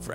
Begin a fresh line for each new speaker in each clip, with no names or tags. For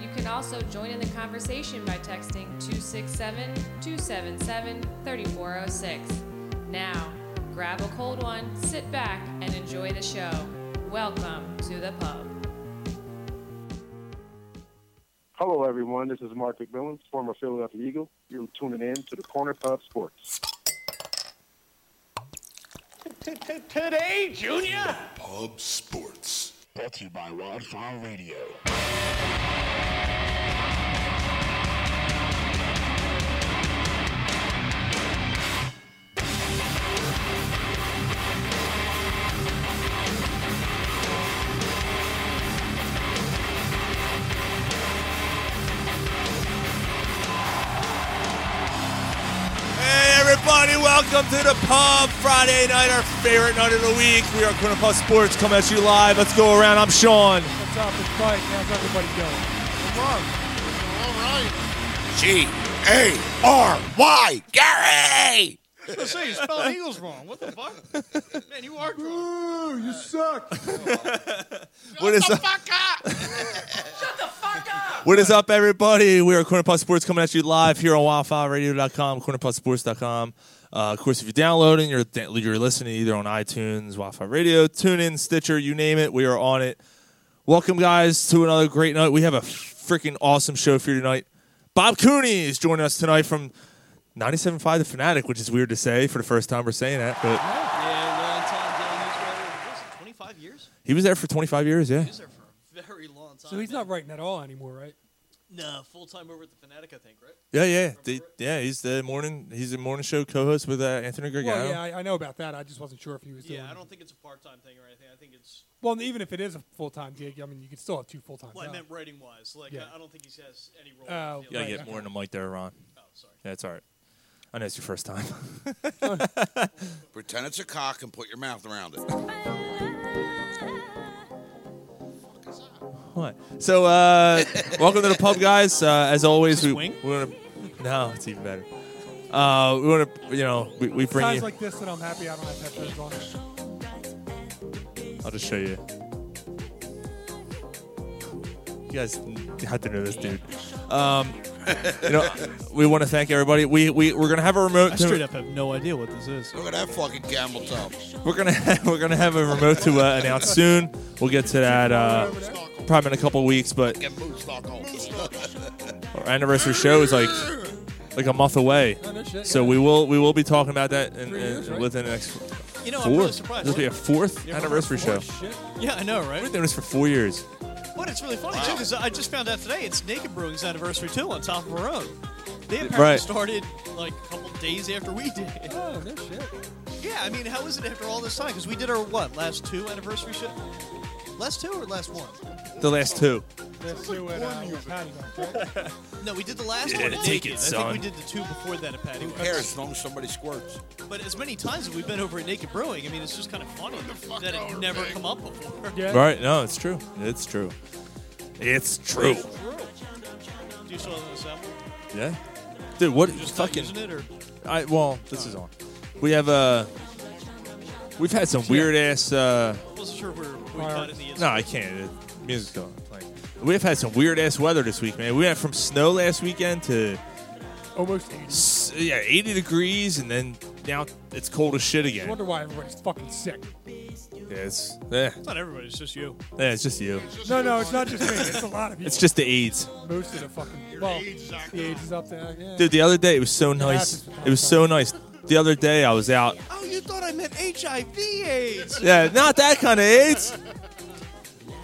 You can also join in the conversation by texting 267 277 3406. Now, grab a cold one, sit back, and enjoy the show. Welcome to the pub.
Hello, everyone. This is Mark McMillan, former Philadelphia Eagle. You're tuning in to the Corner Pub Sports.
Today, Junior?
Pub Sports. Brought to you by Wildfire Radio.
Hey, everybody, welcome to the pub. Friday night, our favorite night of the week. We are Corner Pub Sports coming at you live. Let's go around. I'm Sean.
What's up? It's Mike. How's everybody going?
G A R Y. Gary.
I say, you spelled Eagles wrong. What the fuck? Man, you are drunk.
What is up? What is up, everybody? We are Corner Puff Sports coming at you live here on WildFireRadio.com, CornerPuffSports.com. Uh, of course, if you're downloading, you're you're listening either on iTunes, Wi-Fi Radio, TuneIn, Stitcher, you name it, we are on it. Welcome, guys, to another great night. We have a freaking awesome show for you tonight. Bob Cooney is joining us tonight from 97.5 The Fanatic, which is weird to say for the first time we're saying that, but
Yeah, long time down newswire. What is it, 25 years?
he was there for 25 years, yeah.
He was there for a very long time.
So he's not writing at all anymore, right?
Nah, full time over at the Fanatic, I think, right?
Yeah, yeah, They- yeah. He's the morning, he's the morning show co-host with uh, Anthony Gregano.
Well, yeah, I, I know about that. I just wasn't sure if he was doing.
Yeah, I don't think it's a part time thing or anything. I think it's,
Well, even if it is a full time gig, I mean, you could still have two full time.
well, I meant writing wise. Like,
Yeah.
I, I don't think he has any role.
Oh,
in the
You gotta
field.
Right,
get more in the mic there, Ron.
Oh, sorry.
That's all right. I know it's your first time.
Pretend it's a cock and put your mouth around it.
what? So, uh, welcome to the pub, guys. Uh, as always, we,
wing?
we want to. No, it's even better. Uh, we want to, you know, we, we bring
Times
you.
like this, and I'm happy I don't have headphones on.
I'll just show you. You guys have to know this, dude. Um, you know, we want to thank everybody. We we we are gonna have a remote.
I
to-
straight up have no idea what this is.
Look at that fucking camel toe.
We're gonna have, we're gonna have a remote to uh, announce soon. We'll get to that uh, probably in a couple weeks, but
Get moonstock on.
our anniversary show is like like a month away.
No, no shit,
So
yeah.
we will we will be talking about that in,
Three
in-
years, right?
within the next
You know, Oh, I'm
four.
really
This
surprised.
will be a fourth
Yeah,
anniversary show.
Shit.
yeah, I know, right?
We've been doing this for four years.
But it's really funny, too, because I just found out today it's Naked Brewing's anniversary, too, on top of our own. They apparently
Right.
started like a couple days after we did.
Oh, no shit.
Yeah, I mean, how is it after all this time? Because we did our what last two anniversary show. Last two or last one?
The last two.
Let's do it. Uh, with Patty back, right?
No, we did the last
Yeah,
one.
take
at
it,
Naked. I
son.
think we did the two before that at Patty.
Who cares as long as somebody squirts?
But as many times as we've been over at Naked Brewing, I mean, it's just kind of funny that it never come up before.
Yeah.
Right? No, it's true. It's true. It's true.
Do you still have this apple?
Yeah, dude. What
You're just
fucking?
not using it, or
I well, this is on. We have uh, we've had some weird ass uh.
I wasn't sure if we were we
Fire.
got in the.
No, I can't. It, music's going. Like, we've had some weird ass weather this week, man. We went from snow last weekend to
Almost. 80.
s- yeah, 80 degrees, and then now it's cold as shit
I
again.
wonder why everybody's fucking sick.
Yeah, it's yeah,
It's not everybody. It's just you.
yeah, it's just you.
No, no, it's not just me. It's a lot of people.
It's just the AIDS,
most of the fucking. Well, the age is up there. Yeah.
dude. The other day it was so nice. It was so nice. The other day I was out.
Oh, you thought I meant HIV/AIDS.
Yeah, not that kind of AIDS.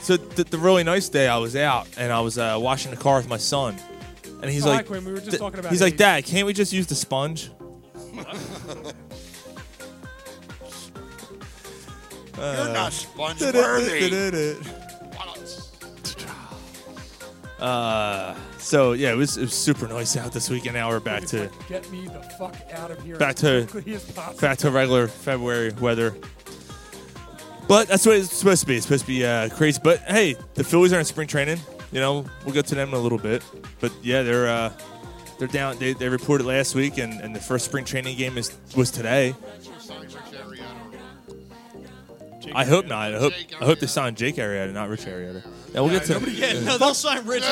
So th- the really nice day I was out and I was uh, washing the car with my son, and he's
Oh, hi,
like,
Quinn, we were just
th-
talking about
He's like,
AIDS.
Dad, can't we just use the sponge?
You're
Uh,
not sponge worthy.
Uh, So yeah, it was, it was super nice out this weekend. Now we're back
It's
to
like, get me the fuck out of here
Back to-
as quickly as possible.
back to regular February weather. But that's what it's supposed to be. It's supposed to be uh, crazy. But hey, the Phillies are in spring training. You know, we'll get to them in a little bit. But yeah, they're uh, they're down. They, they reported last week, and, and the first spring training game is was today. I hope not. I hope I hope they signed Jake Arrieta, not Rich Arrieta. Yeah, we'll get to.
Yeah, no, they'll sign Rich.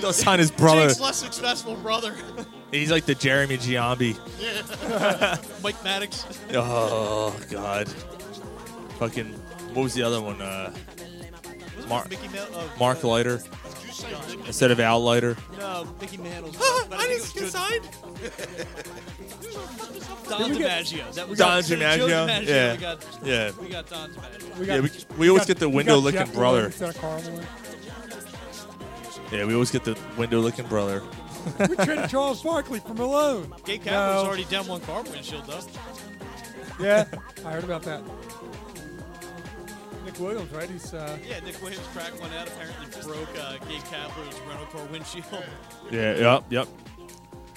They'll sign his brother.
Jake's less successful brother,
He's like the Jeremy Giambi.
Mike Maddox.
Oh God. Fucking. What was the other one? Uh,
Was it
Mar-
Mickey Mantle? Oh,
Mark
uh,
Leiter instead of Al Leiter.
No, Mickey Mantle's. but
I
think it
just
was
signed.
Don DiMaggio. That was
Don
Joe
DiMaggio.
We
Yeah.
got,
Yeah.
we got Don DiMaggio.
Yeah, we- we always get the
we
window
got
licking
Jeff
brother.
Lewis instead of Carl Lewis.
Yeah, we always get the window looking brother.
we traded Charles Barkley for Malone.
Gabe
No.
Kapler's already down one car windshield, though.
Yeah, I heard about that. Nick Williams, right? He's uh,
Yeah, Nick Williams cracked one out. Apparently broke uh, Gabe Kapler's rental car windshield.
Yeah, yep, yep.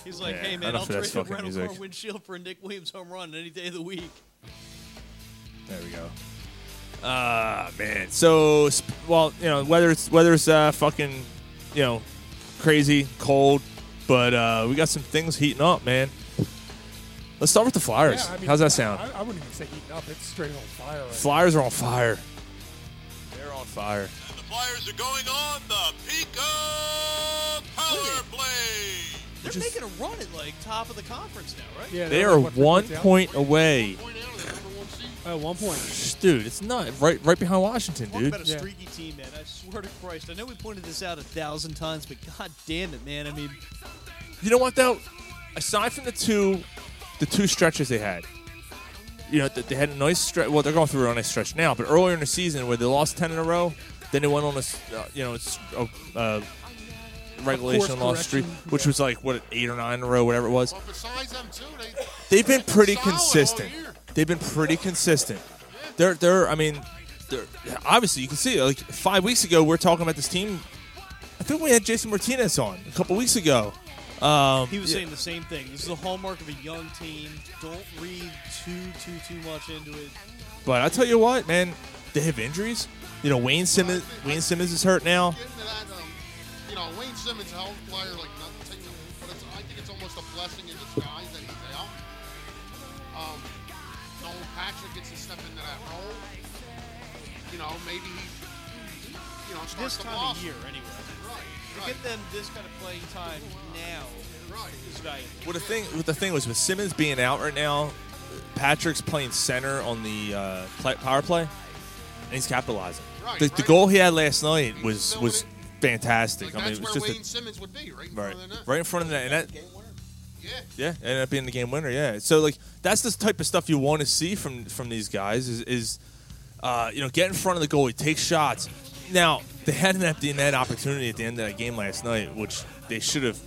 He's like,
Yeah,
hey, man,
enough
I'll
of this
trade a
fucking
rental car
music.
windshield for a Nick Williams home run any day of the week.
There we go. Ah man. So sp- well, you know, whether it's whether it's uh, fucking, you know, crazy cold, but uh, we got some things heating up, man. Let's start with the Flyers.
yeah, I mean,
How's that sound?
I, I wouldn't even say heating up. It's straight on fire. Right
Flyers are on fire. They're on fire.
And the Flyers are going on the Pico Power Play.
They're making a run at like top of the conference now, right?
now. Yeah,
They
they're
are
what, three
one
points out?
point away.
Uh, one point.
Dude, it's not right right behind Washington,
Talk
dude.
about a
Yeah.
streaky team, man. I swear to Christ. I know we pointed this out a thousand times, but god damn it, man. I mean,
You know what though? Aside from the two, the two stretches they had, you know, th- they had a nice stretch. Well, they're going through a nice stretch now, but earlier in the season where they lost ten in a row, then they went on a, s- uh, you know, it's a, uh, regulation loss streak,
correction,
which
yeah.
was like what eight or nine in a row, whatever it was.
But besides them too, they
They've been pretty
Solid all
consistent.
year.
They've been pretty consistent. They're they're. I mean, they're obviously you can see like five weeks ago we we're talking about this team. I think we had Jason Martinez on a couple weeks ago.
he was
Um, Yeah.
saying the same thing. This is the hallmark of a young team. Don't read too, too, too much into it.
But I tell you what, man, they have injuries. You know, Wayne Simmons. Wayne Simmons is hurt now.
get into that. Um, you know, Wayne Simmons held Flyer like nothing, but it's, I think it's almost a blessing in disguise that he's out. Um, Nolan Patrick gets to step into that role. You know, maybe he, you know,
This
starts to
time of
blossom.
year, anyway.
Right,
To
right,
get them this kind of playing time now
right.
is valuable.
Well, the thing, what the thing was with Simmons being out right now, Patrick's playing center on the uh, pla- power play, and he's capitalizing.
Right,
the, the
right.
goal he had last night was
Filling
was
it.
fantastic.
Like
I mean,
that's
it was
where
just a-
Wayne Simmons would be, right in
right,
front of the net.
right in front of that, and that
Yeah.
Yeah, ended up being the game winner. Yeah, so like that's the type of stuff you want to see from from these guys is is uh, you know get in front of the goalie, take shots. Now they had an empty net opportunity at the end of that game last night, which they should have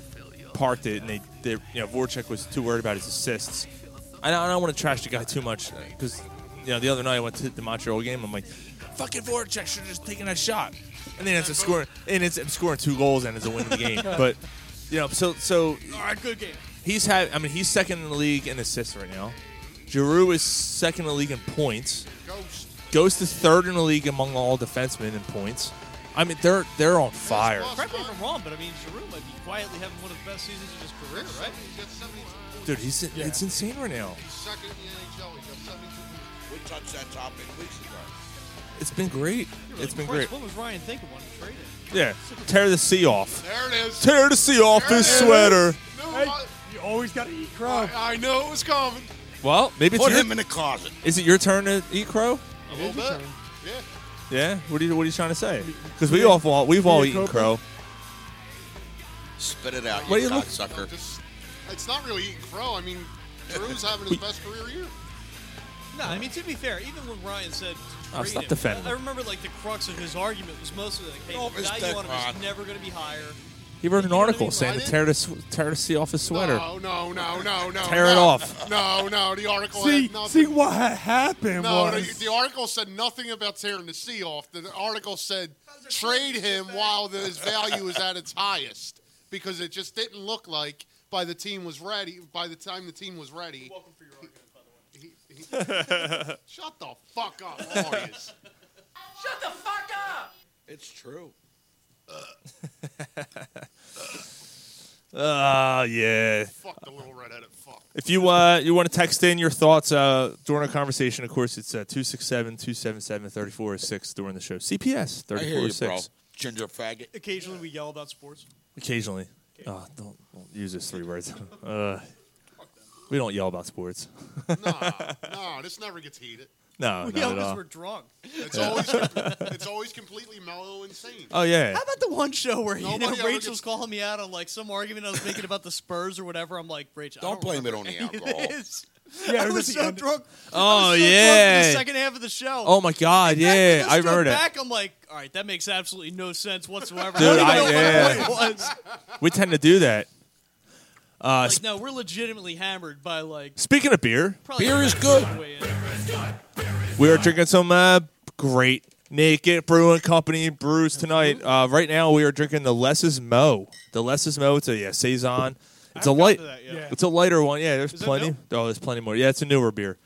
parked it, and they, they you know Voracek was too worried about his assists. I don't, I don't want to trash the guy too much because you know the other night I went to the Montreal game, I'm like, fucking Voracek should have just taken that shot, and then ends up scoring, and ends up scoring two goals and it's a win the game. but you know, so so
All right, good game.
He's had. I mean, he's second in the league in assists right now. Giroux is second in the league in points.
Ghost.
Goes to third in the league among all defensemen in points. I mean, they're they're on fire.
Correct me if I'm wrong, but I mean, Giroux might be quietly having one of the best seasons of his career, right?
He got 72 points.
Dude, he's it's insane right now.
He's second in the NHL. He got 72 points.
We touched that topic weeks ago.
It's been great. It's been
Christ,
great.
What was Ryan thinking when he traded?
Yeah, tear the sea off.
There it is.
Tear the sea off his
There it
sweater.
Knew
Hey,
I-
you always got to eat crow.
I, I knew it was coming.
Well, maybe it's
Put
your,
him in the closet.
is it your turn to eat crow?
A little bit. Yeah.
Yeah. What are you What are you trying to say? Because we all fall, we've all
Yeah,
eaten
Copa.
crow.
Spit it out,
What
you
do you look-
cocksucker.
Just, it's not really eating crow. I mean, Drew's having his best career year.
No, I mean to be fair, even when Ryan said
Oh,
trade
stop
him,
defending
I
him.
remember like the crux of his argument was mostly like, "Hey,
Oh,
the
it's
value on him
Declan.
is never going to be higher.
He wrote an
You know what I
article
mean?
saying
I
to
did-
tear, the, sw- tear the sea off his sweater.
No, no, no, no, no.
Tear it
no.
off.
No, no. The article.
See,
had nothing.
see what ha- happened
No, the,
was
the article said nothing about tearing the sea off. The, the article said trade him while the, his value is at its highest because it just didn't look like by the team was ready. By the time the team was ready. He- he- Shut the fuck up, Marius.
It's true.
Ah, yeah.
fuck the little redheaded fuck.
If you uh, you want to text in your thoughts uh, during our conversation, of course, it's uh, 267 277 3406 during the show. CPS
I hear you,
3406.
bro. Ginger faggot.
Occasionally we yell about sports.
Occasionally. Oh, don't, don't use those three words. Uh, we don't yell about sports.
Nah, nah, this never gets heated.
No,
We
not
yell
at all.
we're drunk.
It's always com- it's always completely mellow and sane.
Oh, yeah.
How about the one show where you
Nobody
know,
ever
Rachel's
gets-
calling me out on like some argument I was making about the Spurs or whatever? I'm like, Rachel, I
Don't blame it on
remember
the
any of
alcohol.
this."
Yeah,
I
it was
was
at the
so
end.
drunk.
Oh,
I was so drunk
yeah.
for the second half of the show.
Oh, my God. Yeah. I remember that.
Back, I'm like, all right, that makes absolutely no sense whatsoever.
Dude,
I, Uh,
I-
don't even
yeah.
know what the point was.
We tend to do that. Uh,
Like, no, we're legitimately hammered by like
Speaking of beer,
probably
Beer is good.
Way in.
we are drinking some uh, great Naked Brewing Company brews tonight. Uh, right now, we are drinking the Less is Mo. The Less is Mo. It's a yeah, saison. It's a light.
After that, yeah.
yeah.
It's a lighter one. Yeah, there's
Is it
plenty. Oh, there's plenty more. Yeah, it's a newer beer.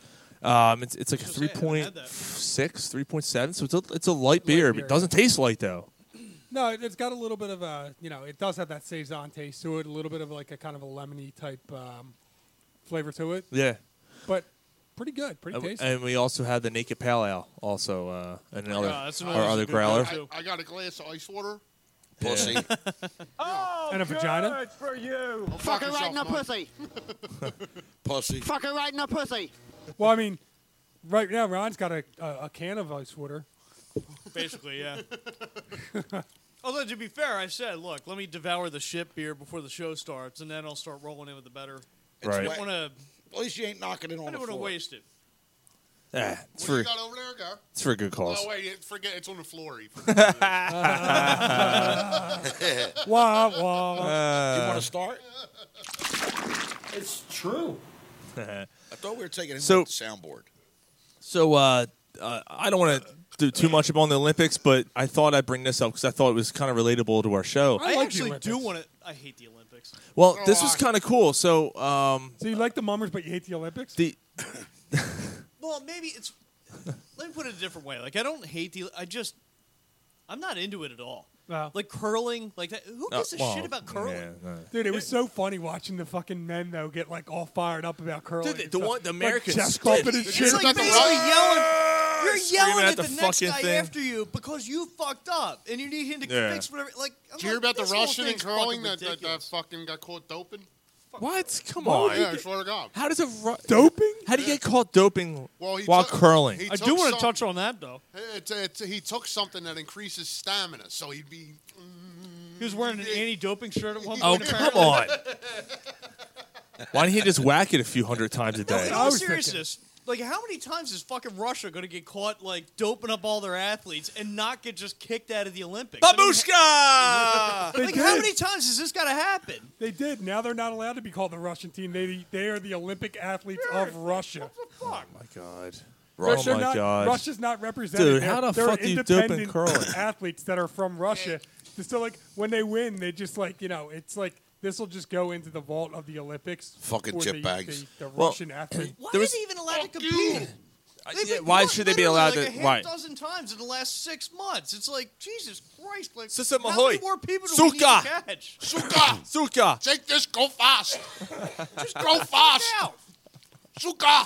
Um, it's it's like a
I was gonna say, I haven't had
3.6,
that.
3.7. So it's a it's a light beer, but
beer,
it doesn't taste light though.
no, it- it's got a little bit of a you know, it does have that saison taste to it, a little bit of like a kind of a lemony type um, flavor to it,
Yeah.
but pretty good, pretty
And,
tasty.
and we also have the Naked Pale Ale, also uh, another
Yeah, Oh that's another-
our other
that's a good
growler.
one,
I,
too.
I got a glass of ice water.
Pussy.
and a
Oh,
vagina.
Don't fuck
Fucker right in the
yourself, Mike.
pussy.
Pussy.
Fucker right in the pussy.
Well, I mean, right now Ron's got a, a, a can of ice water.
Basically, yeah. Although to be fair, I said, look, let me devour the ship beer before the show starts, and then I'll start rolling in with the better.
It's
Right.
wet.
I want to.
At least you ain't knocking it on
I
the
don't want to
floor.
waste it.
Eh, it's
What do
for
you got over there, guy?
it's for a good cause.
Oh wait, it- forget it's on the floor. You
Wah wah.
you want to start?
It's true.
I thought we were taking it
So-
with the soundboard.
So uh, uh, I don't want to do too much about the Olympics, but I thought I'd bring this up because I thought it was kind of relatable to our show.
I
I,
like the
actually do
Olympics.
want to. I hate the Olympics.
Well, this
Oh,
was
I-
kind of cool. So um,
So you like the mummers, but you hate the Olympics.
the
Well, maybe it's. let me put it a different way. Like I don't hate the. I just. I'm not into it at all.
No.
Like curling, like that. Who gives a
Uh, well,
shit about curling?
yeah, no.
Dude, it was so funny watching the fucking men though get like all fired up about curling.
Dude,
and
the
stuff.
one- the
Like,
Americans
chest
did.
bumping and
It's
shit.
It's like
got the
basically
rock.
yelling. You're
Screaming
yelling
at
at the,
the
next
fucking
guy
thing.
after you because you fucked up and you need him to
Yeah.
fix whatever. Like, I'm
Do you hear
like,
about the
this whole
Russian and
thing's fucking
curling that, that, that
ridiculous.
fucking got caught doping?
What? Come on.
yeah, I swear to God.
How does a Ru-
Doping?
How do you get caught doping
Well, he
while
took-
curling?
he
I
took
do want to
some-
touch on that though.
It's, it's, he took something that increases stamina, so he'd be.
He was wearing an
Mm-hmm.
anti-doping shirt at one
oh,
point.
come on. Why didn't he just whack it a few hundred times a day?
In
I
all
was
seriousness, like how many times is fucking Russia going to get caught like doping up all their athletes and not get just kicked out of the Olympics? I mean,
Babushka!
They
like
did.
how many times is this got to happen?
They did. Now they're not allowed to be called the Russian team. They they are the Olympic athletes of Russia.
Oh my god.
They're-
Oh
they're
my
not-
god.
Russia's not represented.
Dude,
They're-
how the
they're
fuck do you dope in
independent
curling?
athletes that are from Russia? So like when they win, they just like you know it's like this will just go into the vault of the Olympics.
Fucking
for
chip
the,
bags.
The, the
Well,
Russian athlete.
Why
There
are
was-
they even allowed to
Fuck
compete?
you.
They've
Uh, yeah,
been
why
caught
should they be
literally,
allowed
like
to-
A half
why?
Dozen times in the last six months. It's like Jesus Christ! Like
Sisem
how many
ahoy.
more people do we need
Suka.
to catch?
Suka!
Suka!
Take this, go fast! Just go fast!
Now,
Suka!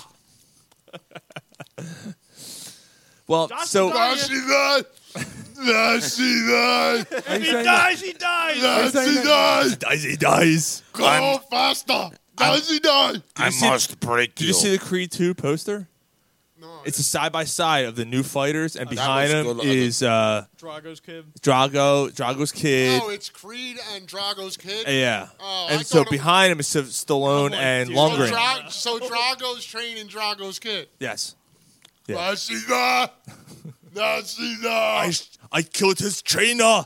Well,
Johnson
so
died.
Nasi dai! Nasi dai!
Are you
he
saying that-
dies, he dies.
Nasi dai!
dies, he dies.
Go faster! Nasi dai!
I
see-
must break
Did you see the Creed 2 poster?
No,
It's a side by side of the new fighters, and
that
behind
was
him
good.
is uh,
Drago's kid.
Drago, Drago's kid. Uh,
oh, it's Creed and Drago's kid?
yeah.
Oh, I
and so
thought it-
behind him is St- Stallone
like,
and
dude.
So,
Lundgren.
Dra- so Drago's training Drago's kid.
yes. Yeah.
Nasi dai! Nasi dai!
I killed his trainer.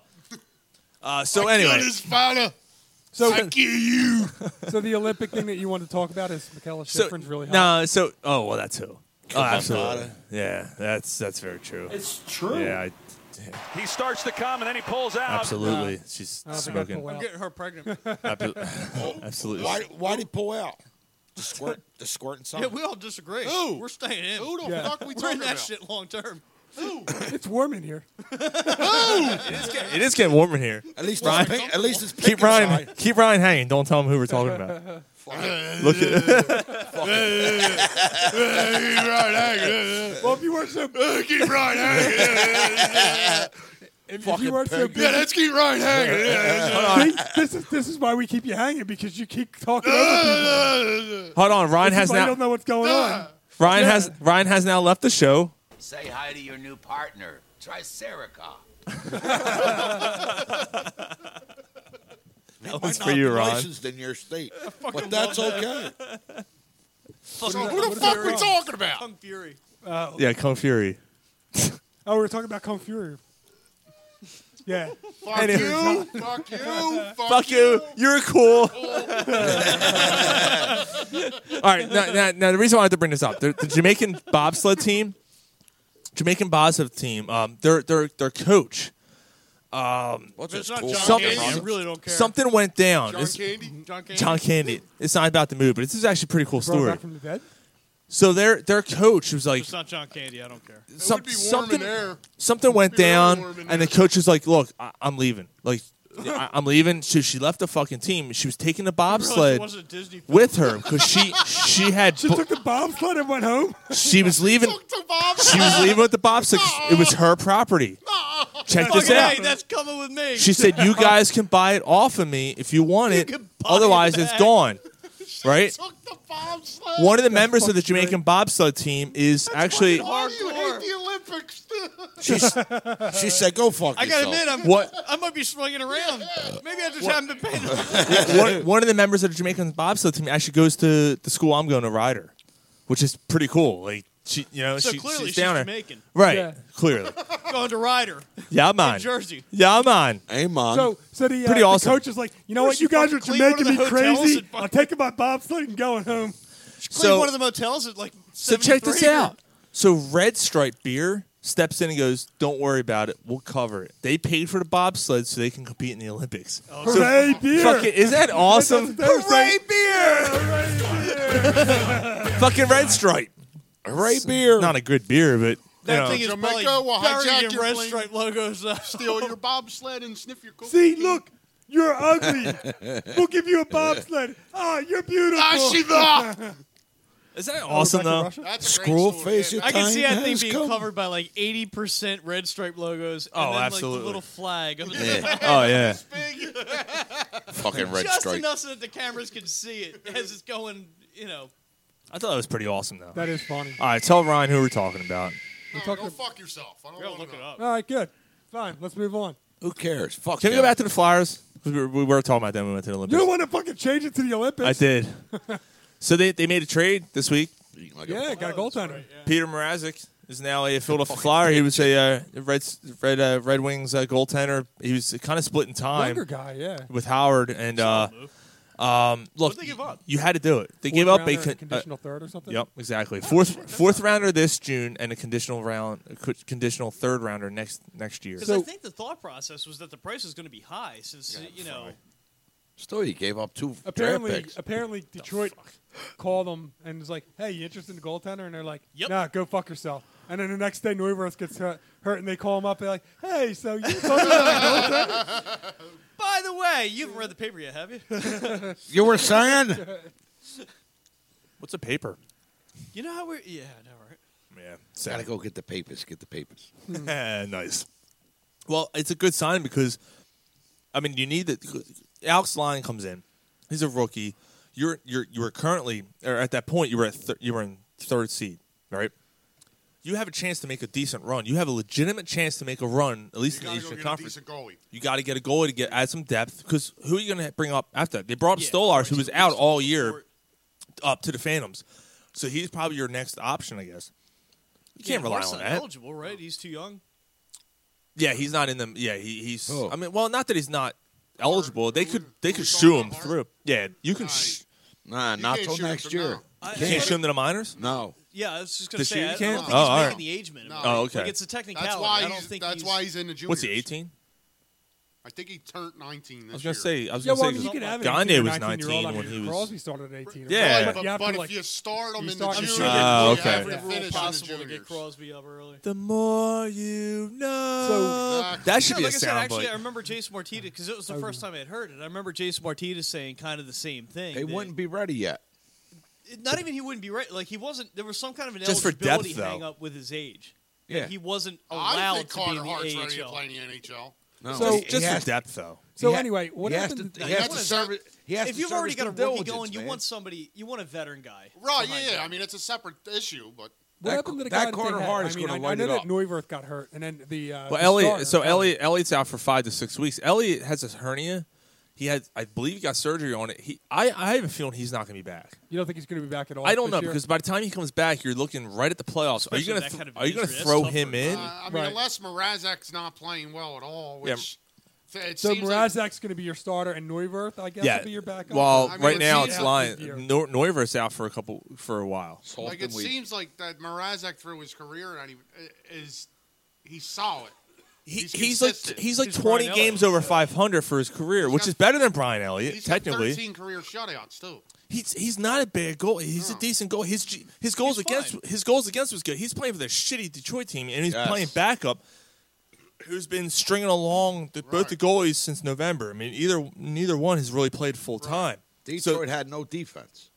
Uh, so
I killed
anyway,
his father.
So
you. so the Olympic thing that you want to talk about is Michaela
So
Schifrin's really hot.
no, so oh well, that too. Oh,
Come on,
absolutely.
Dada.
Yeah, that's that's very true.
It's true.
Yeah, I,
He starts to come and then he pulls out.
absolutely. She's smoking.
I'm getting her pregnant.
Abso- absolutely.
Why? Why did he pull out? The squirt. The squirting
Yeah,
something.
we all disagree.
Who?
We're staying in.
Who the Yeah. fuck we
We're in
talking
that
about?
shit long term.
it's warm in here.
It is getting warm in here.
At least it's
Ryan,
pink- at least it's pink
keep Ryan
inside.
keep Ryan hanging. Don't tell him who we're talking about. Look at
well, if you weren't so
keep Ryan hanging.
if, if you weren't so busy,
Yeah, let's keep Ryan hanging.
See? this is this is why we keep you hanging because you keep talking over people.
Hold on, Ryan
This
has
is why you
now-
don't know what's going on.
Ryan has Ryan has now left the show.
Say hi to your new partner, Tricerica.
They
That
might
one's for
not
you,
be
Ron.
Licensed in your state,
fucking
but that's
love
okay.
So
What
Who the fuck we talking about?
Kung Fury.
Uh,
Yeah, Kung Fury.
oh, we were talking about Kung Fury. Yeah.
Fuck
Anyway.
you. fuck you. Fuck,
Fuck you. You're cool. All right. Now, now, now, the reason why I had to bring this up, the, the Jamaican bobsled team, Jamaican bobsled team, um, their their their coach, um,
What's
If
his
it's not
cool
John
something
Candy, I
on him?
really don't care.
something went down.
John
It's-
Candy?
John Candy.
John Candy. It's not about the move, but this is actually a pretty cool
Brought
story.
back from the dead.
So their their coach was like,
It's not John Candy. I don't care.
some-
would be warm in
something
there.
something went
It'd be really
down,
warm in
and the
there.
coach was like, "Look, I, I'm leaving. Like, I, I'm leaving." So she left the fucking team. She was taking the
Realize
bobsled
it wasn't a Disney film.
with her because she she had
She
bo-
took the bobsled and went home.
she was leaving
Fuck the Bob.
she was leaving with the bobsled. It was her property. Check
Fucking
this
hey,
out.
that's coming with me.
She said, "You guys can buy it off of me if you want it.
can buy
Otherwise,
it
it's
back."
gone." Right.
Took the bobsled.
One of the members of the
fucking great.
Jamaican bobsled team is actually
Why do you
Hardcore.
hate the Olympics?
She's- she said, "Go fuck
I gotta
yourself."
admit, I'm,
What-
I might be swinging around. Maybe I just haven't been paying attention.
one, one of the members of the Jamaican bobsled team actually goes to the school I'm going to Ryder, which is pretty cool. Like she, you know,
So
she,
clearly
she's
she's
down there,
Jamaican.
right?
Yeah.
Clearly,
Going to Ryder,
yeah, man,
Jersey.
yeah, man.
Amon.
So, so the, uh,
Pretty
the
awesome.
coach is like, you know
Where's
what?
she
You guys
fucking
are
clean one of
making
the
me
hotels
crazy.
and fucking-
I'm taking my bobsled and going home.
Clean
So-
one of the motels at like.
So check this
73.
out. So Red Stripe Beer steps in and goes, "Don't worry about it. We'll cover it." They paid for the bobsled so they can compete in the Olympics.
Oh, Hooray, beer!
Fucking, is that awesome?
That's what they were saying.
Fucking Red Stripe.
Ray beer.
Not a good beer, but you
That
know.
thing is
Jamaica
probably
will hijack
buried in
your
Red
plane.
Stripe logos. Uh,
Steal your bobsled and sniff your cookie.
See, look, you're ugly. we'll give you a bobsled. Ah, you're beautiful.
Ah, she the.
is that awesome
Rebecca
though?
Russia?
That's a great
Scroll
story.
face.
Yeah,
Your
I can
time
see that thing
has
being
come.
covered by like 80% Red Stripe logos. And
Oh,
then, Like,
absolutely.
the little flag. Up at the top.
Oh yeah.
Fucking red
Just
stripe.
enough so that the cameras can see it as it's going, you know.
I thought that was pretty awesome though.
That is funny.
All right, tell Ryan who we're talking about.
No,
talking
go
ab-
fuck yourself. I don't
Go
wanna
look it
know.
up.
All right, good. Fine, let's move on.
Who cares? Fuck.
Can we
them.
go back to the Flyers? 'Cause We were, we were talking about them. when We went to the
You
Olympics.
don't want to fucking change it to the Olympics.
I did. so they, they made a trade this week.
Eating like a-
Yeah, got a goaltender.
Peter Mrazek is now a Philadelphia Flyer. He was a uh, Red Red uh, Red Wings uh, goaltender. He was kind of split in time
Younger guy, yeah.
with Howard. And uh, um, look,
What'd they give up?
you had to do it. They gave up a
Fourth rounder,
con- uh,
conditional third or something.
Yep, exactly. Fourth fourth rounder this June and a conditional round, a co- conditional third rounder next next year.
Because I
So-
think the thought process was that the price is going to be high since, you know.
Still, you gave up two draft
Apparently,
picks.
apparently Detroit called them and was like, "Hey, you interested in the goaltender?" And they're like,
Yep.
"Nah, go fuck yourself." And then the next day, Neuwirth gets hurt, hurt, and they call him up. They're like, "Hey, so you talking about the goaltender?"
By the way, you haven't read the paper yet, have you?
You were saying?
What's a paper?
you know how we're. Yeah, I know, right?
Yeah,
Gotta go get the papers. Get the papers.
Eh, nice. Well, it's a good sign because, I mean, you need that. Alex Lyon comes in. He's a rookie. You're you're you were currently or at that point you were at thir- you were in third seed, right? You have a chance to make a decent run. You have a legitimate chance to make a run, at
You
least in the
gotta go
Eastern
get a
Conference.
decent goalie.
You got to get a goalie to get add some depth because who are you going to bring up after that? They brought up
Yeah,
Stolars, who
Corey's
was
gonna
out
be
all
Stolars
year,
for it.
up to the Phantoms. So he's probably your next option, I guess. You can't
Yeah,
rely
Hart's
on
not
that.
eligible, right? He's too young.
Yeah, he's not in them. Yeah, he, he's.
Oh.
I mean, well, not that he's not eligible. They could they could shoo him through. Yeah, you can. Sh-
nah, not can't till shoot him next from year. now.
You
I-
can't shoot him to the minors.
No.
Yeah, I was just gonna
The
say.
shooting
I, I
can't?
don't think
Oh,
he's
all
making
right.
the age
No.
minimum.
Oh, okay.
Like, it's a technicality.
That's why
I don't
he's-
think
that's
he's,
why he's in the juniors.
What's he? Eighteen?
I think he turned 19 this
I was gonna
year.
say. I was
yeah,
gonna
well, I
say
mean, you could have an
Gagne
18 or
was
19 year old. I
nineteen when
mean,
he was.
Crosby started at 18.
Yeah.
Right,
But-
you have
but
to,
if
like,
you start 'em
you
in the
start-
juniors,
Oh,
Ah,
you have
okay.
to
every rule
finish in the
possible to
juniors.
get Crosby up early.
The more you know. that should
Yeah,
be
like
a
I said,
soundbite.
actually, I remember Jason Martinez because it was the first time I had heard it. I remember Jason Martinez saying kind of the same thing.
They
that-
wouldn't be ready yet.
Not even he wouldn't be right. Like he wasn't. There was some kind of an
Just for
eligibility
depth, though.
hang up with his age. That
Yeah.
he wasn't
I
allowed
think
to be
Carter
in
Hart's
the
ready to
AHL.
play in the NHL.
So- Just for
depth, though.
So
He ha-
anyway, what
he has
happened?
to- he has
You
to
wanna-
serve- he has
if
to
you've
serve
already
his
got a
due
rookie
diligence,
going, you
man.
want somebody. You want a veteran guy.
Right,
behind
yeah,
him.
yeah. I mean, it's a separate issue, but
What
That
happened
co-
to the
that
guy they
corner
had?
hard
I
is
mean,
gonna
I, I
light
know
it
that
up.
Neuwirth got hurt, and then the
Well,
uh, the starter,
Elliot. So
Elliott.
Elliot Elliot's out for five to six weeks. Elliot has a hernia. He had, I believe, he got surgery on it. He, I, I have a feeling he's not going to be back.
You don't think he's going to be back at all?
I don't
this
know
year?
because by the time he comes back, you're looking right at the playoffs. Are you
Especially
going
that
to,
kind of
are you going to
injury, that's
throw
tough
him
for-
in?
uh, I mean,
Right.
unless Mrazek's not playing well at all,
Yeah.
which th- it
so
seems like
Mrazek's going to be your starter, and Neuwirth, I guess, will be your backup.
Well,
I mean,
right
it
now
seems-
it's
Yeah,
lying.
this year.
Neu- Neuver's out for a couple for a while.
Like it seems like that Mrazek through his career and he, is he's solid.
He,
he's
he's, like
consistent.
he's like
He's
twenty
Brian
games over five hundred for his career, which
got-
is better than Brian Elliott
He's got
technically.
13 career shutouts too.
He's he's not a bad goal. He's a decent goal. His g- his goals against his goals against was good. He's playing for the shitty Detroit team, and he's
Yes.
playing backup, who's been stringing along the, both the goalies since November. I mean, either neither one has really played full time.
Detroit had no defense.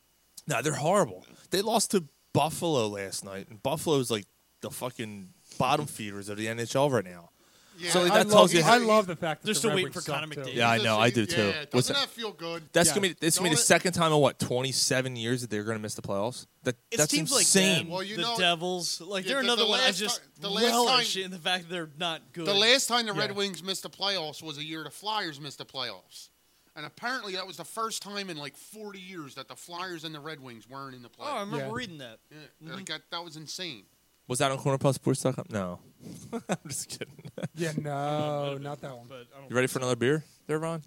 No, they're horrible. They lost to Buffalo last night, and Buffalo's like the fucking bottom feeders of the NHL right now.
Yeah,
so
I
that
I
tells
love,
you.
I love the fact that
They're
the
still
Red
waiting
Wings
for
suck,
Connor
too.
McDavid.
yeah, I know, I do
Yeah,
too.
doesn't
What's
that feel good?
That's
Yeah.
gonna be this gonna be the
Don't it-
second time in what twenty seven years that they're gonna miss the playoffs. That
It's
that's
teams like
insane.
them,
Well, you
the
know-
Devils. Like
Yeah,
they're
the-
another
the
one. I
last
just
ti- the last
relish
time-
in the fact that they're not good.
The last time the Red
Yeah.
Wings missed the playoffs was a year the Flyers missed the playoffs. And apparently that was the first time in like 40 years that the Flyers and the Red Wings weren't in the
Oh, I
playoffs.
remember
Yeah.
reading that.
Yeah, like that, that was insane.
Was that on cornerpostsports.com? No, I'm just kidding.
Yeah, no, not that one.
But I don't.
You ready for another beer, there, Ron?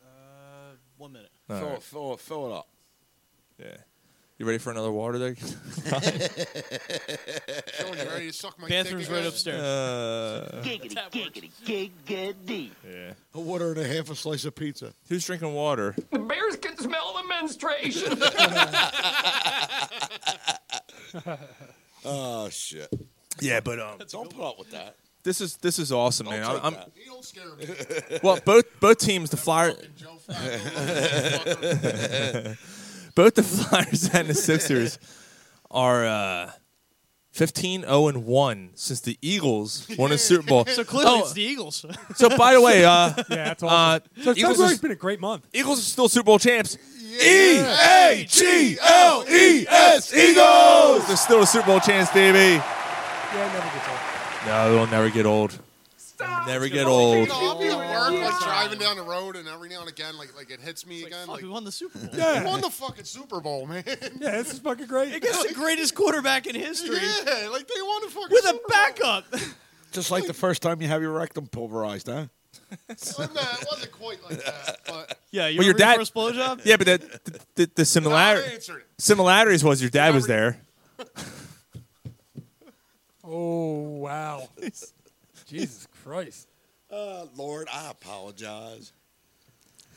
Uh, one minute.
All
fill,
right.
it, fill, it, fill it up.
Yeah. You ready for another water there?
Sean, you ready to suck my
Bathroom's
dick again?
right upstairs.
uh,
Giggity, giggity, giggity.
yeah.
A water and a half a slice of pizza.
Who's drinking water?
The bears can smell the menstruation.
Oh shit!
Yeah, but um,
Don't put up with that.
this is this is awesome, man.
Don't take
I'm,
that.
He don't scare me.
I'm well, both both teams, the Flyer,
Joe Flacco.
both the Flyers and the Sixers are uh, 15 0 and 1 since the Eagles won a Super Bowl.
So clearly,
Oh,
it's the Eagles.
so by the way, uh,
Yeah, that's
uh,
awesome. so
Eagles
February's
is-
been a great month.
Eagles are still Super Bowl champs. E A G L E S Eagles. They're still a Super Bowl champs, baby.
Yeah, it never gets old.
No, they'll never get old. Never get old.
No, I'll be at work, like driving down the road, and every now and again, like like it hits me again.
Fuck,
Like,
we won the Super Bowl.
we won the fucking Super Bowl, man.
Yeah, this is fucking great.
Against the greatest quarterback in history
yeah, like they won the fucking
with a
Super
backup.
Just like the first time you have your rectum pulverized, huh?
Bowl. No, it wasn't quite like that, but
yeah, you
Well, your
remember
dad-
first blowjob.
Yeah, but the the, the
I
similarity
answered it.
similarities was your dad was there.
Oh wow, Jesus Christ!
Uh, Lord, I apologize.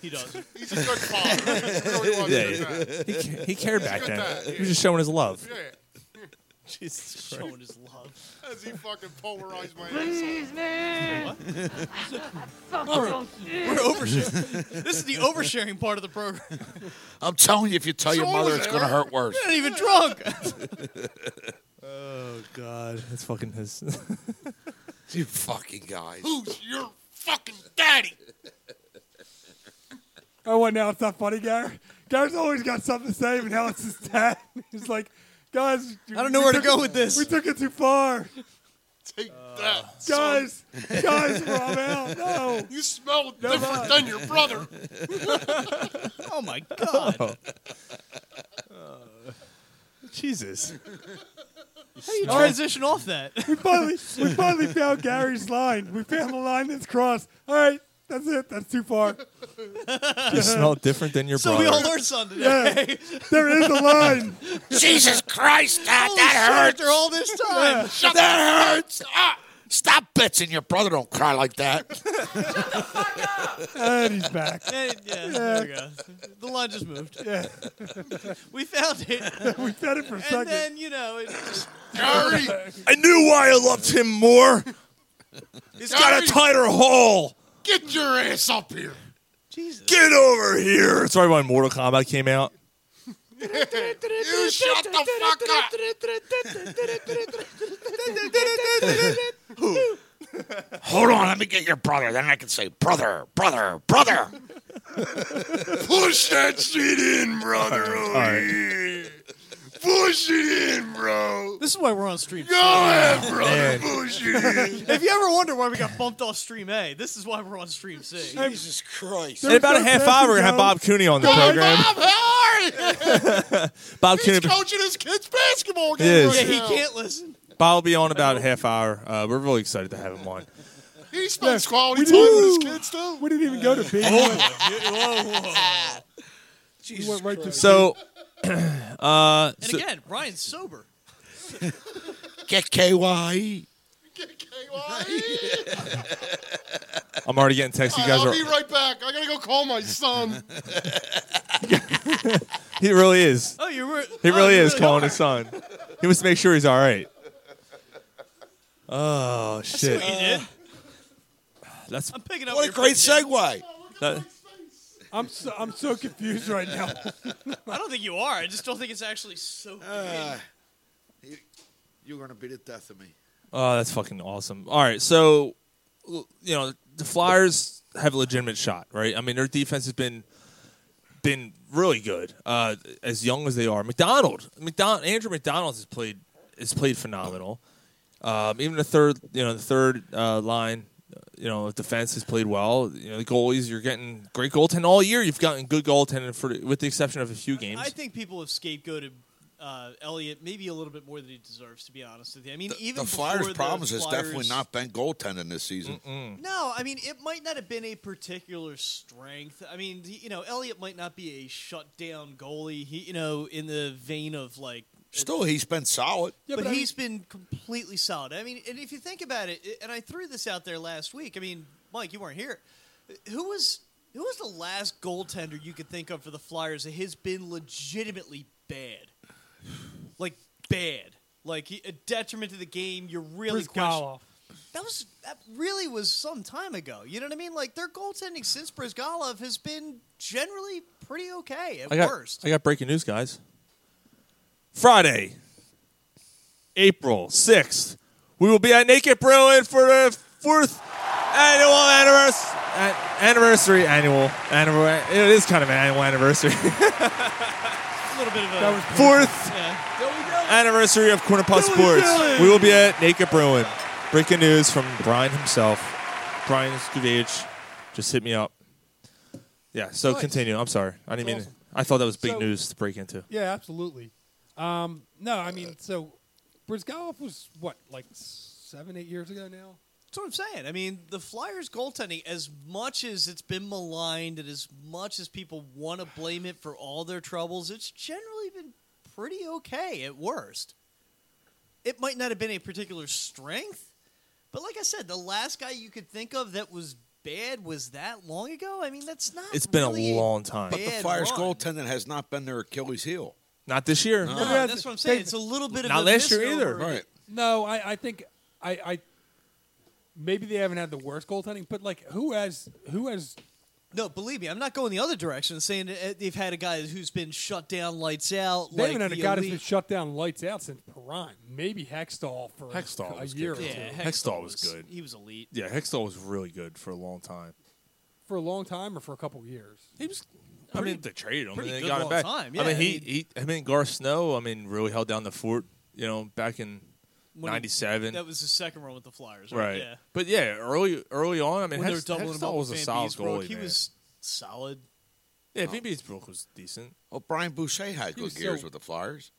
He does.
He's a good father. He really was a good dad.
He, ca- he cared back then. He was just showing his love.
Yeah,
Jesus showing his love.
as he fucking polarized my asshole.
We're oversharing. this is the oversharing part of the program. You're
I'm telling you, if you tell your
Sure,
mother, it's going to
man.
hurt worse.
not even drunk.
Oh God, that's fucking his.
You fucking guys.
Who's your fucking daddy?
Oh, what now? It's not funny, Gary. Gary's always got something to say, but now it's his dad. He's like, guys,
I don't know where to
took
go with this.
it- We took it too far,
Take
Uh,
that. son.
guys. guys, bro, I'm out. No.
You smell
bye.
different than your brother.
Oh my god.
Jesus.
you
No.
transition off that?
we finally, we finally found Gary's line. We found the line that's crossed. All right, that's it. That's too far.
You smell different than your
So we
brother.
all learned something
Yeah,
today.
there is a line.
Jesus Christ, that,
Holy
that
shit,
hurts.
After all this time,
Shut that hurts. Ah, stop bitching. Your brother don't cry like that.
And he's back.
Yeah, yeah, there we go. The line just moved.
Yeah.
We found it.
we fed it for a
and
second.
then, you know, it just,
Gary,
I knew why I loved him more. He's got a
Gary.
tighter hole.
get your ass up here.
Jesus.
Get over here. Sorry when Mortal Kombat came out.
You shut the fuck up.
Hold on, let me get your brother. Then I can say, brother, brother, brother. Push that shit in, brother. Over here. Push it in, bro.
This is why we're on stream.
Go ahead, brother. Push it in.
C. If you ever wonder why we got bumped off stream A, this is why we're on stream C.
Jesus Christ.
In about a half hour, we're going to have Bob Cooney on the program.
Bob, how are you?
Bob
He's
Cooney.
coaching his kids basketball game
Yes.
right
Yeah, he
now.
can't listen.
Bob will be on about a half hour. Uh, we're really excited to have him on.
He spends
We
quality time
didn't-
with his kids too.
We didn't even go to big. Oh, we
Jesus
went right to
So, uh,
And
so-
again, Ryan's sober.
Get E. KYE.
KY.
I'm already getting texts. You guys
I'll
are.
be right back. I gotta go call my son.
He really is.
Oh, you were.
He
oh,
really
you
is calling
are.
his son. He wants to make sure he's all right. Oh shit!
You did?
That's
I'm picking up.
What a
your
great
phone,
segue.
that,
I'm so, I'm so confused right now.
Jay. I don't think you are. I just don't think it's actually so.
Uh, You're going to be the death of me.
oh, that's fucking awesome. All right, so l- you know the Flyers have a legitimate shot, right? I mean, their defense has been been really good uh, as young as they are. McDonald, McDonald, Andrew McDonald has played has played phenomenal. Um, even the third, you know, the third uh, line, you know, of defense has played well. You know, the goalies, you're getting great goaltending all year. You've gotten good goaltending for, with the exception of a few games.
I think people have scapegoated uh, Elliot maybe a little bit more than he deserves. To be honest with you, I mean, even
the Flyers'
before the
problems has
Flyers-
definitely not been goaltending this season.
No, I mean, it might not have been a particular strength. I mean, you know, Elliot might not be a shutdown goalie. He, you know, in the vein of like
Still, he's been solid.
Yeah,
but,
but I
he's been completely solid. I mean, and if you think about it, and I threw this out there last week. I mean, Mike, you weren't here. Who was who was the last goaltender you could think of for the Flyers that has been legitimately bad, like bad, like he- a detriment to the game? You're really
Bruce
question-
Goloff.
that was that really was some time ago. You know what I mean? Like their goaltending since Brizgalov has been generally pretty okay at
I got,
worst.
I got breaking news, guys. Friday, April 6th, we will be at Naked Bruin for the fourth annual anniversary. Anniversary, annual, annual. It is kind of an annual anniversary.
a little bit of a
fourth
yeah.
anniversary of Corner Puff Sports. We will be at Naked Bruin. Breaking news from Brian himself. Brian Skudage just hit me up. Yeah, so
Nice.
continue. I'm sorry. I didn't mean.
Awesome.
I thought that was big
So-
news to break into.
Yeah, absolutely. Um, no, I mean, so Brizgalov was what, like seven, eight years ago now?
That's what I'm saying. I mean, the Flyers goaltending, as much as it's been maligned and as much as people want to blame it for all their troubles, it's generally been pretty okay at worst. It might not have been a particular strength, but like I said, the last guy you could think of that was bad was that long ago. I mean, that's not.
It's been
really
a long time.
But the
bad
Flyers'
run.
goaltending has not been their Achilles heel.
Not this year.
No,
Yeah,
Uh, that's what I'm saying. It's a little bit of
Not
a
last year either.
misnomer.
No, I, I think I, I maybe they haven't had the worst goaltending, but like who has who has
No, believe me, I'm not going the other direction. Saying that, uh, they've had a guy who's been shut down, lights out.
they
like
haven't had a
the
guy that's
elite-
been shut down lights out since Perrine. Maybe Hextall for
Hextall
a
was
year or
good.
two.
Yeah,
Hextall was good.
He was elite.
Yeah, Hextall was really good for a long time.
For a long time or for a couple years.
He was. I
Pretty-
mean, they traded him and
pretty
they
good
got him
long
back.
time,
I
yeah,
mean, he,
I mean-
he, him and Gar Snow. I mean, really held down the fort. You know, back in
When he-
'97.
That was his second run with the Flyers, right?
right.
Yeah.
But yeah, early, early on. I mean,
when they were
Hex-
doubling him up
Hextall was a
with Van
solid
Beesbrook,
goalie.
he
man.
was solid.
Yeah, Van Beesbrook was decent.
Oh,
Well, Brian Boucher had
He
good
was
years
so-
with the Flyers.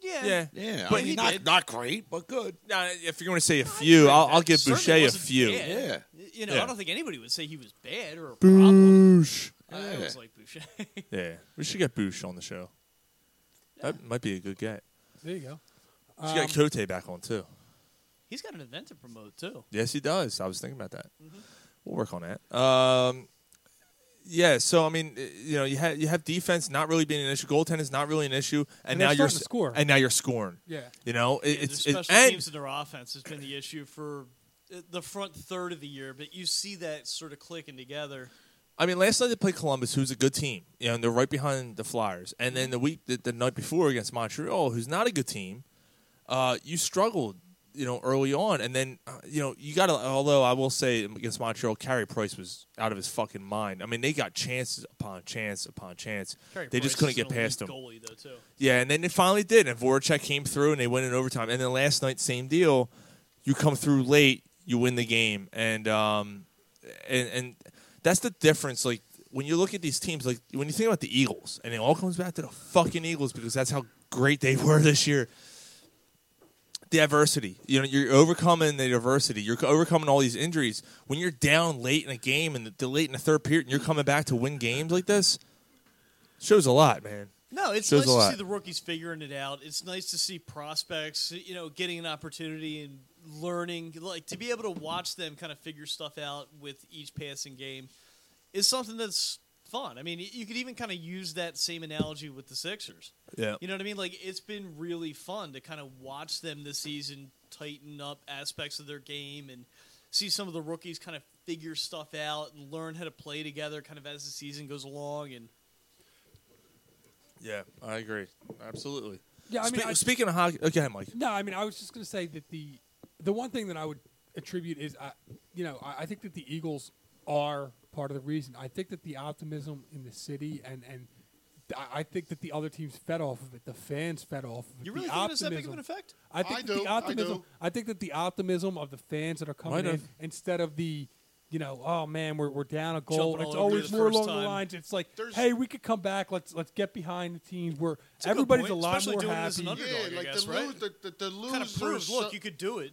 Yeah.
Yeah.
Yeah.
But
I mean,
he
not,
did.
not great, but good.
Now, if you're going to say a few, I'll, I'll give
Certainly
Boucher a
wasn't
few.
bad. You know,
Yeah.
I don't think anybody would say he was bad or a problem.
Boosh.
I always like Boucher.
Yeah, we should get Boosh on the show. That might be a good get.
There you go.
She got
Um,
Kote back on too.
He's got an event to promote too.
Yes, he does. I was thinking about that.
Mm-hmm.
We'll work on that. Um, yeah. So I mean, i- you know, you have you have defense not really being an issue. Goaltending is not really an issue, and,
And they're
now you're
starting to
s-
score.
And now you're scoring.
Yeah.
You know, it,
Yeah,
it's
their
it,
special
and
teams and their offense has been the issue for uh, the front third of the year, but you see that sort of clicking together.
I mean, last night they played Columbus, who's a good team. You know, and they're right behind the Flyers. And then the week, the, the night before against Montreal, who's not a good team, uh, you struggled. You know, early on, and then uh, you know you got to. Although I will say against Montreal, Carey Price was out of his fucking mind. I mean, they got chances upon chance upon chance.
Carey
they just
Price
couldn't get
is an elite
past them.
Goalie though too.
Yeah, and then they finally did, and Voracek came through, and they win in overtime. And then last night, same deal. You come through late, you win the game, and um, and and that's the difference. Like when you look at these teams, like when you think about the Eagles, and it all comes back to the fucking Eagles because that's how great they were this year. The adversity, you know, you're overcoming the adversity. You're overcoming all these injuries. When you're down late in a game and the, the late in the third period, and you're coming back to win games like this, shows a lot, man.
No, it's
Shows a
nice to
lot.
see the rookies figuring it out. It's nice to see prospects, you know, getting an opportunity and learning. Like to be able to watch them kind of figure stuff out with each passing game is something that's fun. I mean, y- you could even kind of use that same analogy with the Sixers.
Yeah.
You know what I mean? Like it's been really fun to kind of watch them this season tighten up aspects of their game and see some of the rookies kind of figure stuff out and learn how to play together kind of as the season goes along and
Yeah, I agree. Absolutely.
Yeah, I mean,
Spe-
I-
speaking of hockey, okay, Mike.
No, I mean, I was just going to say that the the one thing that I would attribute is, I, you know, I, I think that the Eagles are part of the reason. I think that the optimism in the city and and I I think that the other teams fed off of it. The fans fed off of it.
You really
the
think it was
optimism.
that big of an effect?
I think
I
that
do,
the
I
optimism.
do.
I think that the optimism of the fans that are coming
Might
in
have.
instead of the, you know, oh man, we're, we're down a goal.
Jumping all
it's
over you
always
the
more
first
along
time.
the lines. It's like,
There's-
hey, we could come back. Let's let's get behind the teams. We're
a good
everybody's
point,
a lot
especially
more
doing it
happy.
as an underdog.
Yeah,
I
like
guess,
the,
right?
lose, the, the, the losers.
kind of proves, look,
so-
you could do it.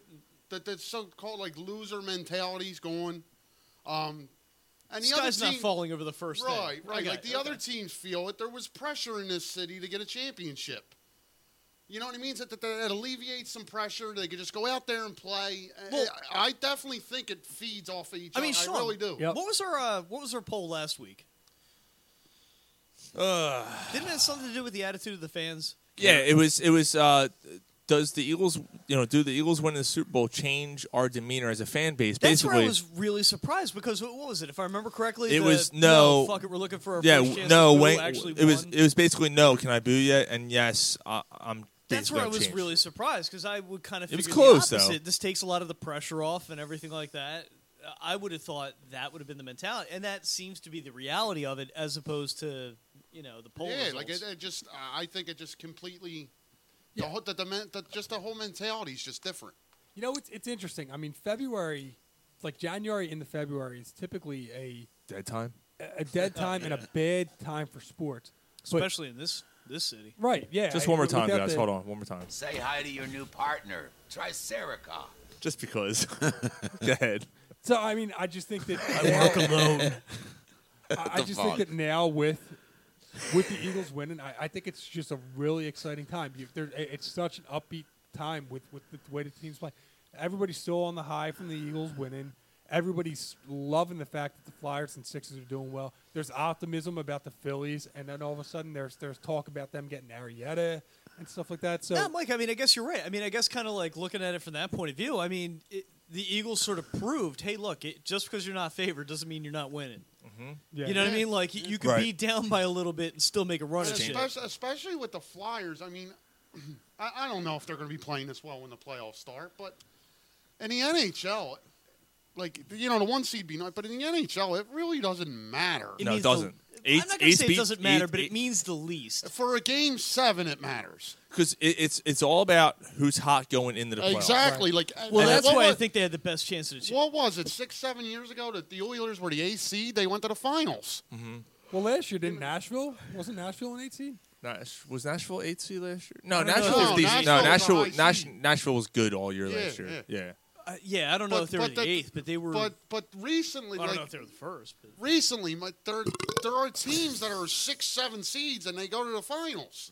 that that so-called like loser mentality's going. Um, and
This
the other
guy's
team,
not falling over the first thing.
right,
I
right.
got
Like
it,
the other
okay.
teams feel it. There was pressure in this city to get a championship. You know what I mean? That, that, that alleviates some pressure. They could just go out there and play. Uh,
Well-
I, I definitely think it feeds off of each
I mean,
other.
Sean,
I really do.
Yep.
what was our uh, what was our poll last week? Didn't it have something to do with the attitude of the fans?
Yeah, it was it was uh does the Eagles you know, do the Eagles winning the Super Bowl change our demeanor as a fan base?
That's where I
Basically
was really surprised because what what was it? If I remember correctly,
It
the,
was no-
Fuck it, we're looking for a
Yeah,
first
w-
chance
no,
to boo
wait,
actually
it was
won.
it was basically no, can I boo yet? And yes, I I'm
That's
basically
where I
I'm
was
changed.
really surprised because I would kind of
It was
figure
close,
the
though.
opposite. This takes a lot of the pressure off and everything like that. Uh, I would have thought that would have been the mentality, and that seems to be the reality of it, as opposed to you know the poll.
Yeah, like it,
results.
it just. I I think it just completely. The whole, the, the, men- the, just the whole mentality is just different.
You know, it's it's interesting. I mean, February, like January into February, is typically a
dead time.
a dead time and a bad time for sports. But-
especially in this this city.
right? Yeah.
Just
I-
one more
with-
time,
without
guys.
the-
Hold on, one more time.
Say hi to your new partner, Tricerica.
Just because. Go ahead.
So I mean, I just think that I work alone. I, I just think
fuck?
that now with with the Eagles winning, I, I think it's just a really exciting time. You, there, it- it's such an upbeat time with with the way the teams play. Everybody's still on the high from the Eagles winning. Everybody's loving the fact that the Flyers and Sixers are doing well. There's optimism about the Phillies, and then all of a sudden there's there's talk about them getting Arietta and stuff like that. So
No, Mike. I mean, I guess you're right. I mean, I guess kind of like looking at it from that point of view. I mean, it, the Eagles sort of proved, hey, look, it, just because you're not favored doesn't mean you're not winning.
yeah.
You know what I mean? Like you could be
Right.
down by a little bit and still make a run
And
at shit.
especially, especially with the Flyers, I mean, I, I don't know if they're going to be playing this well when the playoffs start, but in the NHL, like you know, the one seed be not, but in the NHL, it really doesn't matter.
No, it
means
doesn't.
The,
Eight-
I'm not gonna
eight
say it
beat-
doesn't matter,
eight-
but
eight-
it means the least.
For a game seven, it matters.
Because it, it's it's all about who's hot going into the playoffs.
Exactly. Like
Well,
and
that's
what
why I
was-
think they had the best chance of the
What was it? Six, seven years ago, that the Oilers were the AC. They went to the finals.
Mm-hmm.
Well, last year didn't Nashville? Wasn't Nashville an eight seed?
Nash, was Nashville eight seed last year? No,
No,
Nashville
no,
was decent. No,
Nashville
Nashville,
was a high
Nash, Nashville was good all year
Yeah,
last year. Yeah.
Uh, yeah, I don't know if they were the eighth, but they were.
But but recently,
I don't
like,
know if they were the first. But.
recently, my, there there are teams that are six, seven seeds and they go to the finals.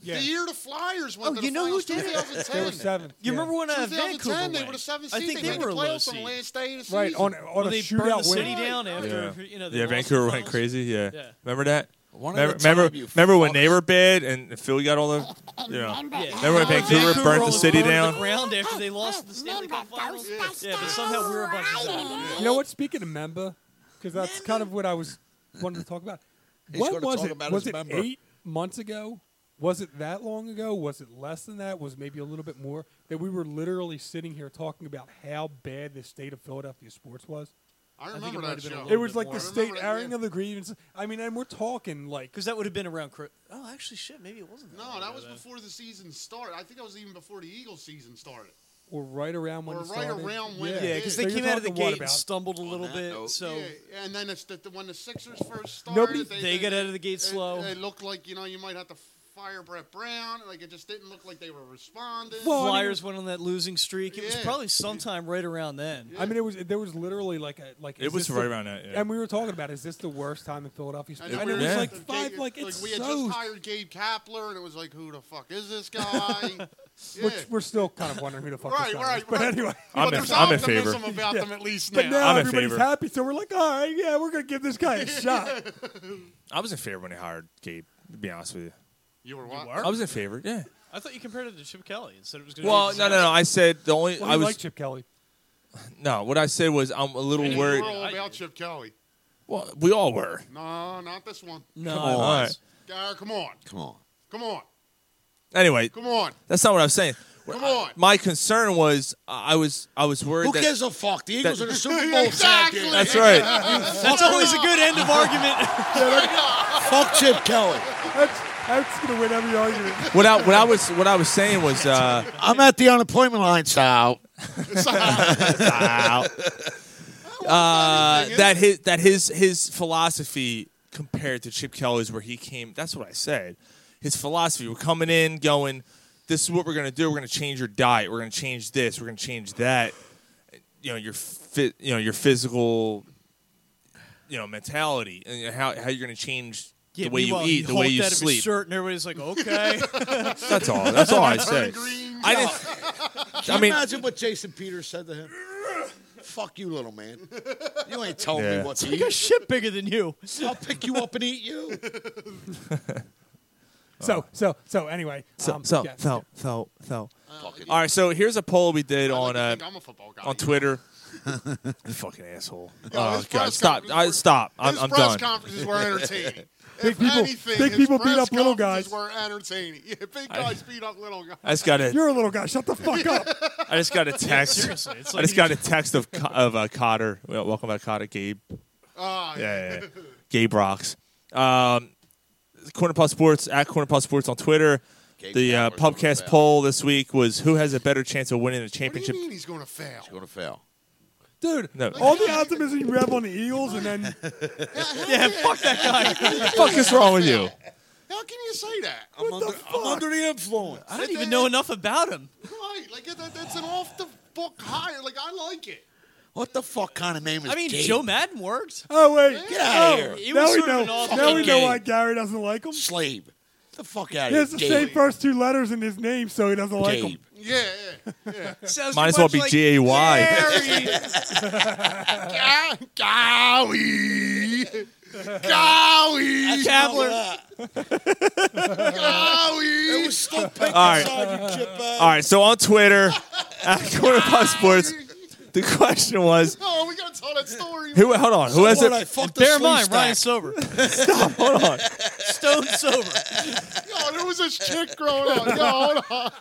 Yeah.
The year the Flyers went
Oh,
to the
you know who
finals,
did it?
2010.
They were seventh,
You
yeah.
remember when uh,
2010,
Vancouver
they
went?
were the seventh
I
seed.
think
They
they,
made
were a
the
low
playoffs on the
seed.
last day of the
Right,
season.
on- on
Well,
a
they
shootout
burned the
win.
city down
Yeah.
after
Yeah,
you know. they
yeah
lost the
Vancouver went
finals.
crazy. Yeah.
Yeah.
Remember that?
One at
remember,
a time,
remember,
you
remember when they were bad and Philly got all the, you know,
Yeah.
remember when Vancouver, burnt the
almost
city
burned
down?
The ground after they lost in the Stanley Cup Finals. Yeah, but somehow we were a bunch of zombies.
You know what? Speaking of member, because that's kind of what I was wanting to talk about.
He's
what
gonna
was
talk
it?
about
was
his
it
member.
eight months ago? Was it that long ago? Was it less than that? Was maybe a little bit more that we were literally sitting here talking about how bad the state of Philadelphia sports was.
I
think it
remember
might have
that
been a
show.
little
It was
bit
like
more.
the
I
state
remember that,
airing
yeah.
of the grievances. I mean, and we're talking like
Because that would have been around. Chri- Oh, actually, shit. Maybe it wasn't.
No,
long
that
ago,
was
though.
before the season started. I think that was even before the Eagles season started.
we're right around when
Or
it
right
started.
around when it
Yeah,
Yeah,
because
so
they
you're
came out of the
talking, what,
gate and
about-
stumbled a little
that
bit.
note,
So
yeah, and then it's the, the, when the Sixers first started,
Nobody-
they,
They got out of the gate
it-
slow.
It, looked like you know you might have to fire Brett Brown. Like it just didn't look like they were responding.
Well, I mean-
Flyers went on that losing streak. It was
Yeah.
probably sometime right around then.
I mean, it was there was literally like a like.
It
is
was
this
right
the-
around that, yeah.
And we were talking about is this the worst time in Philadelphia? sports?
then
And
we
it
were
was
Yeah.
like
just-
five.
Gabe-
Like it's
we had
so.
just hired Gabe Kapler, and it was like, who the fuck is this guy? yeah.
Which we're still kind of wondering who the fuck. this
Right,
guy
right,
is. But
right.
anyway.
I'm
but
in-
there's
I'm in favor.
optimism about them at least now.
But now
I'm in
everybody's
favor.
happy, so we're like, all right, yeah, we're gonna give this guy a shot.
I was in favor when they hired Gabe. To be honest with you,
you were what?
I was in favor. Yeah.
I thought you compared it to Chip Kelly and said it was going to.
Well, no, no, no. I said the only
Well,
I
you
was
like Chip Kelly.
no. What I said was I'm a little
And you
worried.
were all about Chip Kelly.
Well, we all were.
No, not this one.
No,
Come
I
on.
was.
Gar, come on,
Come on.
come on,
Anyway,
come on.
that's not what I'm saying.
Come on.
My concern was I I was I was worried
Who
that
gives a fuck? The Eagles
that-
are the Super Bowl
Exactly.
champions.
that's right.
That's always a good end of argument.
Fuck Chip Kelly.
That's that's gonna win every argument.
what I what I was what I was saying was uh,
I'm at the unemployment line, Sal.
uh, that his that his his philosophy compared to Chip Kelly's where he came. That's what I said. His philosophy. We're coming in, going. This is what we're gonna do. We're gonna change your diet. We're gonna change this. We're gonna change that. You know your fit. You know your physical. You know mentality and how how you're gonna change the way you
meanwhile, he
eat, the way
hulked
you
out of his
sleep.
shirt, and everybody's like, "Okay."
That's all. That's all I said. I didn't. I mean,
Imagine what Jason Peters said to him. Fuck you, little man. You ain't telling
Yeah.
me what to
I got
eat.
shit bigger than you.
I'll pick you up and eat you.
So so so anyway.
so
um,
so
yeah.
so so so.
Fucking
All right. So here's a poll we did on.
I
Uh,
think I'm a football guy.
on Twitter. You fucking asshole. oh
his
god,
press
stop!
conference
I
was-
stop. I'm,
His
I'm
press
done.
conferences were entertaining.
Big
if
people-
anything,
big
his
people beat
press
up little
conferences
guys.
Were entertaining. Yeah, big guys beat up little guys.
I just got a,
You're a little guy. Shut the fuck up.
I just got a text.
Seriously, it's
I
like
just got a text of Co- of uh, Cotter. Well, Welcome back, Cotter. Gabe.
Ah,
Yeah, yeah, yeah. Gabe rocks. Um, Corner Pub Sports at Corner Pub Sports on Twitter.
Gabe
the uh,
Bowler's gonna
pubcast
fail.
poll this week was who has a better chance of winning a
What do
championship.
you mean he's going to fail?
Going to fail.
Dude,
No.
all the optimism you have on the Eagles, and then
yeah, fuck that guy.
What the fuck is wrong with you?
How can you say that?
I'm, under, I'm under the influence.
I don't even know enough about him.
Right? Like that, that's an off the book hire. Like I like it.
What the fuck kind of name is
I mean,
Gabe?
Joe Madden worked.
oh wait,
Get out
oh,
of here.
He was
now we
sort of an
know.
awful
Now we know
game.
why Gary doesn't like him.
Slave. Get the fuck out
He has
of
the
here.
same
Gabe.
first two letters in his name, so he doesn't like him.
Gabe.
Yeah, yeah.
Sounds
Might
too
as well
much
be
like
G A Y.
Gary.
Ah, Golly, golly,
Oh,
Tabler.
It
golly.
was still pink
All right.
inside, you chip ass.
All right, so on Twitter at Corner Pub Sports, the question was
Oh, we gotta tell that story.
Who? Hold on. Who has
What, I
it?
fucked the
Bear in mind,
sleeve
Ryan
stack.
sober,
Hold on.
stone sober.
Yo, there was this chick growing up. Yo, hold on.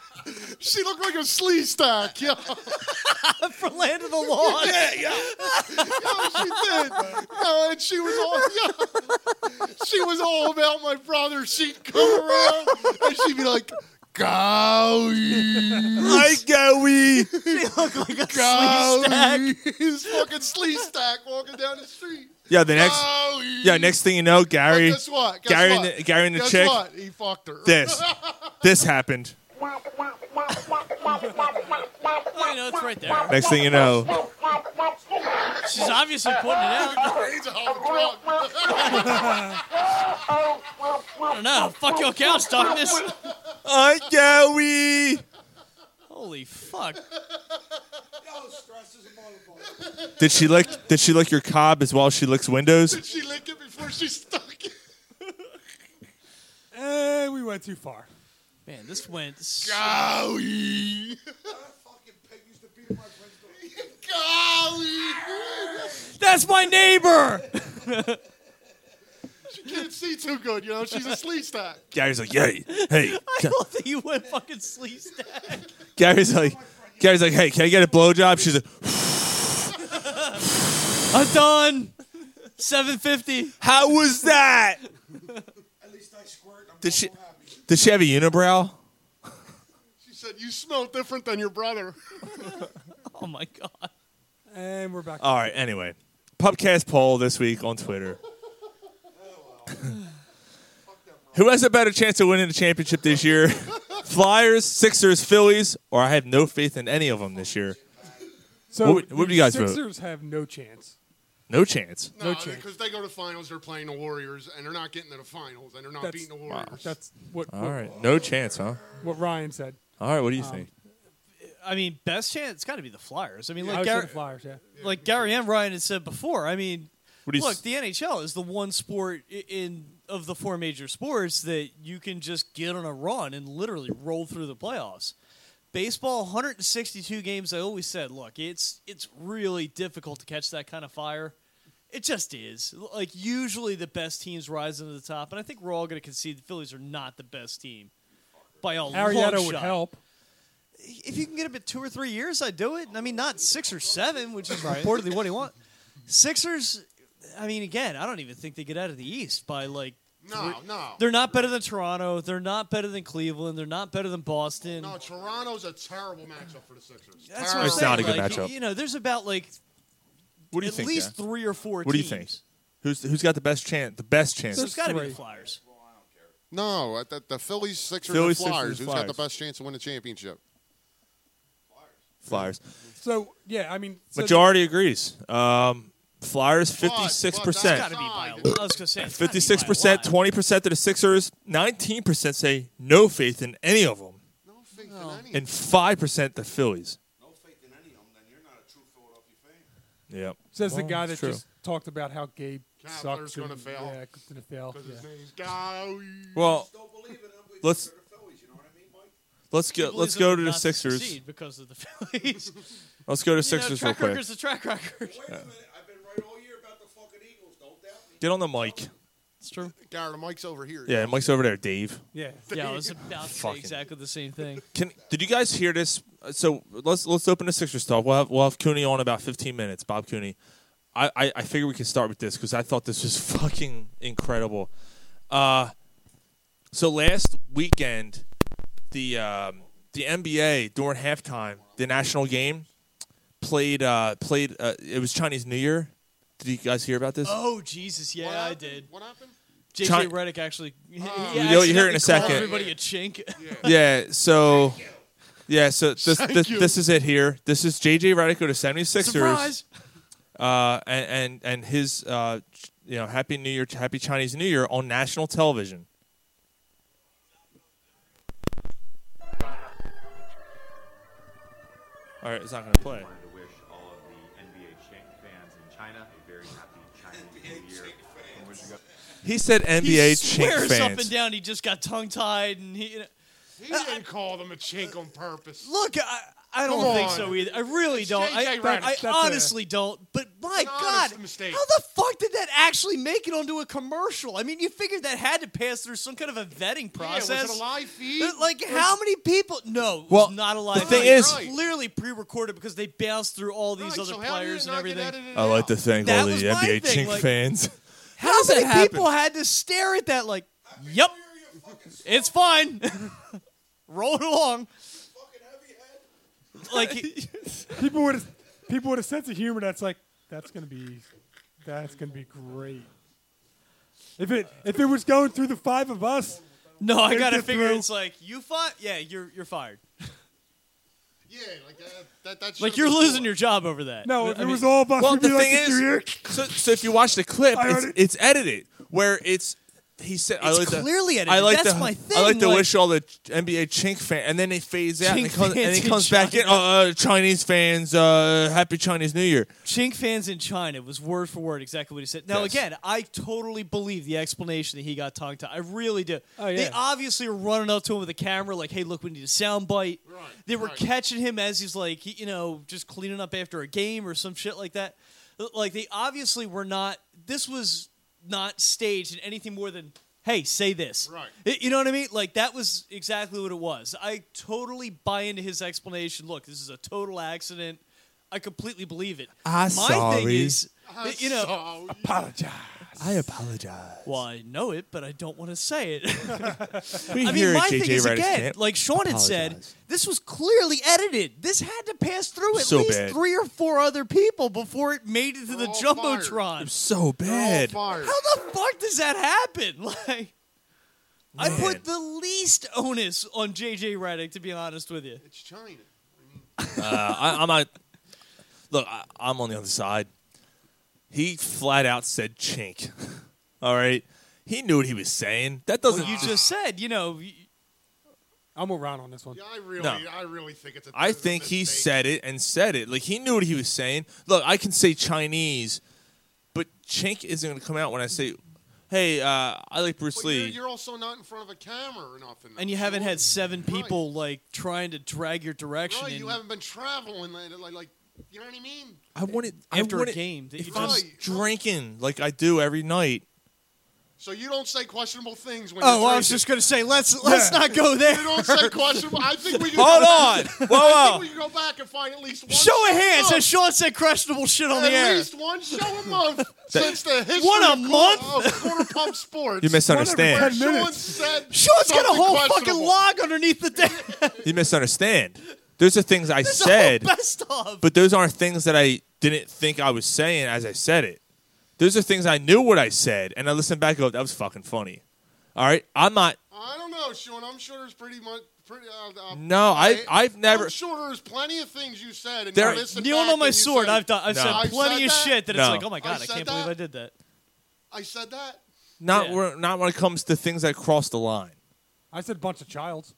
She looked like a slee stack. Yo, yo,
for Land of the Lost.
she did. Yo, and she was all. Yo, she was all about my brother. She'd come around and she'd be like, "Golly,
I go we.
golly," this fucking slee stack walking down the street.
Yeah, the next.
Golly.
yeah, next thing you know, Gary,
guess what? Guess
Gary,
what?
And the, Gary and the
Guess
chick.
what? He fucked her.
This, this happened.
I know it's right there.
Next thing you know,
She's obviously putting it out.
He's a hell of a drunk.
I don't know. Fuck your couch, darkness.
I Gary.
Holy fuck.
Did she lick? Did she lick your cob as well? as She licks windows.
Did she lick it before she stuck it?
Eh, we went too far.
Man, this went. So-
Golly. Golly.
That's my neighbor!
She can't see too good, you know. She's a sleep stack.
Gary's like, hey, hey.
I love that you went fucking sleaze stack.
Gary's like, Gary's like, hey, can I get a blowjob? She's like,
I'm done. 750.
how was that?
At least I squirt. I'm
Did she? Did she have a unibrow?
She said, "You smell different than your brother."
Oh my god.
And we're back.
All right. Anyway, pubcast poll this week on Twitter. Who has a better chance of winning the championship this year? Flyers, Sixers, Phillies, or I have no faith in any of them this year.
so
what- what do
the
you guys vote?
Sixers have no chance.
No chance.
No
No,
chance.
because they go to finals, they're playing the Warriors, and they're not getting to the finals, and they're not
That's-
beating the Warriors.
That's what
All
what,
right. No chance, huh?
what Ryan said.
All right. What do you think?
I mean, best chance, it's got to be the Flyers. I mean,
I
like,
was
Gar-
the Flyers. Yeah.
like Gary and Ryan had said before, I mean,
What do you
look,
s-
the NHL is the one sport i- in of the four major sports that you can just get on a run and literally roll through the playoffs. Baseball, 162 games. I always said, look, it's it's really difficult to catch that kind of fire. It just is. L- Like usually the best teams rise into the top, and I think we're all going to concede the Phillies are not the best team by a long
Arietta
shot
would help.
if you can get him at two or three years, I'd do it. I mean, not six or seven, which is reportedly what he want. Sixers, I mean, again, I don't even think they get out of the East by like.
no, no,
They're not better than Toronto. They're not better than Cleveland. They're not better than Boston.
no. Toronto's a terrible matchup for the Sixers.
That's what I'm
It's
saying.
not a good
like,
matchup.
You know, there's about like
What do you
at
think?
least
Dan?
three or four.
What do you
teams.
think? Who's who's got the best chance? The best chance.
So it's got to be
Three.
the Flyers.
No, at the, the Phillies, Sixers,
Phillies,
and
Sixers, and
Flyers. Who's got the
Flyers.
best chance to win the championship?
Flyers.
So yeah, I mean, so
Majority agrees. Um, Flyers, fifty-six
But-
Got
percent.
to be by.
Side.
I was gonna say it's gotta be by a
Fifty-six percent.
lot.
Twenty percent to the Sixers. Nineteen percent say no faith in any of them,
No faith in any.
and five percent the Phillies.
No faith in any of them. Then you're not a true Philadelphia fan.
Yep.
says the
Well,
guy
it's
that
true.
just talked about how Gabe
Kepler's
sucks.
gonna
and-
fail.
Yeah, gonna fail.
Because
yeah.
his name's Gowie.
Well,
Don't believe it. I'm with
Let's-
the Phillies. You know what I mean, Mike?
let's go.
People
Let's
is
go
not
to the
to
Sixers.
succeed because of the Phillies.
Let's go to
You know,
Sixers real
track
quick.
record's a track record.
Wait a minute. I've been right all year about the fucking Eagles. Don't doubt me.
Get on the mic.
It's true.
Garrett, the mic's over here.
Yeah, Mike's over there, Dave.
Yeah.
Yeah, I was about to say
Fucking-
exactly the same thing.
Can did you guys hear this? Uh, So let's let's open the Sixers talk. We'll have we'll have Cooney on about fifteen minutes. Bob Cooney. I I, I figure we can start with this because I thought this was fucking incredible. Uh, so last weekend, the um, the NBA during halftime, the national game played uh, played. Uh, it was Chinese New Year. Did you guys hear about this?
Oh Jesus, yeah,
What
I
happened?
did.
What happened?
JJ
Chi-
Redick actually. he
Oh. you know, you hear it in a
accidentally called
second.
Everybody a chink.
yeah, so yeah, so this
Thank
this,
you.
this is it here. This is JJ Redick of the 76ers.
Surprise!
Uh, and and and his uh, ch- you know, happy New Year, happy Chinese New Year on national television. All right, it's not going to play.
wanted to wish all of the NBA Chink fans in China a very happy Chinese New Year. And uh, wish you guys-
He said
he
NBA chink
swears up
fans.
and down. He just got tongue tied, and he.
He didn't call them a chink on purpose.
Look, I, I don't
Come
think
on.
so either. I really
It's
don't.
J.J.
I,
Redick.
I
That's
a-
honestly don't. But my
an honest
God,
mistake.
how the fuck did that actually make it onto a commercial? I mean, you figured that had to pass through some kind of a vetting process.
Yeah, was it a live feed?
But, Like how many people? No, it
Well,
was not a live.
the thing
feed. It
is-
was clearly pre-recorded because they bounced through all
Right,
these other
so how did
players
it
and
not get
everything.
edited
I like
out?
to thank
That
all the
was my
NBA
thing,
chink
like-
fans.
How, many people had to stare at that? Like, yep, it's fine. Roll it along. Like,
People would people with a sense of humor that's like that's gonna be that's gonna be great. If it if it was going through the five of us,
No, I
it'd
gotta
get
figure.
through.
It's like you fought. Yeah, you're you're fired.
Yeah, like that. that, that
Like
should've
you're
been
losing your job over that.
No,
I
if it
mean-
was all of us,
Well,
we'd
the
be like,
thing
"Did you hear?"
is, so, so if you watch the clip,
I
it's,
already-
it's edited where it's he said. I
It's
like
clearly
to,
edited.
I like
That's
to,
my
I like
thing,
to
like-
wish all the NBA chink fan, and then it fades out and
Chink
it comes, and
fans
it
in
comes back in.
China.
Uh, uh, Chinese fans, uh, happy Chinese New Year.
Chink fans in China was word for word exactly what he said. Now
Yes.
again, I totally believe the explanation that he got tongue tied. I really do.
Oh, yeah.
They obviously were running up to him with a camera, like, "Hey, look, we need a sound bite."
Right,
they were
right.
catching him as he's like, he- you know, just cleaning up after a game or some shit like that. Like they obviously were not. This was not staged in anything more than, "Hey, say this."
Right.
Y- You know what I mean? Like that was exactly what it was. I totally buy into his explanation. Look, this is a total accident. I completely believe it.
I'm
My thing
Ah, sorry.
is,
I
you know,
saw you.
apologize.
I apologize.
well, I know it, but I don't want to say it.
We
I
hear
mean, my
it, JJ
thing is
Reddick
again,
can't
like Sean had said,
apologize.
this was clearly edited. This had to pass through at
So
least
bad.
three or four other people before it made it to the
They're all fired.
I'm
jumbotron.
so
They're all
bad.
Oh,
fired.
How the fuck does that happen? Like, I
Man.
put the least onus on JJ Reddick, to be honest with you.
It's China.
Uh, I, I'm not. Look, I, I'm on the other side. He flat out said chink. All right, he knew what he was saying. That doesn't.
You just said, you know, y-
I'm around on this one.
Yeah, I really,
No.
I really think it's. A,
I
it's a
think he
mistake.
said it and said it. Like he knew what he was saying. Look, I can say Chinese, but chink isn't going to come out when I say, "Hey, uh, I like Bruce
But
Lee."
You're, you're also not in front of a camera or nothing.
and
though,
you
so
haven't
what-
had seven
Right.
people like trying to drag your direction.
Right, you
in
haven't been traveling, like, like, like, you know what I mean?
I wanted
after
I
a
wanted,
game that
If
you
I'm
just-
drinking like I do every night,
So you don't say questionable things when.
Oh,
you're
well, I was
drinking.
just gonna say let's let's not go there.
You don't say questionable. I think we can.
hold on,
go, I
whoa,
think
whoa.
we can go back and find at least one.
Show of hands
show
has Sean said questionable shit on
Oh. at
the air.
least one show a month since the history
What a
of, Cor-
month?
of Corner Pump Sports.
You
where
misunderstand.
Ten
Sean
minutes.
said
Sean's got a
something
whole fucking
questionable.
log underneath the deck.
You misunderstand. Those are things I
It's
said.
all best of.
but those aren't things that I didn't think I was saying as I said it. Those are things I knew what I said, and I listened back and go, that was fucking funny. All right, I'm not.
I don't know, Sean. I'm sure there's pretty much. Pretty, uh, uh,
No, I, I've
I'm
never.
sure there's plenty of things you said. And
There-
you listened
Kneeling
back
on my
and you
sword,
said,
I've done. I've
No.
said
I
plenty
said
of
that.
shit that it's
No.
like, oh my god, I,
said
can't believe
that.
I did that.
I said that.
Not
Yeah.
where, not when it comes to things that cross the line.
I said bunch of childs.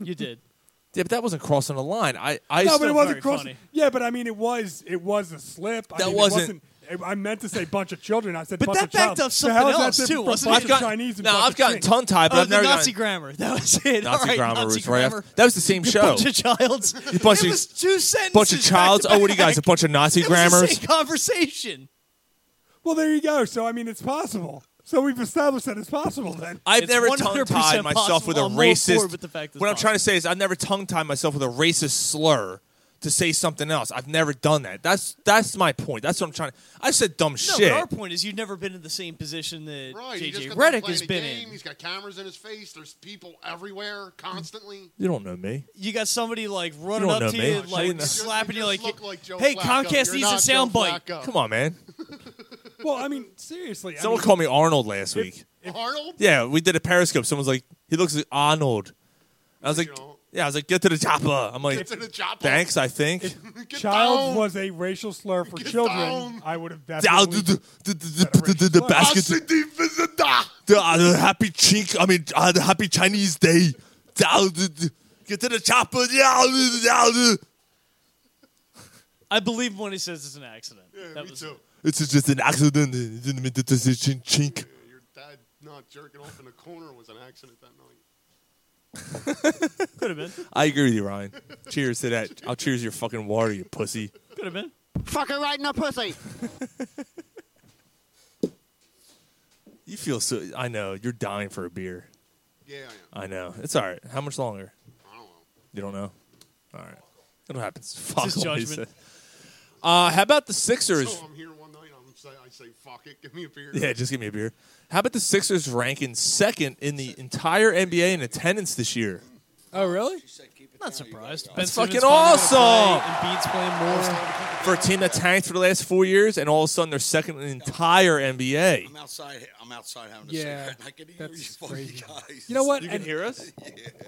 You did.
Yeah, but that wasn't crossing the line. I, I
no,
still-
but it wasn't
very
cross.
funny.
Yeah, but I mean, it was it was a slip. I
That
mean, it
wasn't-
wasn't- I I meant to say bunch of children. I said,
But
bunch
that
of childs.
backed up
So how
something
is that
else,
different
too,
from
wasn't it?
bunch
I've
of
got,
Chinese and
no,
bunch
I've
of
gotten
Chinks?
tongue tied, but
oh,
I've
the
never
Nazi
gotten
grammar. That was it.
Nazi
All right,
grammar
Nazi
was right
grammar.
after. That was the same show.
Bunch of childs.
bunch of-
it was two sentences.
bunch of
back to
childs. Oh, what do you guys? A
back.
bunch of Nazi
It was the
grammars.
same conversation.
Well, there you go. So I mean, it's possible. So we've established that it's possible. Then
I've
It's
never
100%
tongue tied myself
possible.
with a
I'm all
racist.
for it, but the fact is
what I'm
possible.
trying to say is, I've never tongue tied myself with a racist slur to say something else. I've never done that. That's that's my point. That's what I'm trying to. I said dumb
No,
shit.
but our point is you've never been in the same position that
Right. he just
JJ
got
Reddick
to play
has
the
been
game.
in.
He's got cameras in his face. There's people everywhere constantly.
you don't know me.
You got somebody like running
don't
up
know
to
me.
you,
How do you
like
know?
slapping you,
You
like,
just look like Joe
"Hey,
Flacco.
Comcast
You're
needs a
not Joe
soundbite."
Flacco.
Come on, man.
well, I mean, seriously. I
Someone
mean,
called me Arnold last week.
Arnold.
Yeah, we did a Periscope. Someone's like, he looks like Arnold. I was
No,
like,
you don't.
yeah, I was like, get to the chopper. I'm like,
Get to the chopper.
Thanks, I think.
Get
Child
down.
was a racial slur for
Get
children.
down.
I would have
Down
definitely.
to the- the- the- the- the
Slur.
I
basket.
said the visitor.
The, uh, the happy chink, I mean, uh, the happy Chinese day. The, uh, the- the- get to the chopper. Yeah, uh, the- uh, the-
I believe when he says it's an accident.
Yeah,
That
me
was-
too.
It's just an accident. It didn't mean to do this chin- chink.
Yeah, Your dad not jerking off in the corner was an accident that night.
Could have been.
I agree with you, Ryan. Cheers to that. I'll cheers your fucking water, you pussy.
Could have been.
Fucker right in the pussy.
You feel so. I know. You're dying for a beer.
Yeah, I am.
I know. It's all right. How much longer?
I don't know.
You don't know? All right. It happens. Fuck
his
what he
judgment.
said. Uh, how about the Sixers?
So I'm here one night. I'm say, I say, fuck it, give me a beer.
Yeah, just give me a beer. How about the Sixers ranking second in the entire NBA in attendance this year?
Oh, really?
She said, keep it
Not surprised. Ben
That's
Simmons
fucking
finally
awesome.
gonna play, Embiid's playing more.
For a team that tanked for the last four years, and all of a sudden they're second in the entire NBA.
I'm outside. I'm outside having a
Yeah,
cigarette. I can hear you
that's
fucking
crazy.
guys.
You know what? And-
Yeah.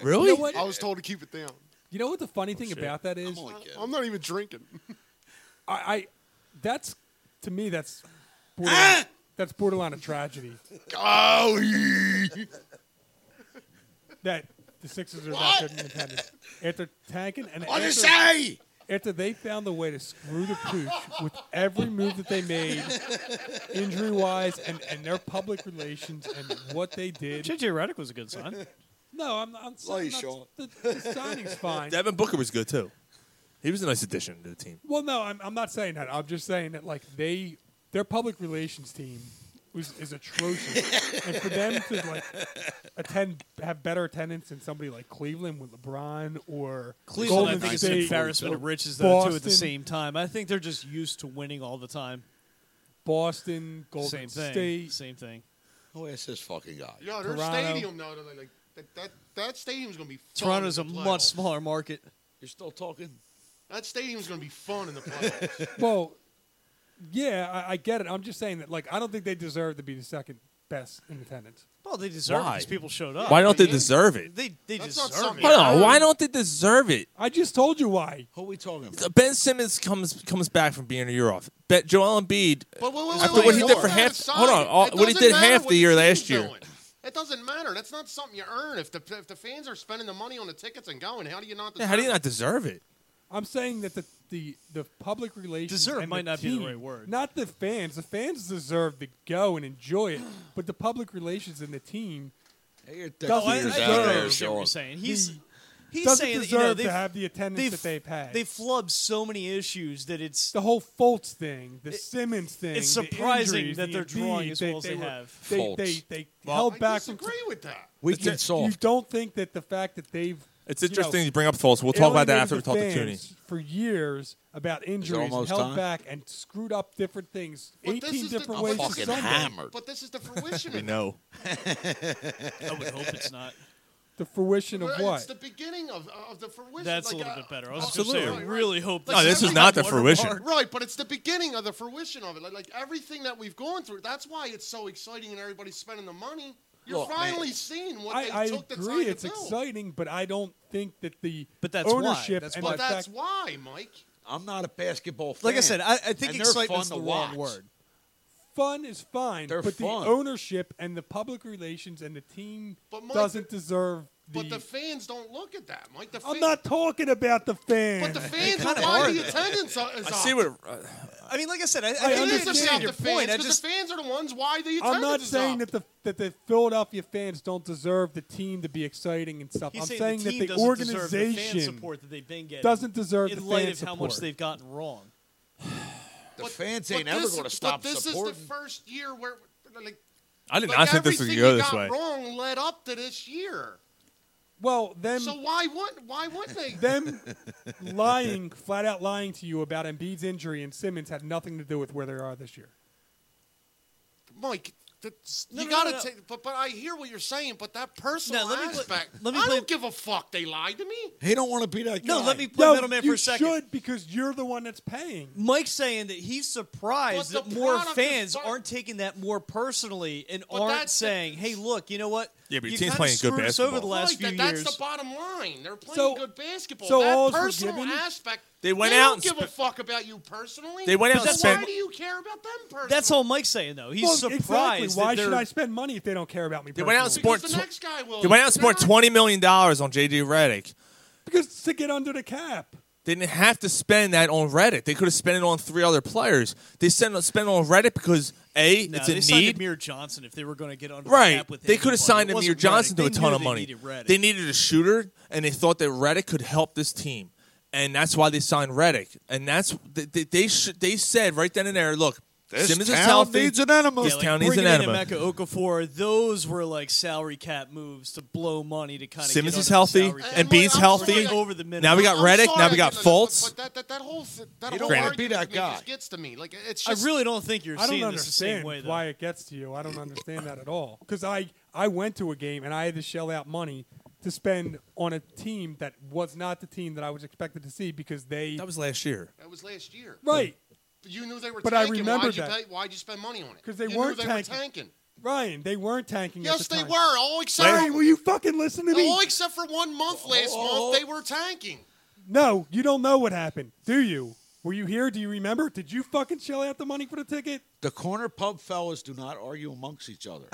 Really?
You know what?
I was told to keep it down.
You know what the funny thing about that is?
I'm not even drinking.
I, I that's to me that's borderline, that's borderline a tragedy.
Oh,
that the Sixers are that good and intended. After tanking and
What'd you
after,
say?
after they found the way to screw the pooch with every move that they made, injury wise and, and their public relations and what they did.
JJ Redick was a good sign.
No, I'm, I'm,
Lie,
I'm not-
Sean.
The, the signing's fine.
Devin Booker was good too. He was a nice addition to the team.
Well, no, I'm, I'm not saying that. I'm just saying that like they their public relations team was is atrocious, and for them to like attend have better attendance than somebody like Cleveland with LeBron or
Cleveland,
Golden
I think, is
State,
an embarrassment
or
of riches though too at the
Boston.
same time. I think they're just used to winning all the time.
Boston,
same
Golden
thing.
State.
Same thing.
Who is this fucking guy?
Yo, their
Toronto.
stadium though, they're like that, that that stadium's gonna be. Fun
Toronto's a
in the
much
playoffs.
smaller market.
You're still talking.
That stadium's gonna be fun in the playoffs.
Well, yeah, I, I get it. I'm just saying that like I don't think they deserve to be the second best in attendance.
Well, they deserve it
Why?
because people showed up.
Why don't they deserve it?
They they
That's not
deserve
something-
it.
Hold on, why don't they deserve it?
I just told you why.
Who are we talking about?
Ben Simmons comes comes back from being a year off. Bet Joel Embiid
But wait, wait, wait,
after
wait,
what he
it
did for
doesn't matter
half.
the
Hold on,
size.
all-
It
what he
doesn't
did
matter
half
what
the year
team's
last year.
doing. It doesn't matter. That's not something you earn. If the if the fans are spending the money on the tickets and going, how do you not?
Yeah, how do you
deserve
not deserve it?
I'm saying that the the, the public relations
Deserve
and
might
the
not be the
team-
right word.
Not the fans. The fans deserve to go and enjoy it, but the public relations and the team
Hey, you're
Doesn't
dick eaters
deserve-
out there,
I get what
Sean.
you're saying. He's he's
doesn't
saying that,
deserve
you know,
to
they've-
have the attendance
they've-
that they've had.
They flub so many issues that it's
the whole Fultz thing, the Simmons thing.
it's
the
surprising
injuries,
that
the
they're drawing
Embiid,
as
they,
well as they
were-
have.
They,
Fultz.
they, they
Well,
held
it? I
back. from-
disagree with that.
Weak and
You
soft.
don't think that the fact that they've
It's
you know,
interesting you, bring up Fultz. We'll talk about that after we talk to
alienated the
Tooney.
fans For years about injuries, and
almost
held
time?
back and screwed up different things,
But this
eighteen
is the-
different
I'm
ways. to
Fucking
Sunday.
hammered.
But this is the fruition. of
We
it.
know.
I would hope it's not.
The fruition of
Well, It's
what?
the beginning of, of the fruition.
That's a
Like,
little
uh,
bit better. I was just
absolutely.
saying, I really hope.
No, this is not the fruition.
Right, but it's the beginning of the fruition of it. Like, like everything that we've gone through. That's why it's so exciting and everybody's spending the money. You're
Look, man.
finally seeing what
I,
they
I
took the time
agree,
to
it's
build.
exciting, but I don't think that the
But that's why.
ownership
That's
and
But
the
that's
fact
why, Mike.
I'm not a basketball fan.
Like I said, I, I think
And they're
excitement's
fun
the
to
wrong
watch.
word.
fun is fine,
They're
but
fun.
the ownership and the public relations and the team
But Mike,
doesn't deserve the.
But the fans don't look at that, Mike. The
I'm
fan-
not talking about the fans.
But the fans are
kinda
why
are,
the
though.
attendance o- is
I
up.
see what. Uh,
I mean, like I said, I, I,
I
It is
understand,
understand
about
your
the fans
point. I
'cause
just
the fans are the ones why the attendance
I'm not
is
saying
up.
that the that the Philadelphia fans don't deserve the team to be exciting and stuff.
he's
I'm
saying,
saying,
the team
that the
doesn't deserve the
organization
fan support that they've been getting
doesn't deserve
in
the
light
fan
of how much
support.
they've gotten wrong.
the
But-
fans
but
ain't ever
this-
going to stop
But this
supporting.
is the first year where, like,
I did
like
not think this was going
everything
to go
you
this
got
way.
wrong led up to this year.
Well, them
So why would why would they?
them lying, flat out lying to you about Embiid's injury and Simmons had nothing to do with where they are this year.
Mike, that's,
No,
you
no, no,
gotta
no.
take. But but I hear what you're saying. But that personal
No, let me play-
aspect,
let me
I
play-
don't give a fuck. They lied to me.
He don't want to be that guy.
No, let me play
No,
middleman
you
for a second.
should because you're the one that's paying.
Mike's saying that he's surprised
But
that
the
more
product is
fans
fine.
aren't taking that more personally and
But
aren't
that's the-
saying, "Hey, look, you know what?
Yeah, but your
you
team's
kinda
playing good
screwed us over the
basketball."
last
Mike,
few
that, that's
years."
the bottom line. They're playing
So-
good basketball.
so all
that
is
personal
forgiven?
aspect.
They went
they
out
Don't
and
give a
spe-
fuck about you personally.
They went out
So
and spent-
Why do you care about them personally?
That's all Mike's saying, though. He's
Well,
surprised.
Exactly. Why
that
should
they're-
I spend money if they don't care about me?
They went out and
personally?
sport
Because the
tw-
next guy will.
they went out and
They're
spent
not-
twenty million dollars on JJ Redick.
because to get under the cap.
They didn't have to spend that on Reddit. They could have spent it on three other players. They spent spent it on Reddit because a
No,
it's
they
a
signed
need.
Amir Johnson if they were going to get under the
Right.
cap with
They could
anybody.
have signed
It
Amir
wasn't
Johnson
Redick.
to a
They
ton
knew
of
they
money.
needed Redick.
They needed a shooter, and they thought that Reddick could help this team, and that's why they signed Reddick. And that's they they, they, should, they said right then and there. Look,
This
Simmons is
town
healthy.
needs an enema.
This
Yeah, like
town needs an
bringing in
enema.
Emeka Okafor, those were like salary cap moves to blow money to kind of.
Simmons
get
is
under the
healthy.
salary cap.
And
And
B's
I'm
healthy.
sorry,
over the minimum.
Now we got
I'm
Reddick.
sorry
Now
I
we got
get it, but-
Fultz.
But that, that, that whole that
You
whole
don't wanna
argument
be that
you make just
guy.
gets to me. Like it's
I
just
really don't think you're
I don't
seeing this the same
understand
way. Though.
why it gets to you. I don't understand that at all. Because I I went to a game and I had to shell out money to spend on a team that was not the team that I was expected to see because they
That was last year.
That was last year.
Right.
But you knew they were
But I
tanking.
remember
why'd you
that.
pay, why'd you spend money on it?
because they
You knew
weren't
they
tanking.
were tanking.
Ryan, they weren't tanking. at
Yes,
the
they
time.
were. All except
Larry, will you Oh. fucking listen to me?
all except for one month last month, they were tanking.
No, you don't know what happened, do you? Were you here? Do you remember? Did you fucking shell out the money for the ticket?
The corner pub fellas do not argue amongst each other.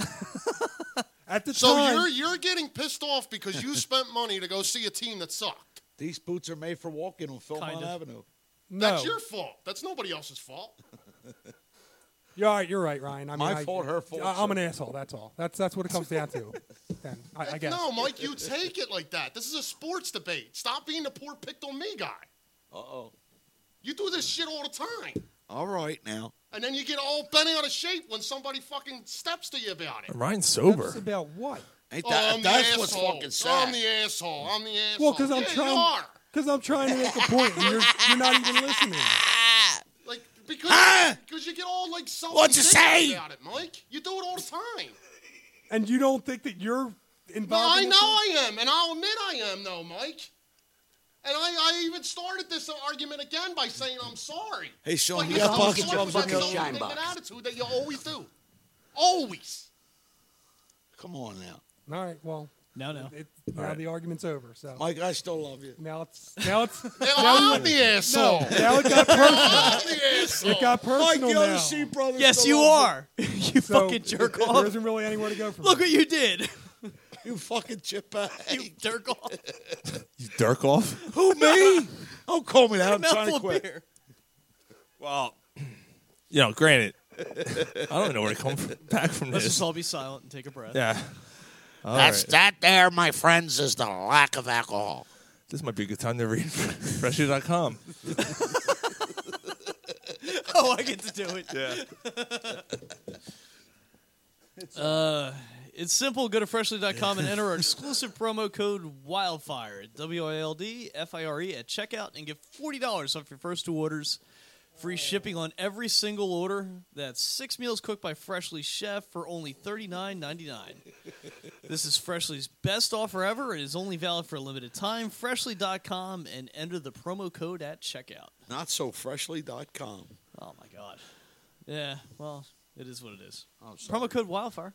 At the
So
time,
you're you're getting pissed off because you spent money to go see a team that sucked.
These boots are made for walking on Philmont
Kind of.
Avenue.
That's
No.
your fault. That's nobody else's fault.
you're all right. You're right, Ryan. I mean,
My
I-
fault, her fault,
I, am
sir.
an asshole. That's all. That's that's what it comes down to. Then I, I guess.
No, Mike, you take it like that. This is a sports debate. Stop being the poor picked on me guy.
Uh oh.
You do this shit all the time.
All right now.
And then you get all bent out of shape when somebody fucking steps to you about it.
Ryan's
That's
sober.
about what?
Ain't
Oh,
that,
I'm
that's
the
what's
asshole.
fucking sad.
I'm the asshole. I'm the asshole.
Well, because I'm
yeah, You
trying.
are.
Because I'm trying to make a point, and you're, you're not even listening.
Like because because you get all like self
What'd you say?
about it, Mike. You do it all the time.
And you don't think that you're involved.
But I
in
know
this?
I am, and I'll admit I am, though, Mike. And I, I even started this argument again by saying I'm sorry.
Hey, Sean,
But
you
you
got
still
pocket
slip
gloves
with
on
that
your
self-taking
shine box.
attitude that you always do, always.
Come on now.
All right. Well,
No, no.
it, now the argument's over. So
Mike, I still love you.
now it's now it's
And
now, you-
I'm the asshole.
now it got personal.
I'm the asshole.
It got personal
Mike,
now.
the sea brother.
Yes, you are. you
So,
fucking jerk
there
off.
isn't really anywhere to go from
Look
there.
what you did.
You fucking chip bag.
you jerk off.
You dirk off.
Who, me? Don't call me that. I'm trying
Mouthful
to
of
quit.
beer.
Well, you know, granted, I don't know where to come from, back from
Let's
this.
just all be silent and take a breath.
yeah. All
That's
right.
that there, my friends, is the lack of alcohol.
This might be a good time to read Freshly.com.
Oh, I get to do it.
Yeah.
Uh, it's simple. Go to freshly.com and enter our exclusive promo code WILDFIRE, W I L D F I R E, at checkout and get $40 off your first two orders. Free shipping on every single order. That's six meals cooked by Freshly Chef for only $39.99. This is Freshly's best offer ever. It is only valid for a limited time. Freshly.com and enter the promo code at checkout.
Not so freshly.com.
Oh, my God. Yeah, well, it is what it is.
I'm sorry.
Promo code WILDFIRE.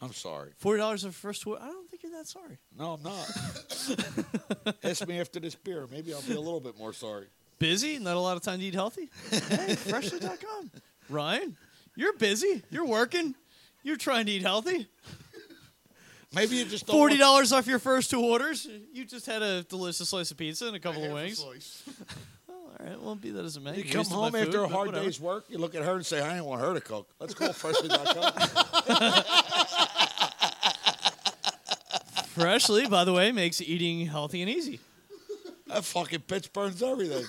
I'm sorry.
Forty dollars for first tour. I don't think you're that sorry.
No, I'm not. Ask me after this beer. Maybe I'll be a little bit more sorry.
Busy, not a lot of time to eat healthy. Hey, freshly.com. Ryan, you're busy. You're working. You're trying to eat healthy.
Maybe you just don't
Forty
want-
dollars off your first two orders. You just had a delicious slice of pizza and a couple of wings. All right, well, be that as it may.
You
you're
come
used to my
home after a
food, but
hard
whatever.
day's work. You look at her and say, "I didn't want her to cook." Let's call freshly.com.
Freshly, by the way, makes eating healthy and easy.
that fucking bitch burns everything.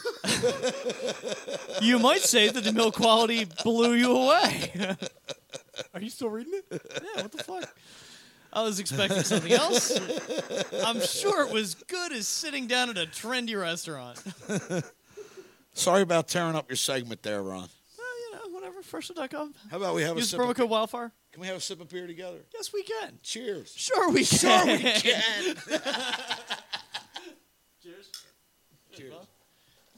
You might say that the milk quality blew you away. yeah,
Are you still reading it?
what the fuck? I was expecting something else. I'm sure it was good as sitting down at a trendy restaurant.
Sorry about tearing up your segment there, Ron.
Well, you know, whatever. Freshly.com.
How about we have a
Use
sip?
promo
Of,
code Wildfire.
can we have a sip of beer together?
Yes, we can.
Cheers.
Sure, we can. Sure, we can. Cheers.
Cheers.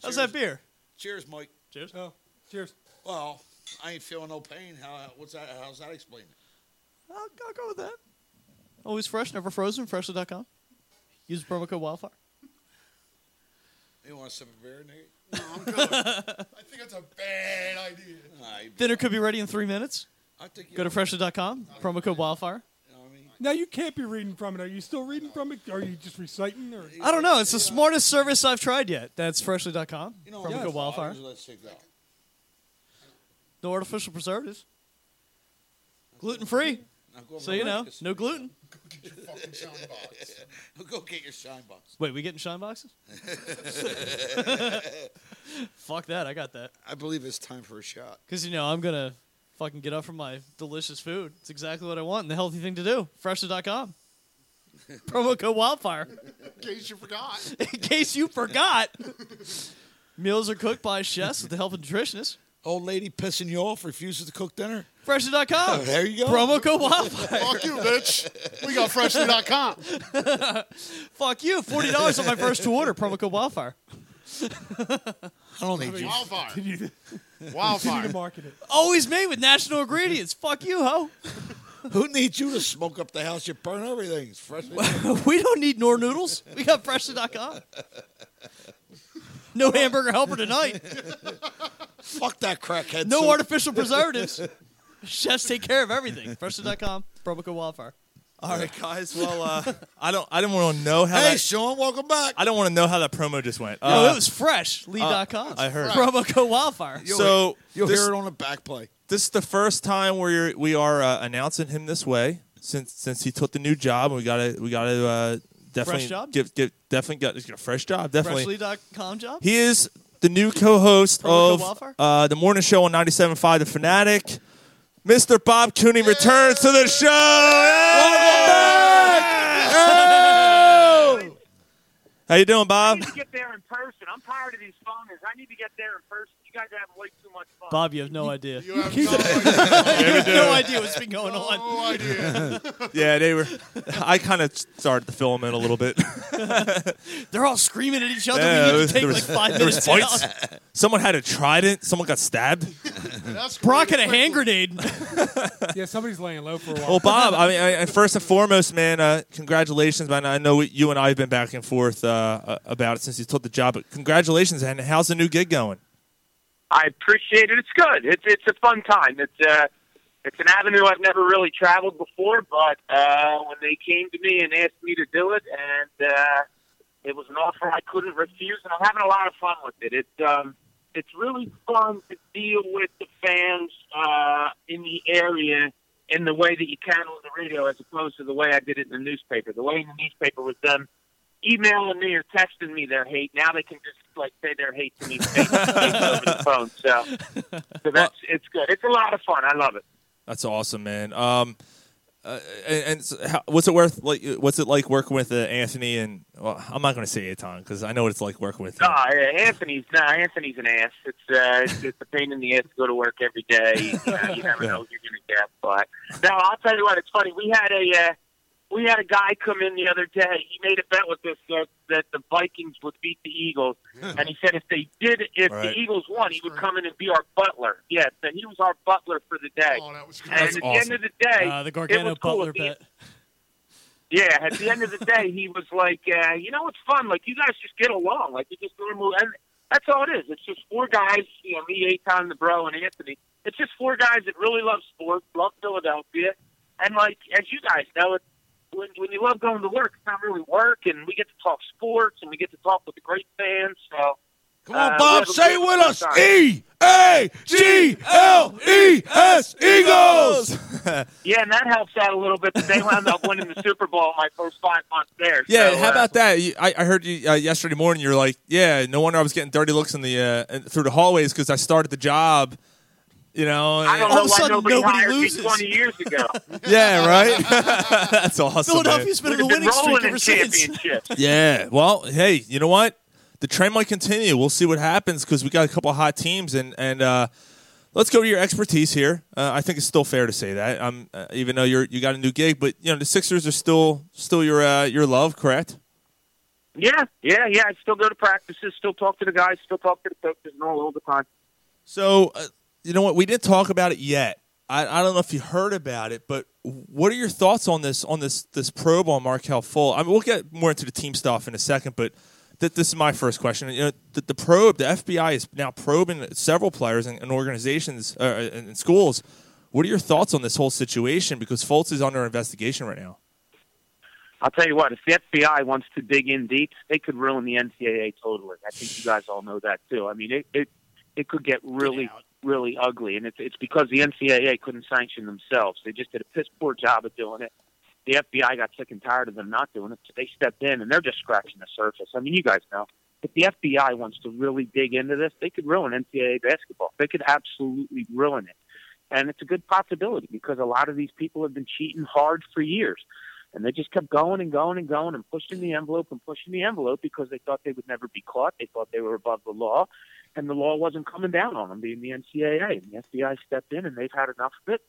How's that beer?
Uh-huh. Cheers, Mike.
Cheers.
Oh, cheers.
Well, I ain't feeling no pain. How? What's that? How's that explained?
I'll, I'll go with that. Always fresh, never frozen. Freshly.com. Use promo code Wildfire.
You want a sip of beer, nigga?
I think that's a bad idea.
Nah, you-
Dinner could be ready in three minutes.
I think you
Go to freshly.com. Promo code Wildfire.
You know what I mean?
Now you can't be reading from it. Are you still reading from it? Are you just reciting? Or
I don't know. It's the smartest service I've tried yet. That's freshly.com.
You know,
promo
yes.
code Wildfire.
Let's take that.
No artificial preservatives. Gluten free.
Now go over
So
to
you know,
Marcus.
no gluten.
Fucking sound box.
Go get your shine box.
Wait, we getting shine boxes? Fuck that! I got that.
I believe it's time for a shot.
Cause you know I'm gonna fucking get up from my delicious food. It's exactly what I want, and the healthy thing to do. Freshly.com. Promo code Wildfire.
In case you forgot.
In case you forgot, meals are cooked by chefs with the help of nutritionists.
Old lady pissing you off, refuses to cook dinner.
Freshly.com.
Oh, there you go.
Promo code Wildfire.
Fuck you,
bitch. We got Freshly.com.
Fuck you. Forty dollars on my first two order. Promo code Wildfire.
I don't need
Wildfire.
Continue
Wildfire.
to market it.
Always made with national ingredients. Fuck you, ho.
Who needs you to smoke up the house? You burn everything. It's fresh.
we don't need nor noodles. We got freshly.com. No hamburger helper tonight.
Fuck that crackhead.
No
soup.
artificial preservatives. Chefs take care of everything. Freshly.com. Promo code Wildfire.
All right, guys. Well, uh, I don't. I didn't want to know how.
Hey,
that,
Sean, welcome back.
I don't want to know how that promo just went.
No,
Uh,
it was fresh. Lee.com.
I heard.
Promo code Wildfire.
You'll
so
you'll
this,
hear it on the back play.
this is the first time where we are uh, announcing him this way since since he took the new job. We gotta we gotta uh, definitely
Fresh job?
give give definitely got he's got a fresh job. Definitely,
Freshly.com job?
he is the new co-host
Promo code
of
Wildfire?
uh, the morning show on 97.5 The Fanatic. Mr. Bob Cooney returns to the show. Welcome back. How you doing,
I
Bob?
need to get there in person. I'm tired of these phoners. I need to get there in person. You guys are having way too much fun.
Bob, you have no idea. You
have no idea.
have no idea what's been going on.
No idea.
Yeah, they were. I kind of started to fill them in a little bit.
They're all screaming at each other.
Yeah,
we
it
need
was-
to take
there was-
like five
there was
minutes
fights.
out.
Someone had a trident. Someone got stabbed.
That's
Brock
great.
had a hand grenade.
Yeah, somebody's laying low
Oh,
for a while.
Well, Oh, Bob, I mean, I, I- first and foremost, man, uh, congratulations, man. I know you and I have been back and forth uh, uh, about it since you took the job, but congratulations, and how's the new gig going?
I appreciate it. It's good. It's it's a fun time. It's uh it's an avenue I've never really traveled before, but uh, when they came to me and asked me to do it, and uh, it was an offer I couldn't refuse, and I'm having a lot of fun with it. It's um, it's really fun to deal with the fans uh, in the area in the way that you can on the radio, as opposed to the way I did it in the newspaper. The way in the newspaper was them emailing me or texting me their hate. Now they can just like say their hate to me face to face over the phone. So, so that's it's good. It's a lot of fun. I love it.
That's awesome, man. Um, uh, and and so how, what's it worth? Like, what's it like working with uh, Anthony? And well, I'm not going to say Aton because I know what it's like working with.
No,
him.
uh, Anthony's no, Anthony's an ass. It's uh, it's, it's a pain in the ass to go to work every day. You, know, you never know what you're gonna get. But no, I'll tell you what. It's funny. We had a uh, we had a guy come in the other day. He made a bet with us that, that the Vikings would beat the Eagles, and he said if they did, if
Right.
the Eagles won, he would come in and be our butler. Yes, and he was our butler for the day.
Oh, that was
and
great.
That's
at
awesome.
the end of the day,
Uh, the
it
Gargano
was cool.
Butler
At the-
bet.
yeah, at the end of the day, he was like, uh, you know, it's fun. Like, you guys just get along. Like, you just normal. And that's all it is. It's just four guys, you know, me, Aton, the bro, and Anthony. It's just four guys that really love sports, love Philadelphia. And, like, as you guys know, it, when, when you love going to work, it's not really work. And we get to talk sports and we get to talk with the great fans. So,
Come
Uh,
on,
we
Bob,
have a
say it
good
with us.
time.
E A G L E S Eagles.
yeah, and that helps out a little bit. But they wound up winning the Super Bowl my first five months there.
Yeah,
so,
how
uh,
about that? You, I, I heard you uh, yesterday morning. You're like, yeah, no wonder I was getting dirty looks in the uh, in- through the hallways because I started the job. You know,
I
and-
don't know
of a
why
sudden,
nobody,
nobody
hired
loses.
me 20 years ago.
yeah, right. That's awesome. man.
Philadelphia's been
We've
on a
been
winning streak
rolling in
ever since.
championships.
Yeah. Well, hey, you know what? The trend might continue. We'll see what happens because we got a couple of hot teams, and and uh, let's go to your expertise here. Uh, I think it's still fair to say that. Um, uh, even though you're you got a new gig, but you know the Sixers are still still your uh, your love, correct?
Yeah, yeah, yeah. I still go to practices, still talk to the guys, still talk to the coaches, and all all the time.
So, uh, you know what? We didn't talk about it yet. I, I don't know if you heard about it, but what are your thoughts on this on this this probe on Markel Full? I mean, we'll get more into the team stuff in a second, but th- this is my first question. You know, the, the probe, the FBI is now probing several players and, and organizations uh, and, and schools. What are your thoughts on this whole situation? Because Fultz is under investigation right now.
I'll tell you what, if the FBI wants to dig in deep, they could ruin the NCAA totally. I think you guys all know that too. I mean, it it, it could get really really ugly, and it's it's because the NCAA couldn't sanction themselves. They just did a piss poor job of doing it. The FBI got sick and tired of them not doing it, so they stepped in, and they're just scratching the surface. I mean, you guys know. If the FBI wants to really dig into this, they could ruin NCAA basketball. They could absolutely ruin it. And it's a good possibility because a lot of these people have been cheating hard for years. And they just kept going and going and going and pushing the envelope and pushing the envelope because they thought they would never be caught. They thought they were above the law. and the law wasn't coming down on them, being the NCAA. And the FBI stepped in, and they've had enough of it.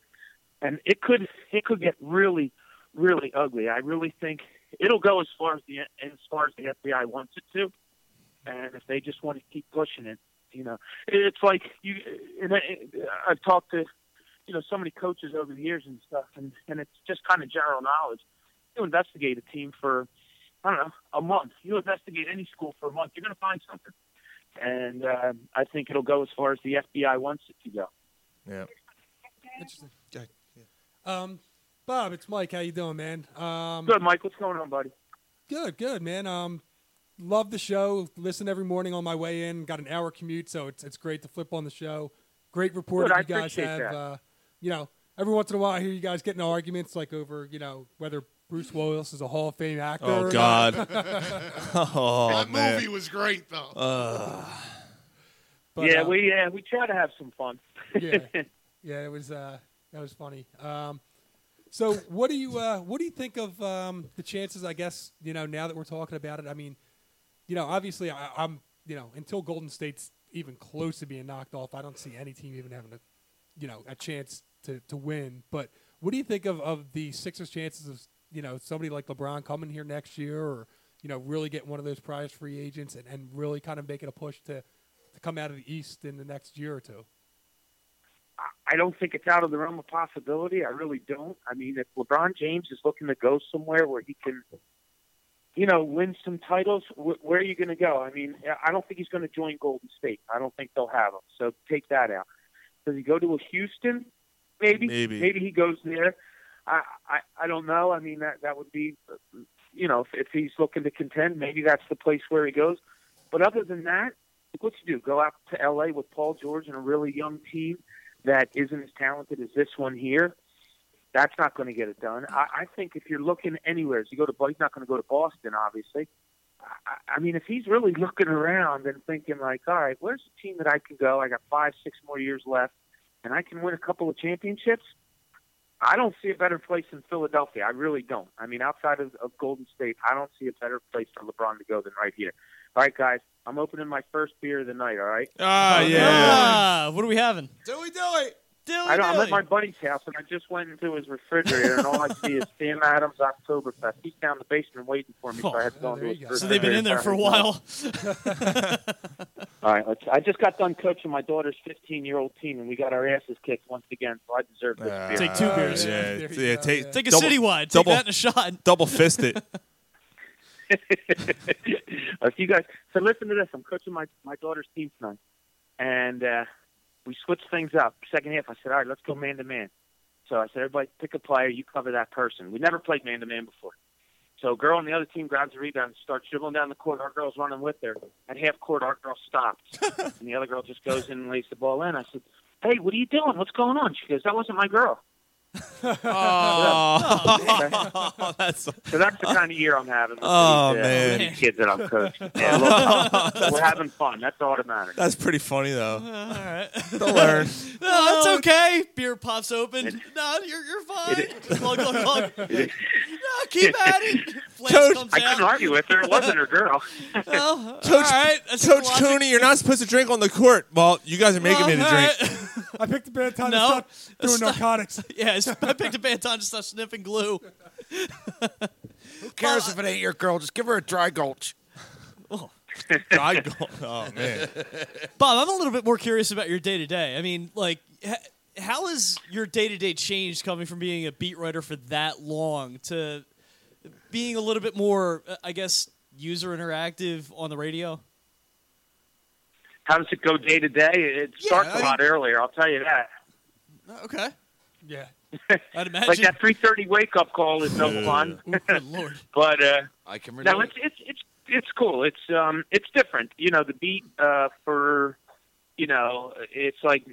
And it could it could get really, really ugly. I really think it'll go as far as the as far as the FBI wants it to, and if they just want to keep pushing it, you know, it's like you. And I, I've talked to you know so many coaches over the years and stuff, and and it's just kind of general knowledge. You investigate a team for I don't know a month. You investigate any school for a month, you're going to find something, and uh, I think it'll go as far as the FBI wants it to go.
Yeah.
Interesting. Um, Bob, it's Mike. How you doing, man? Um,
Good, Mike. What's going on, buddy?
Good, good, man. Um, love the show. Listen every morning on my way in. Got an hour commute, so it's it's great to flip on the show. Great report
Good, I
you guys
appreciate
have.
that.
Uh, you know, every once in a while, I hear you guys get into arguments like over you know whether Bruce Willis is a Hall of Fame actor.
Oh
or not.
God. oh
That
man.
movie was great, though.
Ugh.
yeah,
uh,
we yeah we try to have some fun.
yeah, yeah, it was uh, that was funny. Um, so what do you uh, what do you think of um, the chances? I guess you know now that we're talking about it. I mean, you know, obviously I, I'm you know until Golden State's even close to being knocked off, I don't see any team even having a you know a chance to, to win. But what do you think of, of the Sixers' chances of you know somebody like LeBron coming here next year or you know really getting one of those prize free agents and, and really kind of making a push to to come out of the East in the next year or two?
I don't think it's out of the realm of possibility. I really don't. I mean, if LeBron James is looking to go somewhere where he can, you know, win some titles, wh- where are you going to go? I mean, I don't think he's going to join Golden State. I don't think they'll have him. So take that out. Does he go to a Houston? Maybe.
Maybe.
he goes there. I, I I don't know. I mean, that that would be, you know, if, if he's looking to contend, maybe that's the place where he goes. But other than that, what you do? Go out to L.A. with Paul George and a really young team that isn't as talented as this one here, that's not going to get it done. I, I think if you're looking anywhere, as you go to, he's not going to go to Boston, obviously. I, I mean, if he's really looking around and thinking like, all right, where's the team that I can go? I got five, six more years left, and I can win a couple of championships. I don't see a better place than Philadelphia. I really don't. I mean, outside of, of Golden State, I don't see a better place for LeBron to go than right here. All right, guys, I'm opening my first beer of the night. All right.
Ah,
Ah, what are we having?
Do we do it?
Do
I don't, I'm at my buddy's house, and I just went into his refrigerator, and all I see is Sam Adams Oktoberfest. He's down in the basement waiting for me, so I had to go into his refrigerator.
So they've been in Oh, there for a while.
all right, let's, I just got done coaching my daughter's 15-year-old team, and we got our asses kicked once again, so I deserve this beer.
Take two beers.
Yeah,
There you
yeah,
go,
take,
yeah. Take a
double-
citywide. Take
double-
that in a shot.
Double fist it.
Ah.
if you guys, so listen to this. I'm coaching my my daughter's team tonight, and uh, we switched things up. Second half, I said, "All right, let's go man to man." So I said, "Everybody, pick a player. You cover that person." We never played man to man before. So a girl on the other team grabs the rebound and starts dribbling down the court. Our girl's running with her. At half court, our girl stops, and the other girl just goes in and lays the ball in. I said, "Hey, what are you doing? What's going on?" She goes, "That wasn't my girl."
Oh, that's
So that's the kind of year I'm having. with
Oh,
these, uh,
man.
these kids that I'm coaching. Yeah, look, we're having fun. That's all that matters.
that's pretty funny though.
All right.
They'll learn.
No, that's okay. Beer pops open. No, you're, you're fine. Glug, glug, glug.
It-
No, keep at it. Flames comes
I
out.
couldn't argue with her. It wasn't her girl.
Well,
Coach,
all right. That's
Coach
the logic.
Cooney, you're not supposed to drink on the court. Well, you guys are making
Well,
me to
all
drink.
I picked a bad time
No.
to stop doing narcotics.
Yeah, it's- I picked a bad time to stop sniffing glue.
Who cares if it ain't your girl? Just give her a dry gulch.
I go, oh man,
Bob, I'm a little bit more curious about your day to day. I mean, like, h- how has your day to day changed coming from being a beat writer for that long to being a little bit more, uh, I guess, user interactive on the radio?
How does it go day to day? It starts
I
a lot earlier. I'll tell you that.
Okay.
Yeah.
I'd imagine.
Like that 3:30 wake up call is no
Yeah.
fun.
Ooh, good lord.
But uh,
I can
no, it's it's it's it's cool. It's um it's different. You know, the beat uh, for you know it's like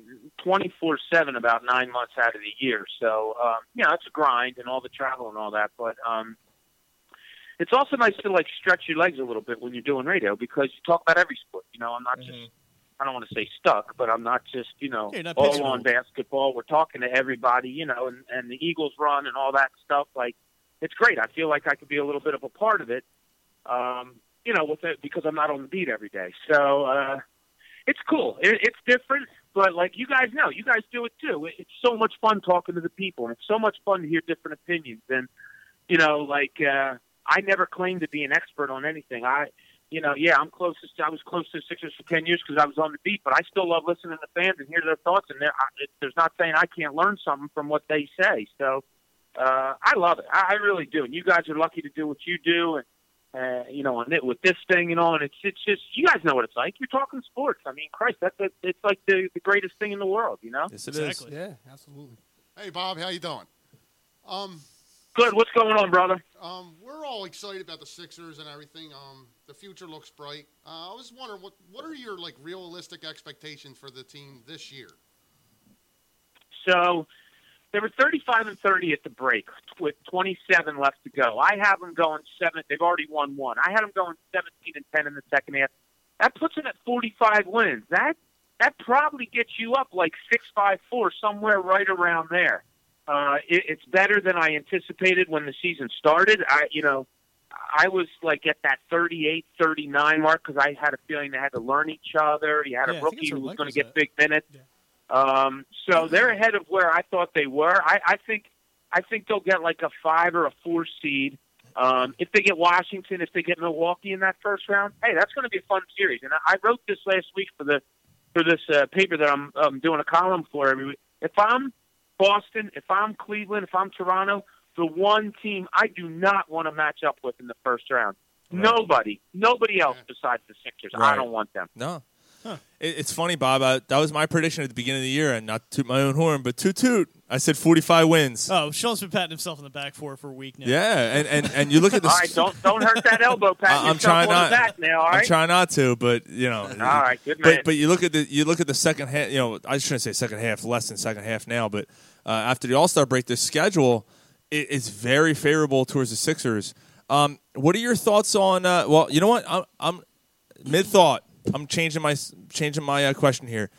24 seven about nine months out of the year. So um, you know, it's a grind and all the travel and all that. But um, it's also nice to like stretch your legs a little bit when you're doing radio because you talk about every sport. You know, I'm not just I don't want to say stuck, but I'm not just you know
Yeah, you're not
all
pigeonholed.
on basketball. We're talking to everybody, you know, and and the Eagles run and all that stuff. Like it's great. I feel like I could be a little bit of a part of it, um, you know, with it because I'm not on the beat every day. So uh,
it's cool. It, it's different, but like you guys know, you guys do it too. It, it's so much fun talking to the people, and it's so much fun to hear different opinions. And you know, like uh, I never claimed to be an expert on anything. I, you know, yeah, I'm closest. I was close to the Sixers for ten years because I was on the beat, but I still love listening to fans and hear their thoughts. And they're- I- it- there's not saying I can't learn something from what they say. So uh, I love it. I, I really do. And you guys are lucky to do what you do. And uh, you know, on it with this thing and all, and it's it's just you guys know what it's like. You're talking sports. I mean, Christ, that's that's it's like the the greatest thing in the world, you know.
Yes,
it is.
Exactly. Yeah, absolutely.
Hey, Bob, how you doing? Um,
Good. What's going on, brother?
um, we're all excited about the Sixers and everything. Um, the future looks bright. Uh, I was wondering what what are your like realistic expectations for the team this year?
So they were 35 and 30 at the break with 27 left to go. I have them going seven. They've already won one. I had them going 17 and 10 in the second half. That puts them at 45 wins. That that probably gets you up like six five four somewhere right around there. Uh, it, it's better than I anticipated when the season started. I you know. I was like at that 38, 39 mark because I had a feeling they had to learn each other. You
Yeah,
had
I
a
think
rookie
it's
who
where
was
Mike
going to
was
get
at.
big minutes. Um, so they're ahead of where I thought they were. I, I think I think they'll get like a five or a four seed. Um, if they get Washington, if they get Milwaukee in that first round, hey, that's going to be a fun series. And I, I wrote this last week for the for this uh, paper that I'm um, doing a column for every week. If I'm Boston, if I'm Cleveland, if I'm Toronto, the one team I do not want to match up with in the first round. Nobody, nobody else besides the Sixers. I
Right.
don't want them.
No. It, it's funny, Bob. I, that was my prediction at the beginning of the year, and not to toot my own horn, but toot toot. I said 45 wins.
Oh, Sean's been patting himself on the back for it for a week now.
Yeah, and, and, and you look at the.
All right,
don't don't hurt that elbow, Pat.
I- I'm
Yourself
trying
on
not.
The back now, all
I'm
right?
trying not to, but you know. All
right, good man.
But but you look at the you look at the second half. You know, I shouldn't say second half, less than second half now, but uh, after the All Star break, the schedule i- is very favorable towards the Sixers. Um, what are your thoughts on? Uh, well, you know what, I'm, I'm mid thought. I'm changing my changing my uh, question here.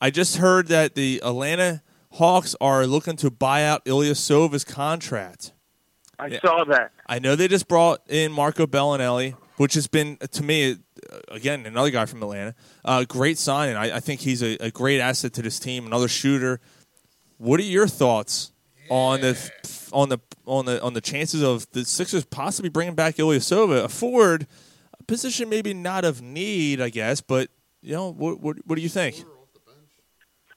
I just heard that the Atlanta Hawks are looking to buy out Ilya Sova's contract.
I
Yeah.
saw that.
I know they just brought in Marco Bellinelli, which has been to me uh, again another guy from Atlanta. Uh, great signing. I, I think he's a, a great asset to this team. Another shooter. What are your thoughts on the on the on the on the chances of the Sixers possibly bringing back Ilyasova, a forward a position maybe not of need, I guess, but you know what what, what do you think?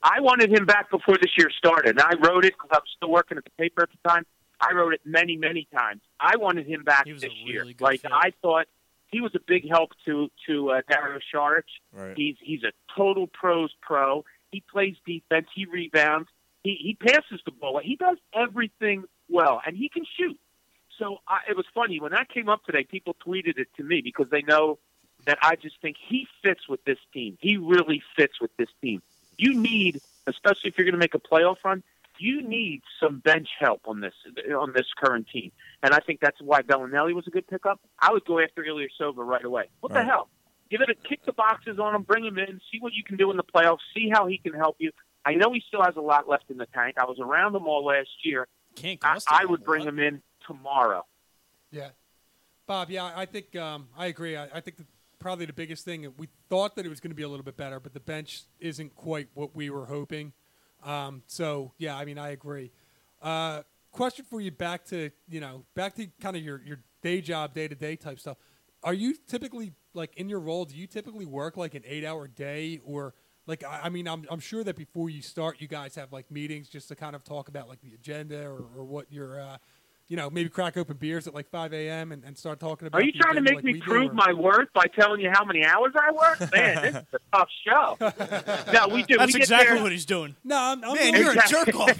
I wanted him back before this year started. And I wrote it because I was still working at the paper at the time. I wrote it many, many times. I wanted him back this year. Like I thought, he was a big help to to uh, Dario Saric.
Right.
He's he's a total pros pro. He plays defense. He rebounds. He he passes the ball. He does everything well, and he can shoot. So I, it was funny when that came up today. People tweeted it to me because they know that I just think he fits with this team. He really fits with this team. You need, especially if you're going to make a playoff run, you need some bench help on this on this current team. And I think that's why Bellinelli was a good pickup. I would go after Ilya Sova right away. What
Right.
the hell? Give it a kick the boxes on him, bring him in, see what you can do in the playoffs, see how he can help you. I know he still has a lot left in the tank. I was around him all last year.
Can't
I, I would bring him in tomorrow.
Yeah, Bob. Yeah, I think um, I agree. I, I think that probably the biggest thing we thought that it was going to be a little bit better, but the bench isn't quite what we were hoping. Um, so yeah, I mean, I agree. Uh, question for you back to you know back to kind of your your day job, day to day type stuff. Are you typically like in your role? Do you typically work like an eight hour day or? Like I I mean, I'm, I'm sure that before you start, you guys have like meetings just to kind of talk about like the agenda or, or what your uh, you know, maybe crack open beers at like 5 a.m. and, and start talking about.
Are you
the
trying to
agenda like
make
we
me
do, uh,
prove
or-
my worth by telling you how many hours I work? Man, this is a tough show. No, we do.
That's
we get
exactly
there-
what he's doing.
No, I'm, I'm
Man,
really-
you're a jerk off.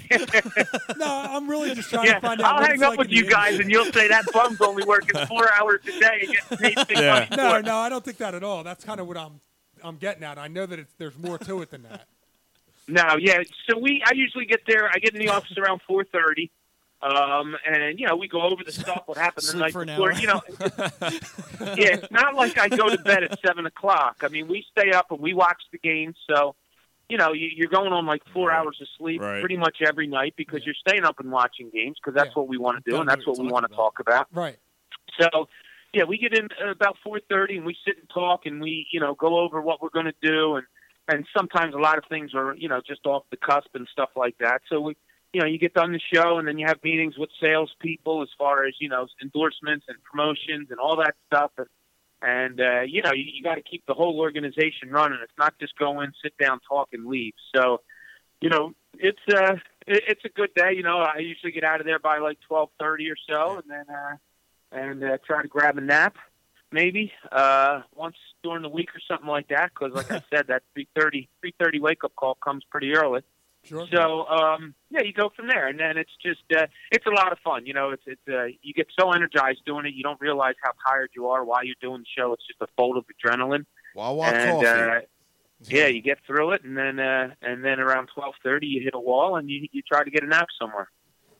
no, I'm really just trying
Yeah,
to find out.
I'll
what
hang
it's
up
like
with
in
you
the
guys,
industry.
and you'll say that bum's only working four hours a day and getting paid big money for
No,
it.
no, I don't think that at all. That's kind of what I'm I'm getting at. I know that it's, there's more to it than that.
No, yeah. So we, I usually get there. I get in the office around four thirty, um, and you know we go over the stuff what happened the
Sleep
night
for an
before.
hour.
You know, yeah. It's not like I go to bed at seven o'clock. I mean, we stay up and we watch the game. So, you know, you, you're going on like four hours of sleep
Right.
pretty much every night because you're staying up and watching games because that's what we want to do
Gotta
and
do
that's
what
what we
it's
want to talk about.
Right.
So, yeah, we get in uh, about four thirty and we sit and talk and we, you know, go over what we're going to do and and sometimes a lot of things are you know just off the cusp and stuff like that. So we, you know, you get done the show and then you have meetings with salespeople as far as you know endorsements and promotions and all that stuff. And, and uh, you know, you, you got to keep the whole organization running. It's not just go in, sit down, talk, and leave. So, you know, it's uh, it, it's a good day. You know, I usually get out of there by like twelve thirty or so, and then uh, and uh, try to grab a nap maybe uh, once during the week or something like that. Because, like I said, that three thirty three thirty wake up call comes pretty early.
Sure.
So um, yeah, you go from there, and then it's just uh, it's a lot of fun. You know, it's it's uh, you get so energized doing it, you don't realize how tired you are while you're doing the show. It's just a bolt of adrenaline.
Wawa
and
coffee.
uh, yeah, you get through it, and then uh, and then around twelve thirty, you hit a wall, and you you try to get a nap somewhere.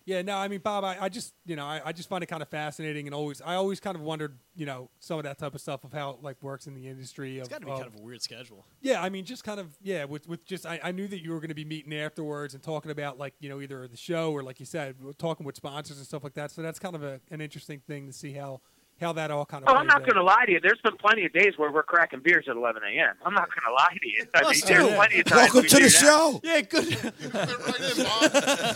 Yeah, no, I mean, Bob, I, I just, you know, I, I just find it kind of fascinating and always, I always kind of wondered, you know, some of that type of stuff of how it like works in the industry.
It's
of-
got to be
of-
kind of a weird schedule.
Yeah, I mean, just kind of yeah. With with just, I, I knew that you were going to be meeting afterwards and talking about like you know either the show or like you said, we're talking with sponsors and stuff like that. So that's kind of a, an interesting thing to see how how that all kind of.
Oh, I'm
plays
not going to
out.
lie to you. There's been plenty of days where we're cracking beers at 11 a.m. I'm not going to lie to you. I mean,
Let's do
there's
it.
plenty of times we do that.
Yeah, good.
and I'm
that's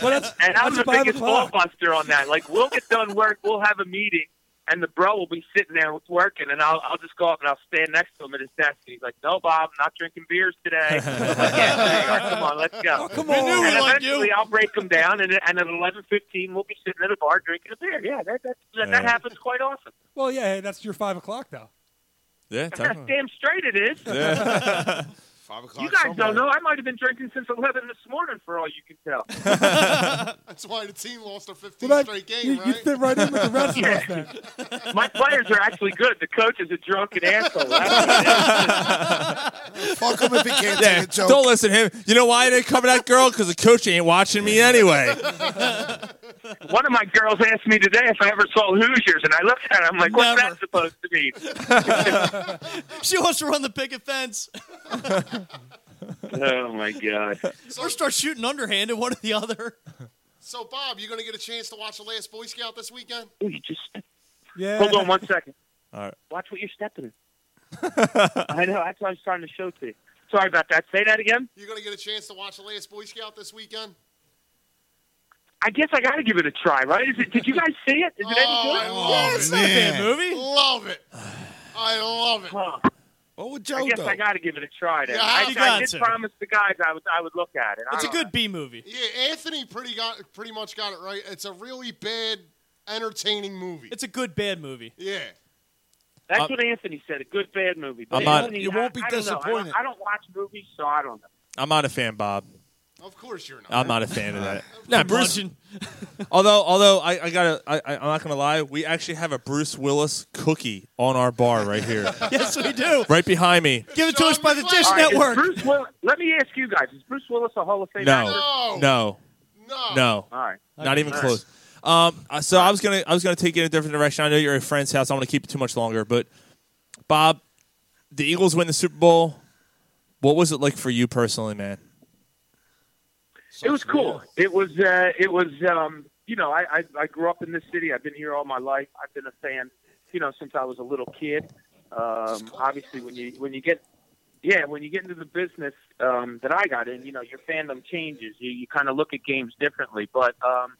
the
five
biggest
o'clock.
buster on that. Like, we'll get done work, we'll have a meeting, and the bro will be sitting there working, and I'll, I'll just go up and I'll stand next to him at his desk, and he's like, "No, Bob, I'm not drinking beers today." I'm like, yeah, there you are. Come on, let's go.
come
on.
we
And
like
eventually, I'll break him down, and, and at 11:15, we'll be sitting at a bar drinking a beer. Yeah, that that, that, that
Yeah.
happens quite often.
Well, yeah, hey, that's your five o'clock though.
Yeah,
Damn straight it is.
Yeah.
Five o'clock.
You guys don't know. I might have been drinking since 11 this morning, for all you can tell.
That's why the team lost their 15th straight game, right?
My players are actually good. The coach is a drunken asshole. That's what it is.
Fuck him if he can't
Yeah, don't listen to him. You know why I didn't cover that girl? Because the coach ain't watching me anyway.
One of my girls asked me today if I ever saw Hoosiers, and I looked at her. I'm like, what's
Never.
that supposed to mean?
she wants to run the picket fence
oh my god!
or start shooting underhand at one or the other.
So, Bob, you going to get a chance to watch the last Boy Scout this weekend?
You just
yeah.
Hold on one second.
All right.
Watch what you're stepping in. I know. That's what I was trying to show to you. Sorry about that. Say that again.
You're going to get a chance to watch the last Boy Scout this weekend?
I guess I got to give it a try, right? Is it, did you guys see it? Is it any good?
Oh, love
yeah,
it's it. not a bad
movie.
Love it. I love it.
What would
I guess I got to give it a try. Then
Yeah,
I,
you
I
got
did
to.
promise the guys I would I would look at it. I
It's a
don't
good B movie.
Yeah, Anthony pretty got pretty much got it right. It's a really bad, entertaining movie.
It's a good bad movie.
Yeah.
That's
I'm-
what Anthony said. A good bad movie.
I'm
But
not-
Anthony,
you won't
I-
be
I don't know.
disappointed.
I don't, I don't watch movies, so I don't know.
I'm not a fan, Bob.
Of course you're not.
I'm not a fan of that. Nah, Bruce. although, although I, I gotta, I, I, I'm not gonna lie. We actually have a Bruce Willis cookie on our bar right here,
yes, we do.
right behind me.
Give it to us by the Dish
All right, is
Network.
Bruce Will- Let me ask you guys: Is Bruce Willis a Hall of Fame? actor?
No, no, no, no.
All right.
not even
All right.
close. Um, uh, so I was gonna, I was gonna take it in a different direction. I know you're at a friend's house. I want to keep it too much longer, but Bob, the Eagles win the Super Bowl. What was it like for you personally, man?
It was cool. It was. Uh, it was. Um, you know, I, I I grew up in this city. I've been here all my life. I've been a fan. You know, since I was a little kid. Um, obviously, when you when you get yeah, when you get into the business um, that I got in, you know, your fandom changes. You you kind of look at games differently. But um,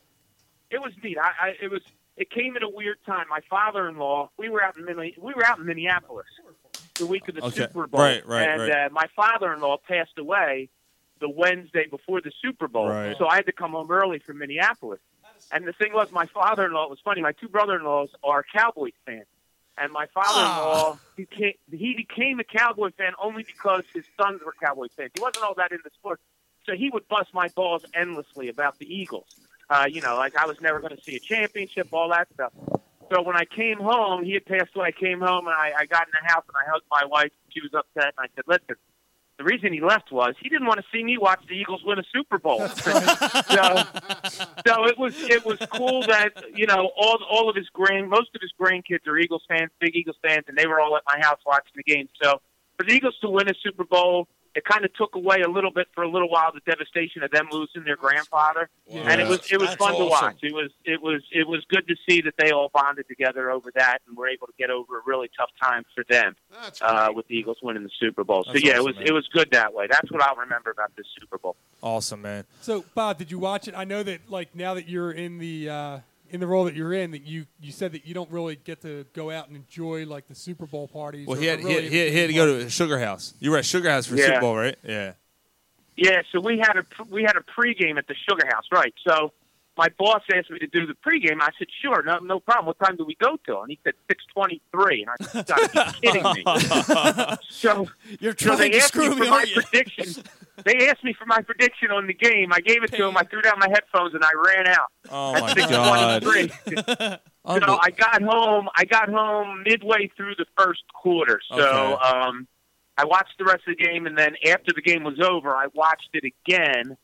it was neat. I, I it was it came at a weird time. My father-in-law, we were out in Minne- we were out in Minneapolis the week of the
Okay.
Super Bowl,
Right, right,
and
right.
Uh, my father-in-law passed away the Wednesday before the Super Bowl,
Right.
so I had to come home early from Minneapolis. And the thing was, my father-in-law it was funny. My two brother-in-laws are Cowboys fans, and my father-in-law became he became a Cowboy fan only because his sons were Cowboy fans. He wasn't all that into sports, so he would bust my balls endlessly about the Eagles. Uh, you know, like I was never going to see a championship, all that stuff. So when I came home, he had passed away. I came home and I, I got in the house and I hugged my wife. She was upset, and I said, "Listen, the reason he left was he didn't want to see me watch the Eagles win a Super Bowl." so, so it was it was cool that you know all all of his grand most of his grandkids are Eagles fans, big Eagles fans, and they were all at my house watching the game. So for the Eagles to win a Super Bowl it kind of took away a little bit for a little while the devastation of them losing their grandfather,
Wow.
and it was it was
That's
fun to
awesome.
watch. It was it was it was good to see that they all bonded together over that and were able to get over a really tough time for them uh, with the Eagles winning the Super Bowl. So
That's awesome,
yeah, it was
man.
it was good that way. That's what I'll remember about this Super Bowl.
Awesome, man.
So, Bob, did you watch it? I know that like now that you're in the uh, in the role that you're in, that you you said that you don't really get to go out and enjoy like the Super Bowl parties.
Well,
or-
he had, he
or
had,
really-
he had, he had to go to Sugar House. You were at Sugar House for
Yeah.
Super Bowl, right? Yeah.
Yeah, so we had a we had a pregame at the Sugar House, right? So my boss asked me to do the pregame. I said, "Sure, no, no problem. What time do we go to?" And he said, 6:23. And I said, "You gotta be kidding me!" so
you're
so they
trying to
asked
screw
me for
me,
my
aren't you?
prediction. They asked me for my prediction on the game. I gave it to him. I threw down my headphones and I ran out.
Oh
at
my
6:23. so
Unbel-
I got home. I got home midway through the first quarter. So
Okay.
um, I watched the rest of the game, and then after the game was over, I watched it again.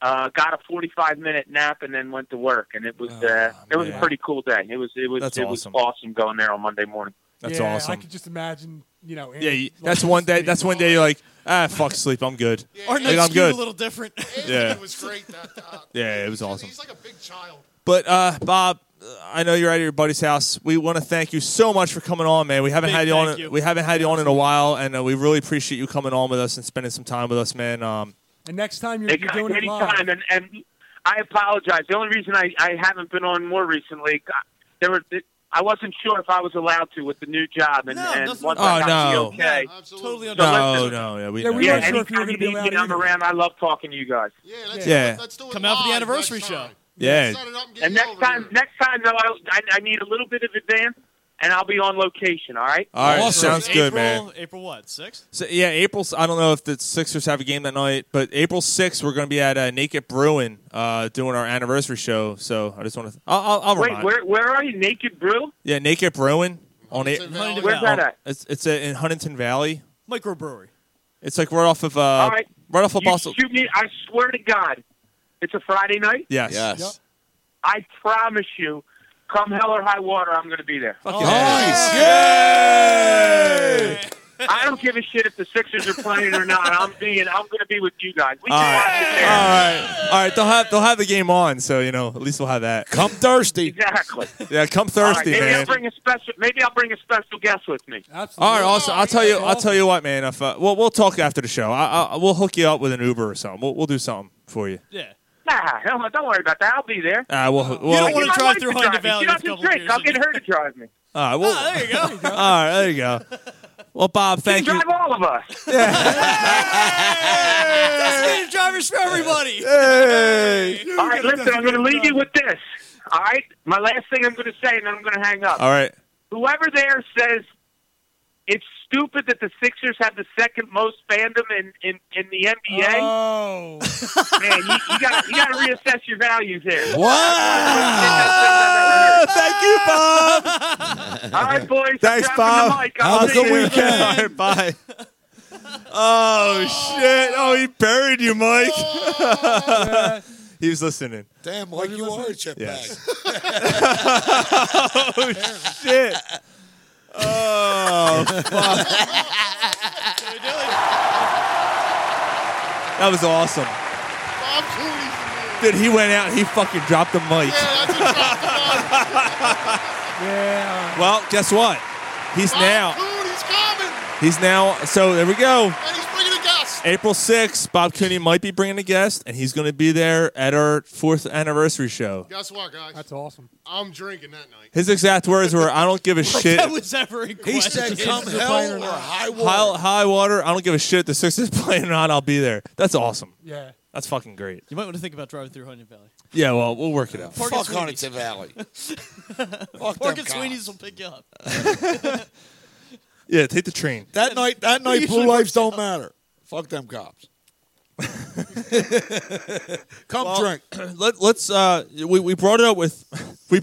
Uh, got a forty-five minute nap, and then went to work. And it was uh, it was a
man.
pretty cool day. It was it was
Oh, That's
it
awesome.
was awesome going there on Monday morning.
That's
yeah, I
awesome.
could just imagine, you know.
Yeah,
in-
you, that's one day. That's one day you're like, ah, fuck sleep. I'm good.
Our
Like,
next
I'm
skew
good.
a little different.
Yeah.
It was great. That uh,
Yeah, it was awesome.
he's like a big child.
But uh, Bob, I know you're out of your buddy's house. We want to thank you so much for coming on, man. We haven't
Big
had you
thank
on.
you.
We haven't had you on in a while, and uh, we really appreciate you coming on with us and spending some time with us, man. Um,
And next time you're,
Hey,
you're
guys,
doing it live.
anytime, and, and I apologize. The only reason I, I haven't been on more recently, I- there were I wasn't sure if I was allowed to with the new job, and, and once I
Oh,
got
no.
the okay.
Totally
no, no, yeah, we know.
yeah, anytime you need me, I'm around. I love talking to you guys.
yeah.
Come out for the anniversary show.
Yeah.
And next time, next time though, I, I, I need a little bit of advance, and I'll be on location. All right.
All right, sounds good,
April,
man.
April what? Six?
So, yeah, April. I don't know if the Sixers have a game that night, but April 6th, we're going to be at uh, Naked Brewing uh, doing our anniversary show. So I just want to. I'll, I'll, I'll
Wait,
remind.
where where are you? Naked Brew?
Yeah, Naked Brewing on a-
Valley.
Where's that at?
It's it's uh, in Huntington Valley.
Microbrewery.
It's like right off of uh,
All
right.
right.
off of
you
Boston.
shoot me! I swear to God, it's a Friday night.
Yes. Yes. Yep.
I promise you, come hell or high water, I'm going to be there.
Oh, Nice.
I don't give a shit if the Sixers are playing or not. I'm being, I'm going to be with you guys. We
All
can
right.
watch it there.
All right. All right. They'll have they'll have the game on, so you know at least we'll have that. Come thirsty.
Exactly.
Yeah, come
All right,
thirsty,
maybe I'll
man.
bring a special. Maybe I'll bring a special guest with me.
All right, awesome. I'll tell you. I'll tell you what, man. If uh, we'll we'll talk after the show. I, I we'll hook you up with an Uber or something. We'll we'll do something for you.
Yeah.
Nah, hell no, don't worry about that. I'll be there.
Uh, we'll, we'll,
I get my wife drive me. She doesn't drink. I'll get her to drive me.
All right, well,
Ah,
there you
go. All right, Ah, there you go. Well, Bob, thank you.
Drive all of us.
Hey, drivers for everybody.
Hey.
All right, listen, I'm going to leave you with this. All right, my last thing I'm going to say, and then I'm going to hang up.
All right.
Whoever there says it's stupid that the Sixers have the second most fandom in, in, in the NBA,
oh.
man, you, you got you got to reassess your values here.
Wow! Thank you, Bob.
All right, boys.
Thanks,
I'm dropping the
Bob.
mic. I'll see you.
All right, bye. Oh shit! Oh, he buried you, Mike. he was listening.
Damn, Mike, you are a chip
Yes.
bag.
oh shit! Oh fuck! That was awesome,
Bob Cooney's the man.
dude. He went out. He fucking dropped the mic.
Yeah, that's what dropped the mic.
Yeah.
Well, guess what? He's
Bob
now.
Cooney's coming,
He's now. So there we go.
and he's bringing a guest.
April 6th, Bob Cooney might be bringing a guest, and he's going to be there at our fourth anniversary show.
Guess what, guys? That's
awesome.
I'm drinking that night.
His exact words were, "I don't give a shit."
That was ever in question.
He said, "Come hell or high
High,
water."
high water. I don't give a shit. The Sixers playing or not, I'll be there. That's awesome.
Yeah.
That's fucking great.
You might want to think about driving through Huntington Valley.
Yeah. Well, we'll work it out.
Park
Fuck
at Sweeney's.
Huntington Valley. Fuck
Park
them
at Sweeney's will pick you up.
Yeah. Take the train.
That night, that night, blue
usually
lives don't matter. Fuck them cops. Come drink.
Let, let's. Uh, we we brought it up with we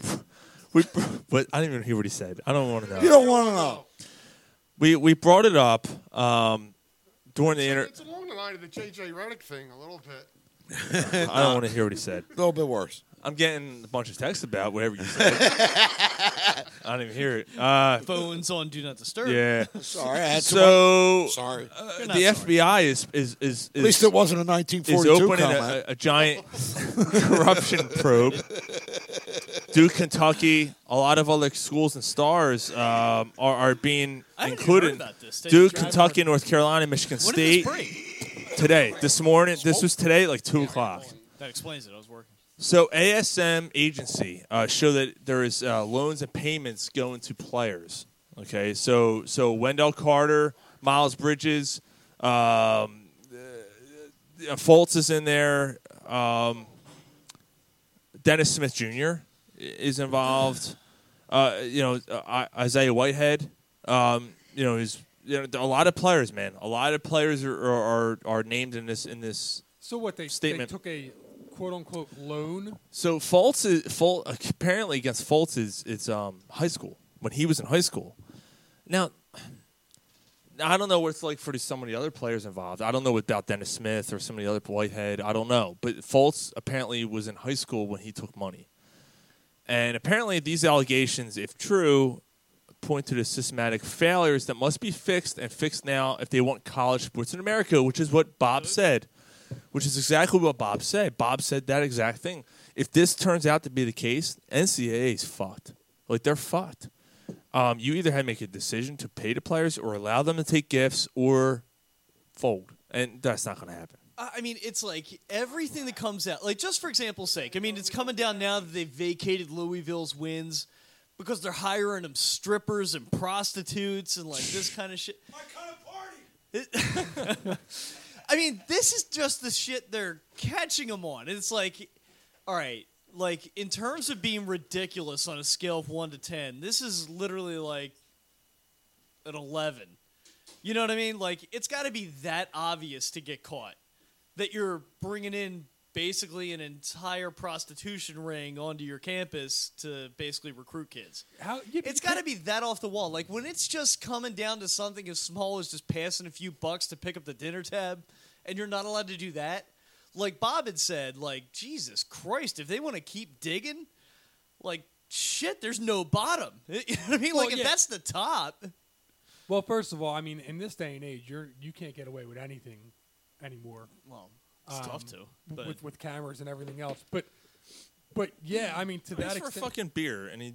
we, but I didn't even hear what he said. I don't want to know.
You don't want to know.
We we brought it up um, during the inter.
It's along the line of the J.J. Redick thing a little bit.
I don't want to hear what he said.
A little bit worse.
I'm getting a bunch of texts about whatever you said. I don't even hear it. Uh,
Phones on Do Not Disturb.
yeah. so uh, the FBI is is is,
At
is-
least it wasn't a 1942
Is opening a,
comment.
a, a giant corruption probe. Duke, Kentucky, a lot of other schools and stars um, are, are being
I hadn't even heard
included.
about this. Take a
Duke,
drive
Kentucky, North Carolina, Michigan
When did this
State. Today, this morning, this was today, at like two o'clock.
That explains it. I was working.
So ASM agency uh, show that there is uh, loans and payments going to players. Okay, so so Wendell Carter, Miles Bridges, um, uh, Fultz is in there. Um, Dennis Smith Jr. is involved. Uh, you know uh, I- Isaiah Whitehead. Um, you know is you know, a lot of players, man. A lot of players are are, are, are named in this in this
So what they
statement.
they took a quote unquote loan.
So Fultz is Fult, apparently against Fultz is it's um high school when he was in high school. Now, I don't know what it's like for some of the other players involved. I don't know about Dennis Smith or some of the other Whitehead. I don't know, but Fultz apparently was in high school when he took money, and apparently these allegations, if true, point to the systematic failures that must be fixed and fixed now if they want college sports in America, which is what Bob said, which is exactly what Bob said. Bob said that exact thing. If this turns out to be the case, NCAA is fucked. Like they're fucked. Um, you either have to make a decision to pay the players or allow them to take gifts or fold, and that's not going to happen.
I I mean, it's like everything that comes out, like just for example's sake. I mean, it's coming down now that they vacated Louisville's wins because they're hiring them strippers and prostitutes and like this kind of shit. My kind of party. I mean, this is just the shit they're catching them on. It's like, all right, like in terms of being ridiculous on a scale of one to ten, this is literally like an eleven. You know what I mean? Like it's got to be that obvious to get caught that you're bringing in basically an entire prostitution ring onto your campus to basically recruit kids.
How
it's got to be that off the wall. Like when it's just coming down to something as small as just passing a few bucks to pick up the dinner tab, and you're not allowed to do that. Like Bob had said, like Jesus Christ, if they want to keep digging, like shit, there's no bottom. You know what I mean?
Well,
like
yeah.
if that's the top,
Well, first of all, I mean, in this day and age, you're you can't get away with anything anymore.
Well, it's
Um,
tough to, but-
with with cameras and everything else. But but yeah, I mean, to
Pays
that
for a
extent,
fucking beer, and he,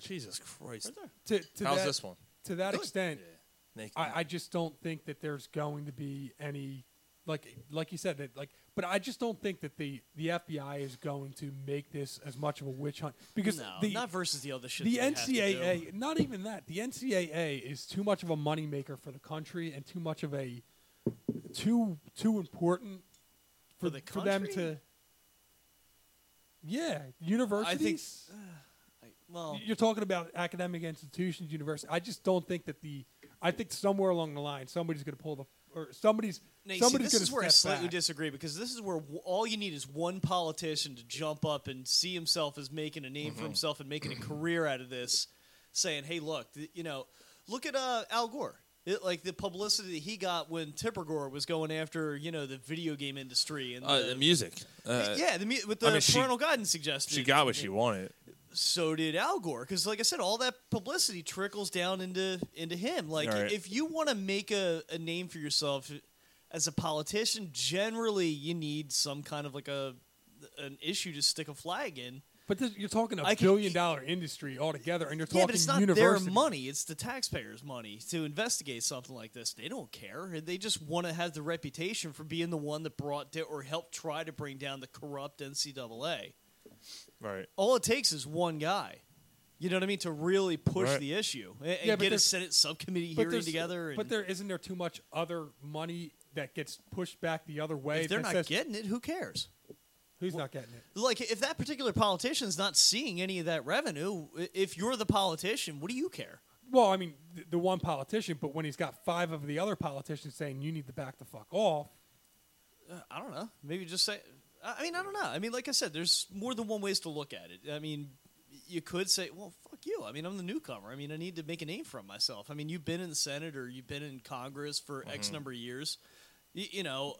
Jesus Christ,
to, to
how's
that-
this one?
To that extent,
Naked.
I, I just don't think that there's going to be any like like you said that like. But I just don't think that the the FBI is going to make this as much of a witch hunt because
no,
the
not versus the other shit.
the
that they have to do.
NCAA, not even that. The NCAA is too much of a moneymaker for the country and too much of a too too important for,
the
for them
country?
to. Yeah, universities.
well-
you're talking about academic institutions, universities. I just don't think that the. I think somewhere along the line, somebody's going to pull the or somebody's
Now, you see,
somebody's
this
going
is
to
where I
step
slightly
back.
disagree because this is where w- all you need is one politician to jump up and see himself as making a name for
Mm-hmm.
Mhm.
himself and making a career out of this, saying, "Hey, look, th- you know, look at uh, Al Gore." It, like the publicity he got when Tipper Gore was going after you know the video game industry and
Uh,
the,
the music. Uh,
yeah, the, mu- with the
I mean, she-
parental guidance suggestion.
She got what she wanted.
so did Al Gore because, like I said, all that publicity trickles down into into him. Like,
All right.
if you want to make a, a name for yourself as a politician, generally you need some kind of like a an issue to stick a flag in.
But this, you're talking a
I can-
billion dollar industry altogether, and you're talking
yeah, but it's not
universities.
their money; it's the taxpayers' money to investigate something like this. They don't care; they just want to have the reputation for being the one that brought da- or helped try to bring down the corrupt NCAA.
Right.
All it takes is one guy. You know what I mean? To really push
Right.
the issue and, and
Yeah, but
get a
there's-
Senate subcommittee
But
hearing
there's-
together. And
but there isn't there too much other money that gets pushed back the other way.
if they're
that
not
says-
getting it, who cares?
Who's not getting it?
Like, if that particular politician's not seeing any of that revenue, i- if you're the politician, what do you care?
Well, I mean, th- the one politician, but when he's got five of the other politicians saying you need to back the fuck off,
Uh, I don't know. Maybe just say. I I mean, I don't know. I mean, like I said, there's more than one ways to look at it. I mean, you could say, "Well, fuck you." I mean, I'm the newcomer. I mean, I need to make a name for myself. I mean, you've been in the Senate or you've been in Congress for X
Mhm.
number of years. Y- you know,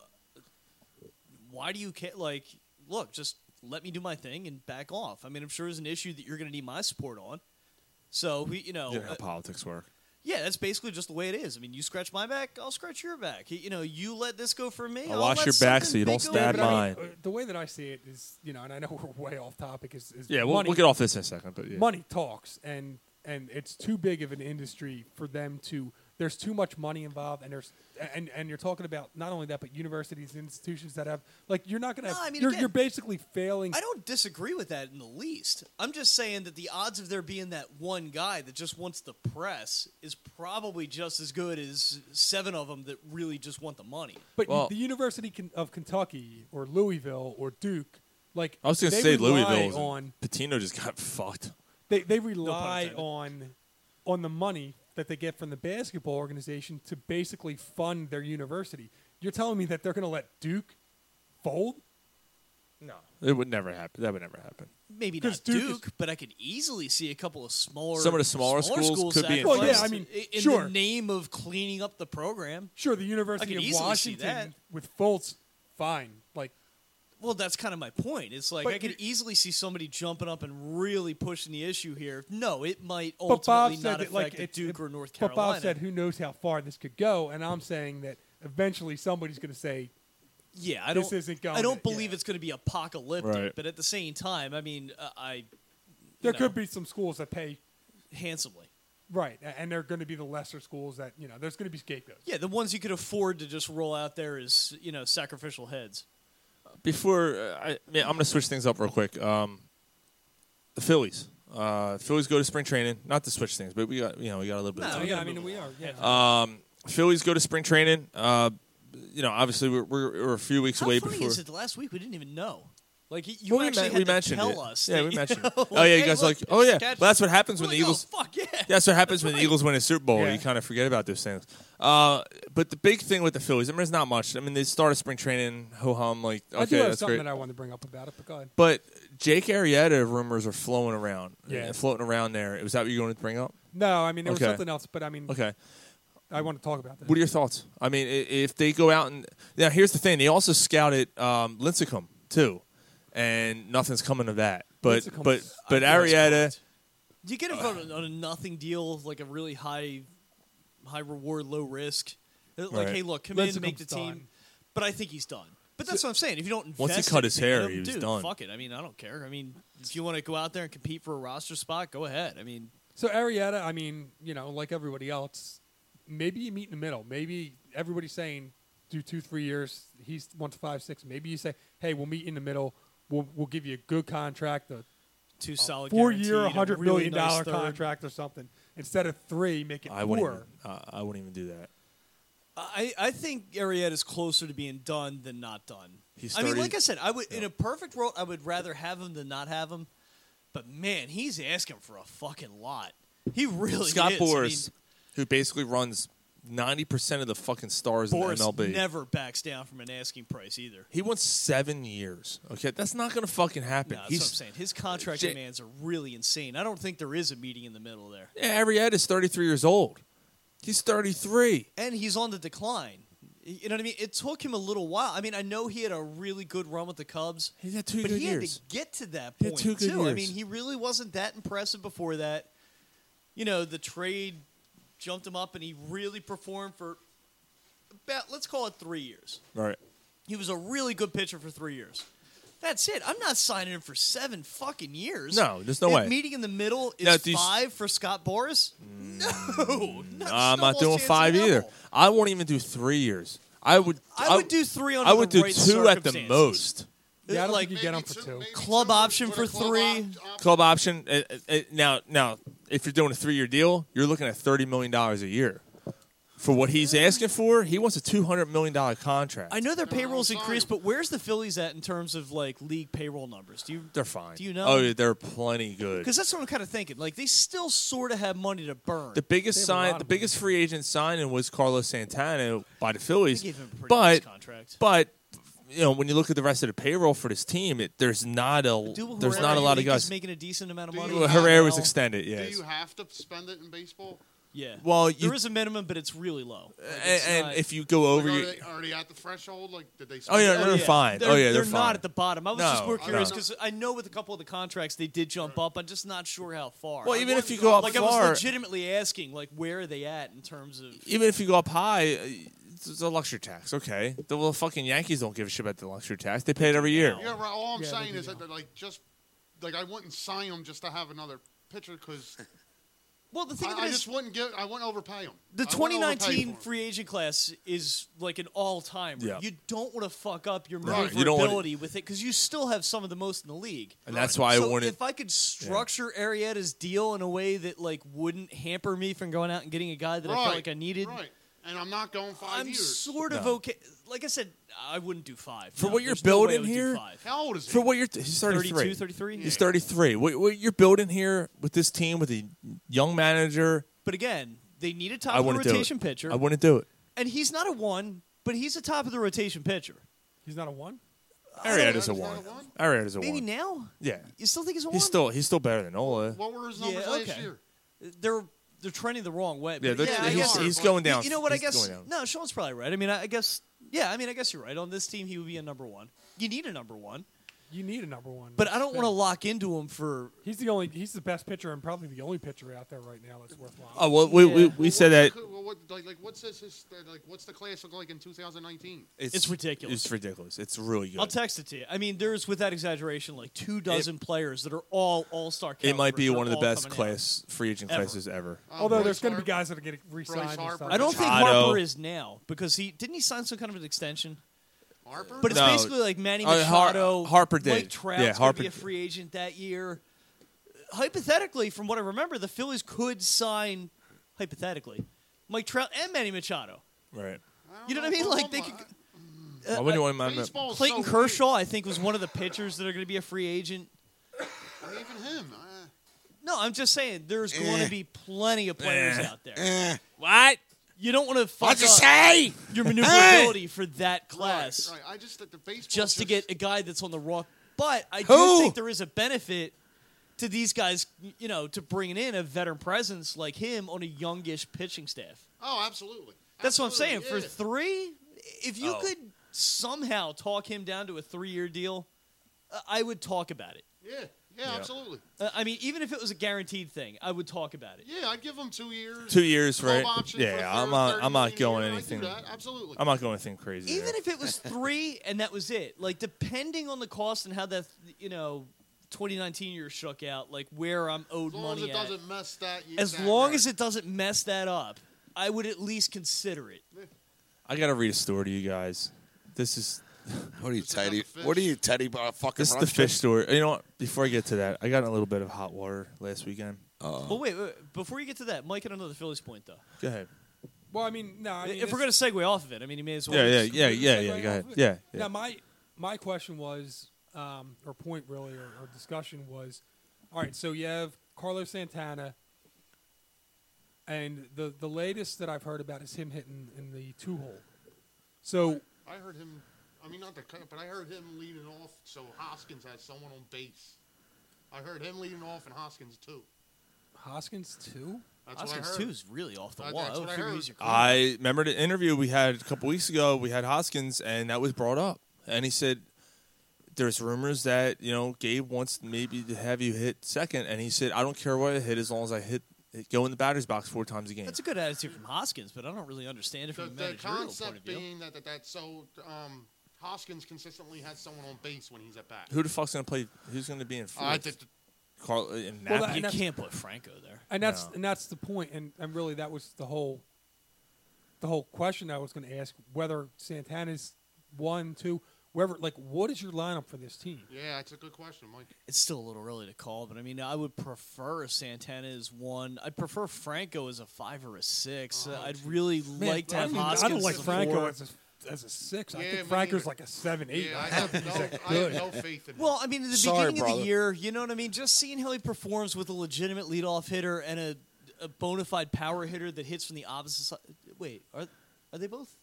why do you care? Like, look, just let me do my thing and back off. I mean, I'm sure there's an issue that you're going to need my support on. So we, you know,
Yeah, how
uh,
politics work.
yeah, that's basically just the way it is. I mean, you scratch my back, I'll scratch your back. You know, you let this go for me.
I'll
I'll
wash
let
your back
something
so you don't
big go
stab
for me.
mine.
Uh, The way that I see it is, you know, and I know we're way off topic. Is, is
Yeah, we'll-
money-
we'll get off this in a second, but yeah.
money talks, and and it's too big of an industry for them to. There's too much money involved, and there's and and you're talking about not only that, but universities and institutions that have like you're not gonna.
No,
have,
I mean,
you're,
again,
you're basically failing.
I don't disagree with that in the least. I'm just saying that the odds of there being that one guy that just wants the press is probably just as good as seven of them that really just want the money.
But the University Ken- of Kentucky or Louisville or Duke, like
I was going to
they
say
rely
Louisville.
on
Patino just got fucked.
they they rely on on the money that they get from the basketball organization to basically fund their university. You're telling me that they're going to let Duke fold?
No, it would never happen. That would never happen.
maybe
'Cause
not
Duke is-
Duke, but I could easily see a couple of smaller
Some of the smaller schools could be
sacrificed
influenced.
Well, yeah, I mean,
i- in
sure.
the name of cleaning up the program.
Sure, the
I
University
could
of
easily see that.
Washington with Fultz, fine. Like
Well, that's kind of my point. It's like
But
I could easily see somebody jumping up and really pushing the issue here. No, it might
but Bob
ultimately
said
not
that
affect
like
a
it's-
Duke or North
But
Carolina.
Bob said, "Who knows how far this could go?" And I'm saying that eventually somebody's going to say,
Yeah, I
this
don't.
isn't going
I don't
to-
believe it's going to be apocalyptic.
Right.
But at the same time, I mean, uh, I you
there
know,
could be some schools that pay
handsomely.
right, a- and they're going to be the lesser schools that you know. There's going to be scapegoats.
Yeah, the ones you could afford to just roll out there is you know sacrificial heads.
Before uh, I, man, I'm going to switch things up real quick. Um, the Phillies. Uh, Phillies go to spring training. Not to switch things, but we got you know we got a little bit. of
No,
time.
Oh, yeah, I mean we are. Yeah.
Um, Phillies go to spring training. Uh, you know, obviously we're, we're, we're a few weeks
How
away
funny
before.
is it? that Last week we didn't even know. Like y- you
Well, we
actually
men-
had
we
to
mentioned
tell
it.
us.
Yeah,
that,
we
you
mentioned.
know,
it. Oh yeah, you
hey,
guys are
look,
like, oh yeah.
it's catch-
Well, that's what happens when
We're
the
like, oh,
Eagles.
fuck yeah.
That's what happens when the Eagles win a Super Bowl.
Yeah.
You kind of forget about those things. Uh, but the big thing with the Phillies, I mean, it's not much. I mean, they start a spring training, ho hum, like okay,
I do have
that's
something
great.
that I wanted to bring up about it, but go ahead.
But Jake Arrieta rumors are flowing around.
Yeah.
Uh, floating around there. Was that what you wanted to bring up?
No, I mean there was
Okay.
something else, but I mean,
Okay.
I want to talk about that.
What are your thoughts? I mean, i- if they go out and now here's the thing, they also scouted um, Lincecum too, and nothing's coming of that. But
Lincecum's-
but but
I know it's
Arietta,
Do you get it on a, on a nothing deal, like a really high, high reward, low risk? Uh, Like,
Right.
hey, look, come in in,
Lincecum's
make the team.
done.
But I think he's done. But that's what I'm saying. If you don't invest,
Once he cut his
anything
hair,
in him,
he was
dude,
done.
Fuck it. I mean, I don't care. I mean, if you want to go out there and compete for a roster spot, go ahead. I mean,
So Arietta, I mean, you know, like everybody else, maybe you meet in the middle. Maybe everybody's saying do two, three years. He's one to five, six. Maybe you say, hey, we'll meet in the middle. We'll we'll give you a good contract, a
two solid,
four year,
hundred
hundred
million
million
dollar
dollar contract or something instead of three. Make it
I wouldn't. Even,
four.
uh, I wouldn't even do that.
I, I think Arietta's closer to being done than not done.
He's
I mean,
30
like I said, I would in a perfect world, I would rather have him than not have him. But man, he's asking for a fucking lot. He really
Scott
is. I mean,
Boris, who basically runs ninety percent of the fucking stars
Boris
in the MLB.
never backs down from an asking price either.
he wants seven years. Okay, that's not gonna fucking happen.
No, that's
He's
what I'm saying. His contract
J-
demands are really insane. I don't think there is a meeting in the middle there,
yeah, Arrieta's thirty three years old. He's thirty three.
and he's on the decline. You know what I mean? It took him a little while. I mean, I know he had a really good run with the Cubs.
He had two
but
good
he
years.
had to get to that
He had
point
two good
too. I
years.
mean, he really wasn't that impressive before that. You know, the trade jumped him up, and he really performed for about let's call it three years.
All right.
He was a really good pitcher for three years. That's it. I'm not signing him for seven fucking years.
No, there's no
If
way.
Meeting in the middle is
Now, do you s- Mm,
five for Scott Boris. No, no
I'm not
snowball's
doing
chance in
five
hell.
either. I won't even do three years. I would.
I would do three under
I would
the
do
right
two at the
circumstances.
most.
Yeah, I don't
like
think you get him for two.
club option for three.
Club option. uh, uh, uh, now, now, if you're doing a three year deal, you're looking at thirty million dollars a year. For what he's asking for, he wants a two hundred million dollar contract.
I know their payrolls increased, but where's the Phillies at in terms of like league payroll numbers? Do you
They're fine.
Do you know?
Oh, yeah, they're plenty good.
because that's what I'm kind of thinking. Like they still sort of have money to burn.
The biggest
They have a lot
sign, the
of
biggest free agent signing was Carlos Santana by the Phillies.
They gave him a pretty
but,
nice contract.
but you know, when you look at the rest of the payroll for this team, it, there's not a
Dude,
there's
Herrera,
not a
you
lot of
think,
guys.
is making a decent amount of
Do
money.
you- Herrera was
Well,
extended, yes.
Do you have to spend it in baseball?
Yeah.
Well, you-
there is a minimum, but it's really low. Like,
and,
it's not-
and if you go over,
Like,
you,
are, they, are they at the threshold? Like, did they?
Oh, yeah, they're fine.
They're,
Oh, yeah, they're
they're,
fine.
not at the bottom. I was just
No,
more curious
no.
because I know with a couple of the contracts they did jump up. I'm just not sure how far.
Well,
I
even if
wasn't-
you go up
like I
far-
was legitimately asking, like, where are they at in terms of?
even if you go up high, uh, it's it's a luxury tax. Okay, the well, fucking Yankees don't give a shit about the luxury tax. They pay it every year.
Yeah, right. All I'm
Yeah,
saying
they
is that they're, like just like I wouldn't sign them just to have another pitcher because.
Well, the
thing
of
I,
it
I
is-
just wouldn't give. I wouldn't overpay them.
The 2019 free agent class is like an all-time.
Yeah.
You don't want to fuck up your
Right.
maneuverability
You don't wanna-
with it because you still have some of the most in the league.
And that's why I
So
wouldn't-
If I could structure Arietta's deal in a way that like wouldn't hamper me from going out and getting a guy that I felt like I needed,
Right. And I'm not going 5
I'm
years.
sort of
No.
okay. Like I said, I wouldn't do five
For
No,
what you're
there's no way I
building
would do
here,
five.
How old is
For what you're, he's 33.
32, 33?
He's 33. What, what you're building here with this team with a young manager,
But again, they need a top
I
of the
wouldn't do
rotation
it.
pitcher,
I wouldn't do it.
and he's not a one, but he's a top of the rotation pitcher.
He's not a one.
Arrieta's a one. Arrieta's a
Maybe
one.
now.
Yeah,
You still think he's a one?
he's still he's still better than Nola.
What were his
Yeah,
numbers last
okay.
year?
They're they're trending the wrong way.
Yeah,
but
they're-
I
he's-
guess-
he's going down.
You know what? I
He's
guess
going down.
no. Sean's probably right. I mean, I, I guess yeah. I mean, I guess you're right. On this team, he would be a number one. You need a number one,
You need a number one.
but I don't want to lock into him for.
He's the only. He's the best pitcher and probably the only pitcher out there right now that's worthwhile.
Oh well, we we, we said that
Well, what, like, like, what's this? His, uh, like, what's the class look like in 2019?
it's,
It's ridiculous.
It's ridiculous. It's really good.
I'll text it to you. I mean, there's without exaggeration like two dozen players that are all all star.
it might be one of the best class free agent
Ever.
classes ever.
Although
Uh, Oh, Bryce
there's going to
Harper-
be guys that are getting re-signed. and
Harper.
stuff.
I don't think
Machado.
Harper is now because he didn't he sign some kind of an extension.
Harper?
But it's
No.
basically like Manny
Uh, Har-
Machado,
Harper
Mike
did.
Trout's
Yeah,
gonna
Harper
be a
did.
free agent that year. Hypothetically, from what I remember, the Phillies could sign hypothetically Mike Trout and Manny Machado.
Right.
Uh,
You know what I mean? Like they
Oh
could, Uh,
I wouldn't want my
Baseball's
Clayton
Oh, so
Kershaw, I think, was one of the pitchers that are going to be a free agent.
weird. Even him. Uh,
No, I'm just saying there's going to be plenty of players
Eh.
out there.
what?
You don't want to fuck
What'd you
up
say?
Eh.
your maneuverability for that class.
Right, I just that the baseball
just to get a guy that's on the raw. But I
Who?
do think there is a benefit to these guys, you know, to bringing in a veteran presence like him on a youngish pitching staff.
Oh, absolutely.
That's what I'm saying.
Absolutely,
For
yeah.
three, if you
Oh.
could somehow talk him down to a three-year deal, uh, I would talk about it.
yeah, yeah, absolutely.
Uh, I mean, even if it was a guaranteed thing, I would talk about it.
Yeah, I'd give him two years.
Two years,
Club
right?
option for a
Yeah, I'm
third,
not.
30
I'm not
million
going
year. I'd do
anything.
that, Absolutely.
I'm not going anything crazy.
Even
there.
if it was three and that was it, like depending on the cost and how that, you know, 2019 year shook out, like where I'm owed
as long
money
as it
at.
doesn't mess that. year-
as
that
long
right.
as it doesn't mess that up, I would at least consider it.
I gotta read a story to you guys. This is
What are you,
it
Teddy?
have the fish?
What are you, Teddy? Uh, fucking
this is the
Rutgers?
fish story. You know what? Before I get to that, I got in a little bit of hot water last weekend.
Well, wait, wait, before you get to that, Mike had another Phillies point though.
Go ahead.
Well, I mean, no. I mean,
if we're
this-
gonna segue off of it, I mean, you may as well.
Yeah, yeah,
just-
yeah, yeah, yeah.
segue
Go
off
ahead.
of it?
Yeah,
Now
yeah.
my my question was, um, or point really, or, or discussion was, all right. So you have Carlos Santana, and the the latest that I've heard about is him hitting in the two hole. So
I heard him. I mean, not the cut, but I heard him leading off. So Hoskins has someone on base. I heard him leading off, and Hoskins too.
Hoskins too.
That's what I
Hoskins
heard.
two is really off the
That-
wall.
that's
I would
what I
figure
heard.
he's your closer.
I remember the interview we had a couple weeks ago. We had Hoskins, and that was brought up. And he said, "There's rumors that you know Gabe wants maybe to have you hit second, and he said, "I don't care what I hit as long as I hit go in the batter's box four times a game."
That's a good attitude from Hoskins, but I don't really understand it
The,
from a
the
managerial point of
concept
view.
being that, that that so um, Hoskins consistently has someone on base when he's at bat.
Who the fuck's gonna play? Who's gonna be in fourth?
I did,
Carl uh, and
Well,
Nappy?
that-
you
that's-
can't put Franco there.
and that's
No.
and that's the point and, and really that was the whole the whole question i was going to ask whether santana's one two wherever like what is your lineup for this team
yeah, that's a good question, Mike.
It's still a little early to call, but I mean, I would prefer if Santana is one. I'd prefer Franco as a five or a six.
Oh,
Uh, I'd really like to
I
have
don't, even-
Hoskins.
I don't like
as a
franco
four.
as a, as a six i
Yeah,
think
me
franco's
neither.
like a seven eight
Yeah, I
I
have
think he's
no,
that
I
good.
have no faith in.
Well, I mean, at the
Sorry,
beginning of
brother.
the year, you know what I mean? Just seeing how he performs with a legitimate leadoff hitter and a, a bona fide power hitter that hits from the opposite side. Wait, are are they both?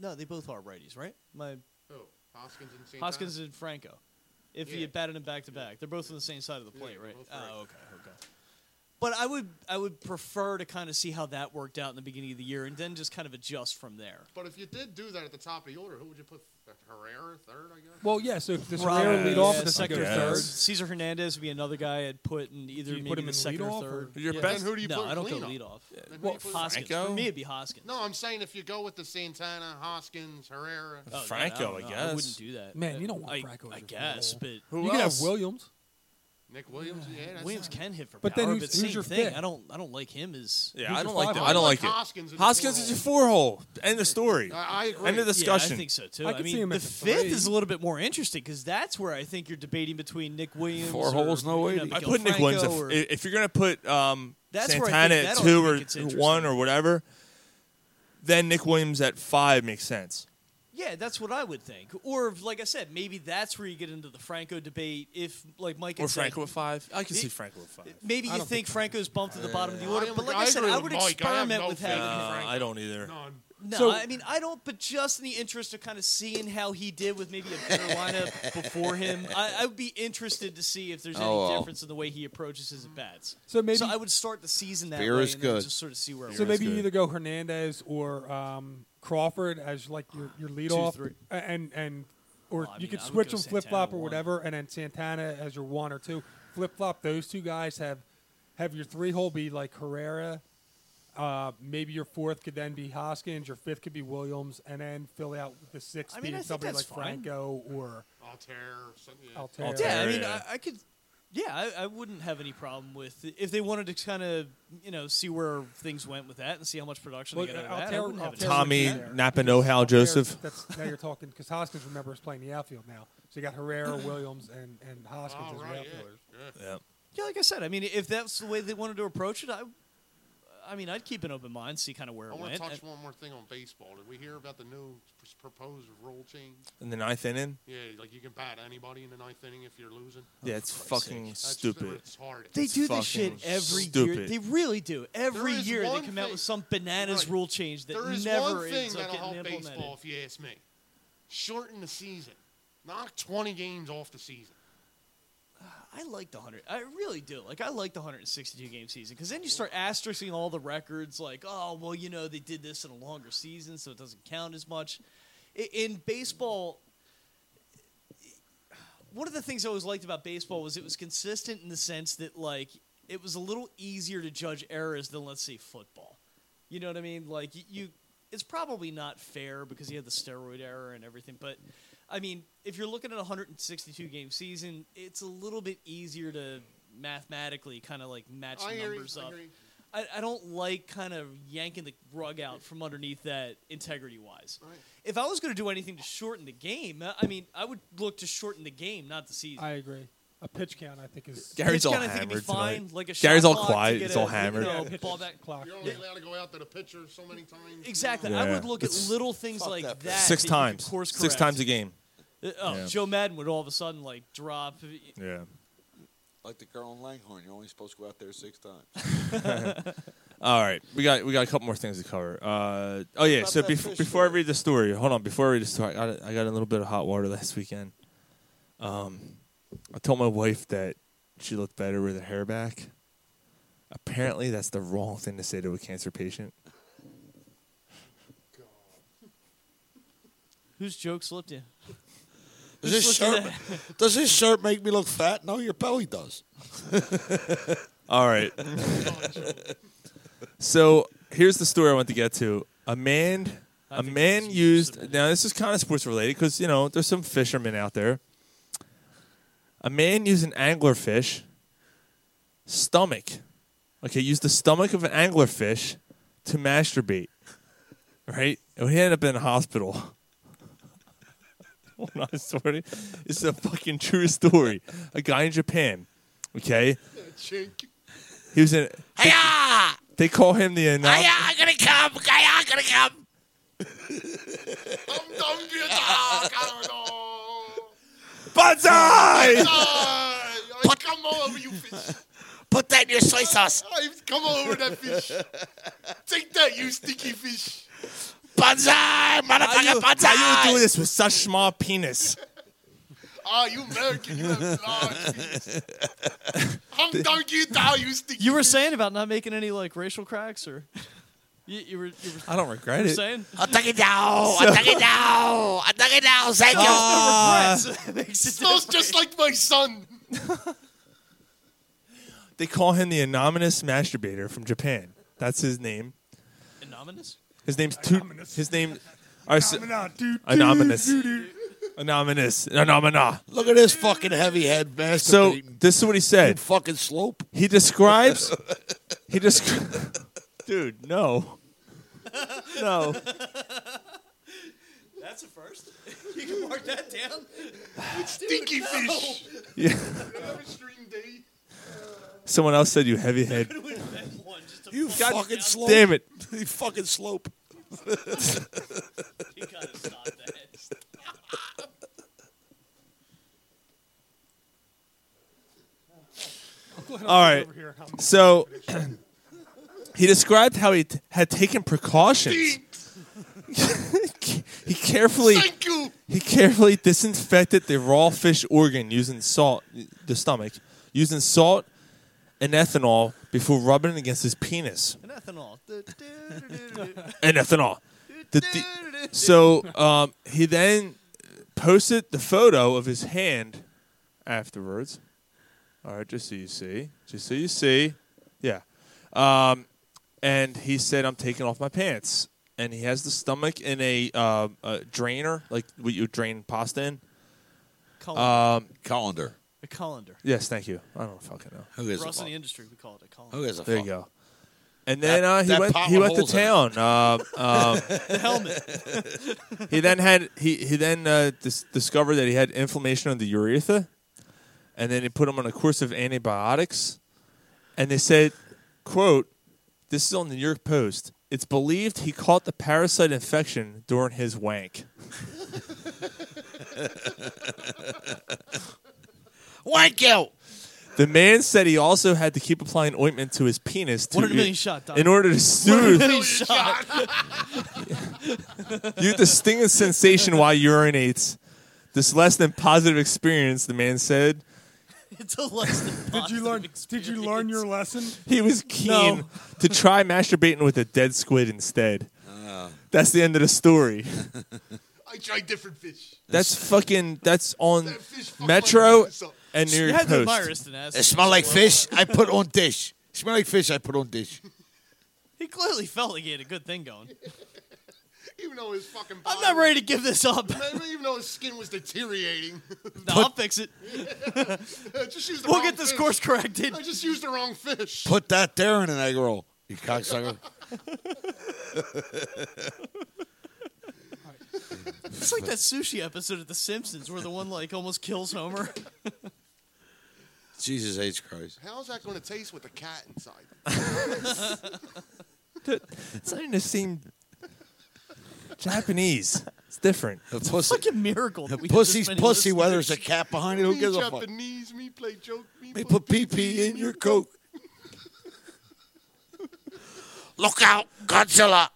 No, they both are righties, right? My
him. Who? Hoskins and Santana.
Hoskins and Franco. If
Yeah.
you batted them back to back, they're both on the same side of the plate,
they're
right?
both
Oh,
right.
okay, okay. But I would I would prefer to kind of see how that worked out in the beginning of the year and then just kind of adjust from there.
But if you did do that at the top of the order, who would you put? Herrera third, I guess.
Well, yeah. So if this
Right.
Herrera lead off,
Yeah,
and this would go
second or
third.
third. Cesar Hernandez would be another guy I'd put in either
Do you
maybe
put him
the
in
second
leadoff
or
or-
third.
Your Yeah. best-
Then
who do you
no,
put
I don't go
cleanup?
lead off.
Then who do
Well,
you put-
Hoskins. For me, it'd be Hoskins.
No, I'm saying if you go with the Santana, Hoskins, Herrera,
Oh, no, Franco, I don't I know. I guess. wouldn't do that.
Man, you
Uh,
don't want
I-
Franco. as
I
your
guess,
middle.
but- Who
you can have
else?
Williams.
Nick Williams. Yeah, that's
Williams
not-
can hit for
But
power,
then who's-
but
who's
same
your
thing.
fifth?
I don't I don't like him as
Yeah, I don't like that. I don't like it. Hoskins, is your four hole. End of story. End of discussion.
Yeah, I think so too.
I
I,
could
mean,
see him
the
at the
fifth
three.
is a little bit more interesting because that's where I think you're debating between Nick Williams.
Four
or,
holes, no
you
way.
know,
I
Miguel
put Nick Williams.
Franco or-
If, if you're gonna put um,
That's where I
Santana
think
at
that'll
two
make
or
it's interesting.
one or whatever, then Nick Williams at five makes sense.
Yeah, that's what I would think. Or like I said, maybe that's where you get into the Franco debate. If like Mike had
Or
said-
Franco at five. I can
It-
see Franco at five.
Maybe
I
you
don't
think Franco's bumped to the bottom of the
Yeah.
order,
I am-
but like
Uh, I
I, said,
agree
I
with
would
Mike. I have
experiment
no
with
faith in
having
Uh,
No,
him.
I don't either.
No,
So-
I mean I don't. But just in the interest of kind of seeing how he did with maybe a better lineup before him, I, I would be interested to see if there's any
Oh, well.
difference in the way he approaches his at bats.
So maybe-
I would start the season that
Beer
way
is
and then
good.
just sort of see where.
So
it goes.
maybe you either go Hernandez or um, Crawford as like your your lead
Two,
off,
three.
a- and and or
I
you
mean,
could
I would
switch
go
them flip
Santana
flop or
one.
whatever, and then Santana as your one or two. Flip flop those two guys have have your three hole be like Herrera. Uh, maybe your fourth could then be Hoskins. Your fifth could be Williams, and then fill out the sixth
I mean, I
being
think
somebody like
that's fine.
Franco or
Altair, or something. Yeah.
Altair.
Yeah, I mean, I, I could. Yeah, I, I wouldn't have any problem with if they wanted to kind of you know see where things went with that and see how much production
Well,
they got out
I'll
of that. I
tell-
wouldn't
I'll
have any
tell
problem
Tommy
with that.
Napa No Hal Joseph.
That's now you're talking because Hoskins remember is playing the outfield now. So you got Herrera, Williams, and and Hoskins
Oh,
as your outfielders.
Yeah.
Yeah, like I said, I mean, if that's the way they wanted to approach it, I, I mean, I'd keep an open mind, see kind of where
I
it
want to
went.
touch
And-
one more thing on baseball. Did we hear about the new pr- proposed rule change?
In the ninth inning?
Yeah, like you can bat anybody in the ninth inning if you're losing.
Yeah, it's
For Christ's
fucking
sake. That's just-
stupid.
It's hard.
They
It's
do this shit
fucking
every year.
stupid.
They really do. Every
There is
year they
one
come out with some bananas
Right.
rule change that
there is
never
one thing
ends up
that'll
getting
help
implemented.
baseball, if you ask me. Shorten the season. Knock 20 games off the season.
I like the hundred. I really do. Like I like the 162 game season because then you start asterisking all the records. Like, oh well, you know they did this in a longer season, so it doesn't count as much. I- In baseball, one of the things I always liked about baseball was it was consistent in the sense that like it was a little easier to judge errors than let's say football. You know what I mean? Like you, you it's probably not fair because you had the steroid error and everything, but I mean, if you're looking at a 162 game season, it's a little bit easier to mathematically kind of like match
I
the
agree,
numbers
I
up.
agree.
I, I don't like kind of yanking the rug out from underneath that integrity wise. If I was going to do anything to shorten the game, I- I mean, I would look to shorten the game, not the season.
I agree. A pitch count, I think is
Gary's all
Pitch count, I think,
hammered
would be fine,
tonight.
like a
Gary's
shot
all
clock to
quiet.
get
He's
a,
all
you
hammered.
know,
Yeah,
ball
pitch
back
clock.
You're only allowed to go out to the pitcher so many times.
Exactly.
Yeah.
I would look at
It's-
little things like that.
Six
that you could
times.
course
Six
correct.
times a game.
Uh, Oh,
Yeah.
Joe Madden would all of a sudden like drop.
Yeah.
Like the girl in Langhorne, you're only supposed to go out there six times.
All right, we got we got a couple more things to cover. Uh, oh yeah, so
About that
before
fish
before I read the story, hold on. Before I read the story, I got a, I got a little bit of hot water last weekend. Um, I told my wife that she looked better with her hair back. Apparently, that's the wrong thing to say to a cancer patient.
Whose joke slipped you?
Does this
Just look
shirt
at
does this shirt make me look fat? No, your belly does.
All right. so here's the story I want to get to. A man, a man used. Now this is kind of sports related because you know there's some fishermen out there. A man used an anglerfish stomach. Okay, used the stomach of an anglerfish to masturbate. Right, and he ended up in the hospital. Hold on, sorry. This is a fucking true story. A guy in Japan. Okay,
Chink.
he was in.
Hiya!
They call him the announcer.
Hiya, I'm gonna come. Hiya, I'm gonna come. I'm done with your dog. I don't know.
I come over you fish.
Put that in your soy sauce.
I come over that fish. Take that, you sticky fish.
Banzai,
How you, how you would do this with such small penis?
Ah, you American, you have large feet. How don't you die, you stinky
You were saying about not making any like racial cracks, or you, you were. You were
I don't regret
you were
it.
Saying
I took it down. I took it down. I took it down. Thank you.
It smells just like my son.
They call him the anonymous masturbator from Japan. That's his name.
Anonymous?
His name's Toot. His name. I s-
Anomina, toot, toot,
Anonymous.
toot, toot.
Anonymous. Anomina.
Look at this fucking heavy head bastard.
So this is what he said.
fucking slope.
He describes. he describes. Dude, no. No.
That's a first. You can mark that down.
Stinky fish.
Yeah.
Have a stream day.
Someone else said you heavy head.
You
God
fucking slope.
damn it.
you fucking slope.
You gotta stop that.
All right. So he described how he t- had taken precautions. he carefully
Thank you.
he carefully disinfected the raw fish organ using salt, the stomach, using salt and ethanol before rubbing it against his penis.
And ethanol. Du- du- du- du- du.
and ethanol. The d- so um, he then posted the photo of his hand afterwards. All right, just so you see, just so you see, yeah. Um, and he said, "I'm taking off my pants." And he has the stomach in a, um a drainer, like what you drain pasta in.
Uh,
Colander.
Um,
Colander.
a colander.
Yes, thank you. I don't fucking know.
Who is
For us in the industry, we call it a
Oh,
colander.
There you go. And then uh, he
that
went.
pot
He
with
went to
holes in it.
town. Um um,
The helmet.
he then had he he then uh, dis- discovered that he had inflammation of the urethra, and then he put him on a course of antibiotics, and they said, "quote This is on the New York Post. It's believed he caught the parasite infection during his wank."
Wank you.
The man said he also had to keep applying ointment to his penis to
One in a million
i-
shot, Doc.
in order to soothe
Million shot.
you the stinging sensation while he urinates. This less than positive experience, the man said.
It's a less than
Did you learn? Did you learn your lesson?
He was keen to try masturbating with a dead squid instead.
Ah.
That's the end of the story.
I tried different fish.
That's fucking. That's on
fish fucked my
Metro
penis up.
and New
You
York
had to admire
Post.
Kristen Aston.
It smell like fish. I put on dish. Smell like fish. I put on dish.
He clearly felt like he had a good thing going.
Even though his fucking body,
I'm not ready to give this up. No,
Even though his skin was deteriorating.
I'll fix it.
I just used the
We'll
wrong
get this
fish.
course corrected.
I just used the wrong fish.
Put that there in an egg roll. You cocksucker.
It's like that sushi episode of The Simpsons where the one like almost kills Homer.
Jesus H Christ.
How's that going to taste with the cat inside?
It's not even the same. Japanese. It's different.
The pussy.
Fucking miracle. that we have this
Pussy's
many
pussy.
listeners.
Whether it's a cat behind it, who
Me
gives a fuck?
Japanese, me play joke, me
They
play-
put pee pee in your coke.
Look out, Godzilla.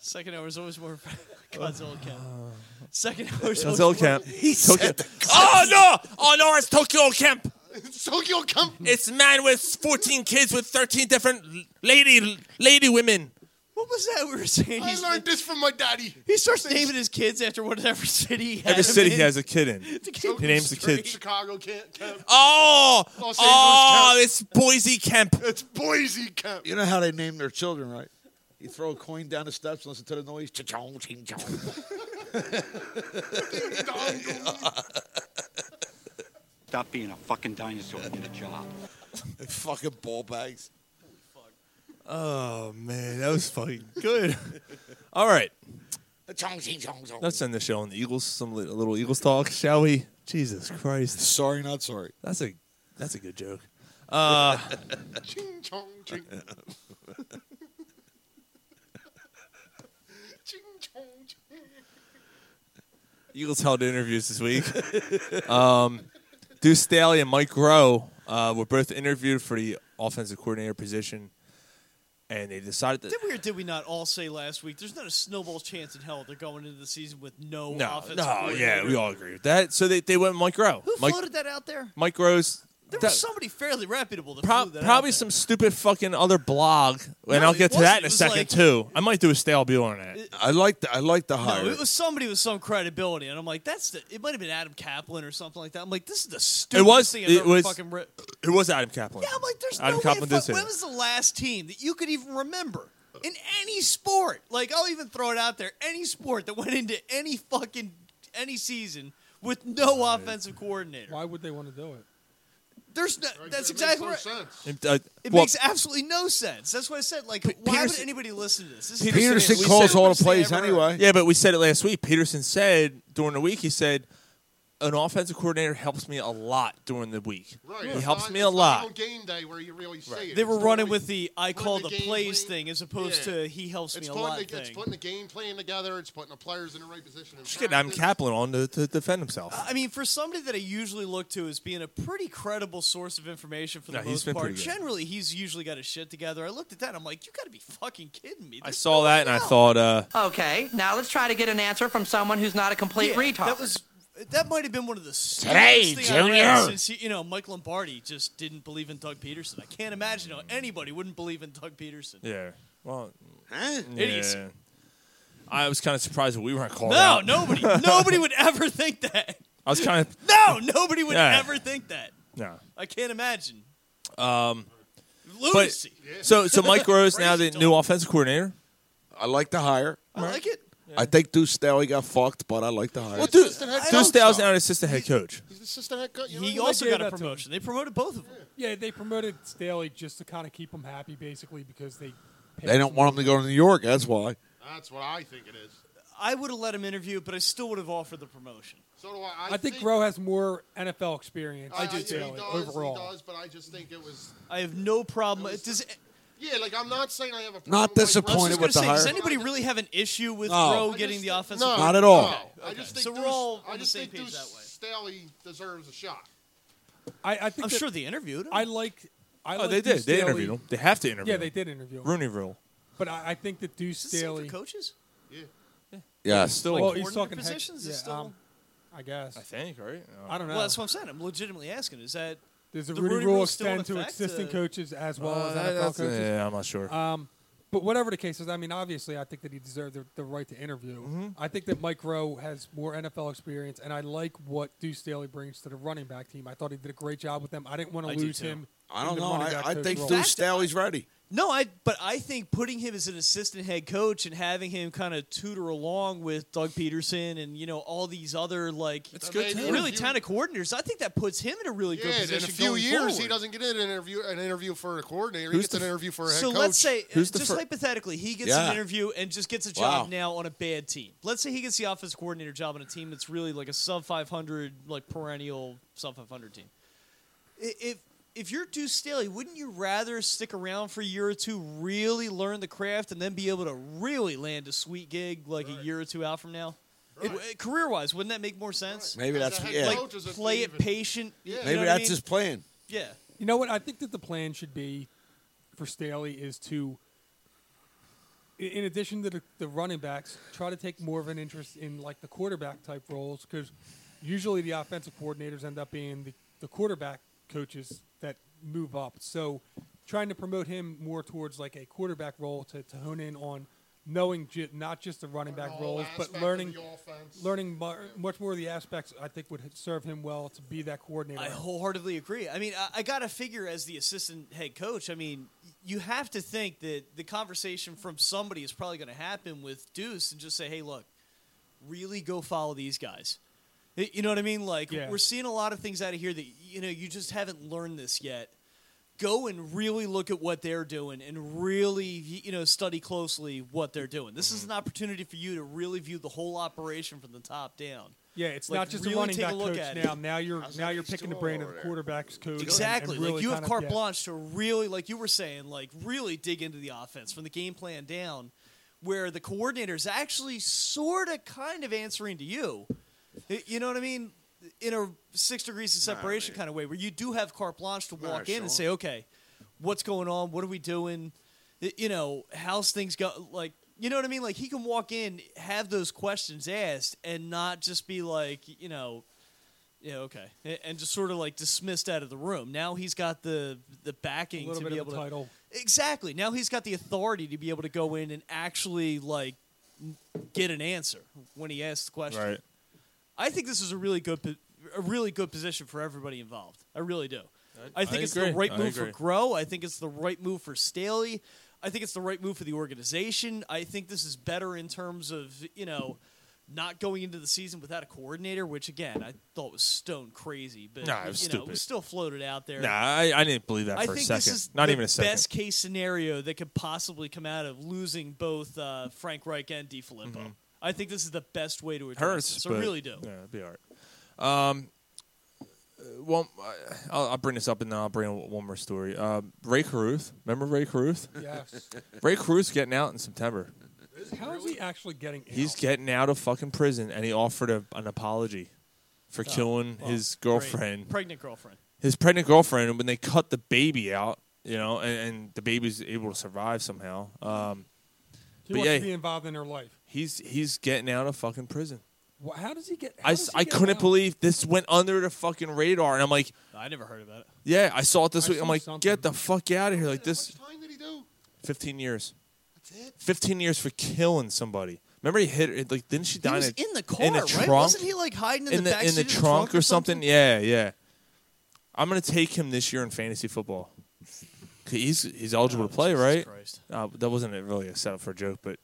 Second hour is always more Godzilla camp. Second hour is always
Godzilla Camp. Tokyo.
Oh no! Oh no! It's Tokyo Camp.
Tokyo Company.
It's man with fourteen kids with thirteen different lady lady women.
What was that we were saying?
I
He's-
learned this from my daddy.
he starts naming his kids after whatever city. He had
Every
them
city
in.
he has a kid in.
To keep
He
him
names the
straight.
kids.
Chicago can't camp.
Oh!
Los Angeles
Oh!
Camp.
It's Boise Camp.
It's Boise camp.
You know how they name their children, right? You throw a coin down the steps and listen to the noise. Cha-chong, ching-chong.
Stop being a fucking dinosaur and get a job.
fucking ball bags.
Oh man, that was fucking good. All right,
Chong, ching, chong, chong.
let's end the show on the Eagles. Some li- little Eagles talk, shall we? Jesus Christ,
Sorry, not sorry.
that's a that's a good joke.
Ching chong ching. Ching chong ching.
Eagles held interviews this week. um, Deuce Staley and Mike Rowe uh, were both interviewed for the offensive coordinator position, and they decided that
Did we or did we not all say last week? There's not a snowball's chance in hell they're going into the season with no,
no,
offense.
no, yeah,
coordinator.
we all agree with that. So they, they went Mike Rowe.
Who
Mike,
floated that out there?
Mike Rowe's
There
that-
was somebody fairly reputable that
Pro-
flew that out
probably some stupid fucking other blog, and
No,
I'll
it
get to that in
wasn't.
a
It was
second
like-
too. I might do a stale bill on it.
I like the I like the
No,
hire.
it was somebody with some credibility, and I'm like, that's the. It might have been Adam Kaplan or something like that. I'm like, this is the
It
stupidest
was
thing I've
it
ever
was
fucking. Re-
it was Adam Kaplan.
yeah, I'm like, there's
Adam
no
Kaplan
way.
did
Fuck,
say
when
that.
was the last team that you could even remember in any sport? Like, I'll even throw it out there: any sport that went into any fucking any season with no offensive coordinator. Why
would they want to do it?
There's no. That's
It makes
exactly
no
right.
sense.
It, uh,
It
well,
makes absolutely no sense. That's why I said, like, why would
Peterson-
anybody listen to this? this is
Peterson-
stupid. We said it was ever-
Yeah, but we said it last week. Peterson said during the week, he said, an offensive coordinator helps me a lot during the week.
Right.
He
It's
helps
not-
me a
it's not
lot.
on game day where you really see it.
They were
It's
running
totally-
with the "I
putting
call the,
game
plays"
plan-
thing as opposed
Yeah.
to "He helps me
It's
a
putting
lot"
the, It's
thing.
putting the game plan together. It's putting the players in the right position. in
Just getting Adam
practice.
Kaplan on to, to defend himself.
I mean, for somebody that I usually look to as being a pretty credible source of information for the
No, he's
most
been
part,
pretty good.
generally he's usually got his shit together. I looked at that, I'm like, you got to be fucking kidding me.
I saw that and I thought, uh,
Okay, now let's try to get an answer from someone who's not a complete
Yeah,
retard.
That was that might have been one of the
Today,
stupidest thing I read
Junior.
since you know Mike Lombardi just didn't believe in Doug Peterson. I can't imagine how anybody wouldn't believe in Doug Peterson.
yeah. Well,
Idiocy.
yeah. I was kind of surprised that we weren't called
No,
out.
nobody, nobody would ever think that.
I was kind of,
No, nobody would
Yeah.
ever think that.
no.
I can't imagine.
Um,
Lunacy.
But, so, so Mike Groves now the new offensive coordinator.
I like the hire.
I like it.
I think Deuce Staley got fucked, but I like the hire.
Well, dude, Deuce Dale's now an assistant head coach.
He's the assistant head coach. You know,
He
you
also
like
got
that
a
to him.
promotion. They promoted both of them.
Yeah, they promoted Staley just to kind of keep him happy, basically, because they
They don't want him to go to New York. That's why.
That's what I think it is.
I would have let him interview, but I still would have offered the promotion.
So do I. I,
I think Rowe has more NFL experience.
I,
than
I, he
Staley
does,
overall.
He does, but I just think it was.
I have no problem. Does
Yeah, like I'm not saying I have a. Problem
Not
with Mike
disappointed
Russell.
with the
say, does
hire.
anybody really have an issue with
No.
Rowe
I
getting the offensive?
No,
Not at all.
no. I
Okay.
just think
So we're
Deuce-
all
I
on the
just
same
think
page
Deuce
that way.
Staley deserves a shot.
I, I think
I'm
that-
sure they interviewed him.
I like. I
Oh,
like
they did.
Deuce
They
Staley.
interviewed him. They have to interview
Yeah,
him.
they did interview him.
Rooney Rule.
But I, I think that Deuce
Does this same for
Staley.
coaches?
Yes.
Still
well,
like
he's talking heck-
positions is
yeah,
still-
um, I guess.
I think, right?
I don't know.
Well, that's what I'm saying. I'm legitimately asking. Is that
Does the,
the
Rudy,
Rooney
rule
Rule still in
extend to
effect?
existing
Uh,
coaches as well
Uh,
as
that-
NFL
that's-
coaches?
yeah, I'm not sure.
Um, but whatever the case is, I mean, obviously, I think that he deserved the, the right to interview.
Mm-hmm.
I think that Mike Rowe has more NFL experience, and I like what Deuce Staley brings to the running back team. I thought he did a great job with them. I didn't want
I
to
do
lose
too.
him.
I
in
don't
the
know.
running
I,
back
I
coach
think
role.
Deuce Staley's ready.
No, I but I think putting him as an assistant head coach and having him kind of tutor along with Doug Peterson and you know all these other like
It's good to have
really
you-
talented coordinators, I think that puts him in a really good
yeah, and in
position
a few
going
years he
forward.
doesn't get an interview an interview for a coordinator.
Who's
he gets
the
an
f-
interview for a head
so
coach.
let's say
Who's the
just
fir-
hypothetically he gets
Yeah.
an interview and just gets a job
Wow.
now on a bad team. Let's say he gets the offensive coordinator job on a team that's really like a sub 500 like perennial sub 500 team. I- If if you're Deuce Staley, wouldn't you rather stick around for a year or two, really learn the craft, and then be able to really land a sweet gig like a year or two out from now? Career wise, wouldn't that make more sense?
Maybe As a that's- head yeah.
like
coach, as a
play it
thief and-
patient. you know
Maybe
what I
that's
mean?
his plan.
Yeah.
You know what? I think that the plan should be for Staley is to, i- in addition to the, the running backs, try to take more of an interest in like the quarterback type roles because usually the offensive coordinators end up being the, the quarterback coaches that move up. So trying to promote him more towards like a quarterback role to, to hone in on knowing j- not just the running back roles, but
aspect of
learning
the offense.
learning mu- much more of the aspects. I think would serve him well to be that coordinator.
I wholeheartedly agree. I mean, I, I got to figure as the assistant head coach. I mean, you have to think that the conversation from somebody is probably going to happen with Deuce and just say, "Hey, look, really go follow these guys." Y- You know what I mean? Like
Yeah.
we're seeing a lot of things out of here that you know you just haven't learned this yet. Go and really look at what they're doing and really y- you know study closely what they're doing. This is an opportunity for you to really view the whole operation from the top down.
Yeah, it's
Like,
not just
really
a running
take
back
a look
coach
at it.
now. Now you're now you're picking the brain of the quarterbacks coach. and- and
Exactly.
really
like you have
kind of-
carte
yeah.
blanche to really, like you were saying, like really dig into the offense from the game plan down, where the coordinator is actually sort of kind of answering to you. Y- You know what I mean? In a six degrees of separation kind of way, where you do have carte blanche to walk in
sure.
and say, okay, what's going on? What are we doing? y- you know, how's things go? Like, you know what I mean? Like, he can walk in, have those questions asked, and not just be like, you know, yeah, okay, A- and just sort of like dismissed out of the room. Now he's got the the backing
A little
to
bit
be
of
able
a title.
to exactly. Now he's got the authority to be able to go in and actually like n- get an answer when he asks the question.
Right.
I think this is a really good po- a really good position for everybody involved. I really do. I,
I
think it's the
agree.
right
I
move for
agree.
Grow. I think it's the right move for Staley. I think it's the right move for the organization. I think this is better in terms of, you know, not going into the season without a coordinator, which again, I thought was stone crazy, but
Nah, it was
you know, it
stupid.
was still floated out there.
Nah, I, I didn't believe that
I
for a
think
second.
this is
Not
the
even a second.
best case scenario that could possibly come out of losing both uh, Frank Reich and DiFilippo. I think this is the best way to
It
address
Mm-hmm. hurts.
this. I
but-
really do.
Yeah, it'd be all right. Um, uh, well, I- I'll, I'll bring this up and then I'll bring in one more story. Um, Ray Caruth. Remember Ray Caruth?
Yes.
Ray Caruth's getting out in September.
How is he actually getting?
He's getting out of fucking prison and he offered a, an apology for
Oh,
killing
well,
his
great.
girlfriend.
Pregnant girlfriend.
his pregnant girlfriend and when they cut the baby out you know and, and the baby's able to survive somehow um
He
but
wants
yeah
to be involved in her life.
he's he's getting out of fucking prison
Wha- How does he get? how
I,
does
s-
he
I
get
couldn't
out?
believe this went under the fucking radar and i'm like
I never heard about it.
yeah i saw it this
I
week i'm
saw
like
something.
get the fuck out of here like this
What did he do?
15 years
That's it?
15 years for killing somebody remember he hit her like didn't she
He
die
was
in, a,
in the car,
in a
right?
trunk
Wasn't he like hiding in,
in the,
backseat
in the
of
trunk, or something? Yeah, yeah. I'm gonna take him this year in fantasy football. 'Cause He's he's eligible to play, right?
Christ.
Uh, that wasn't really a setup for a joke, but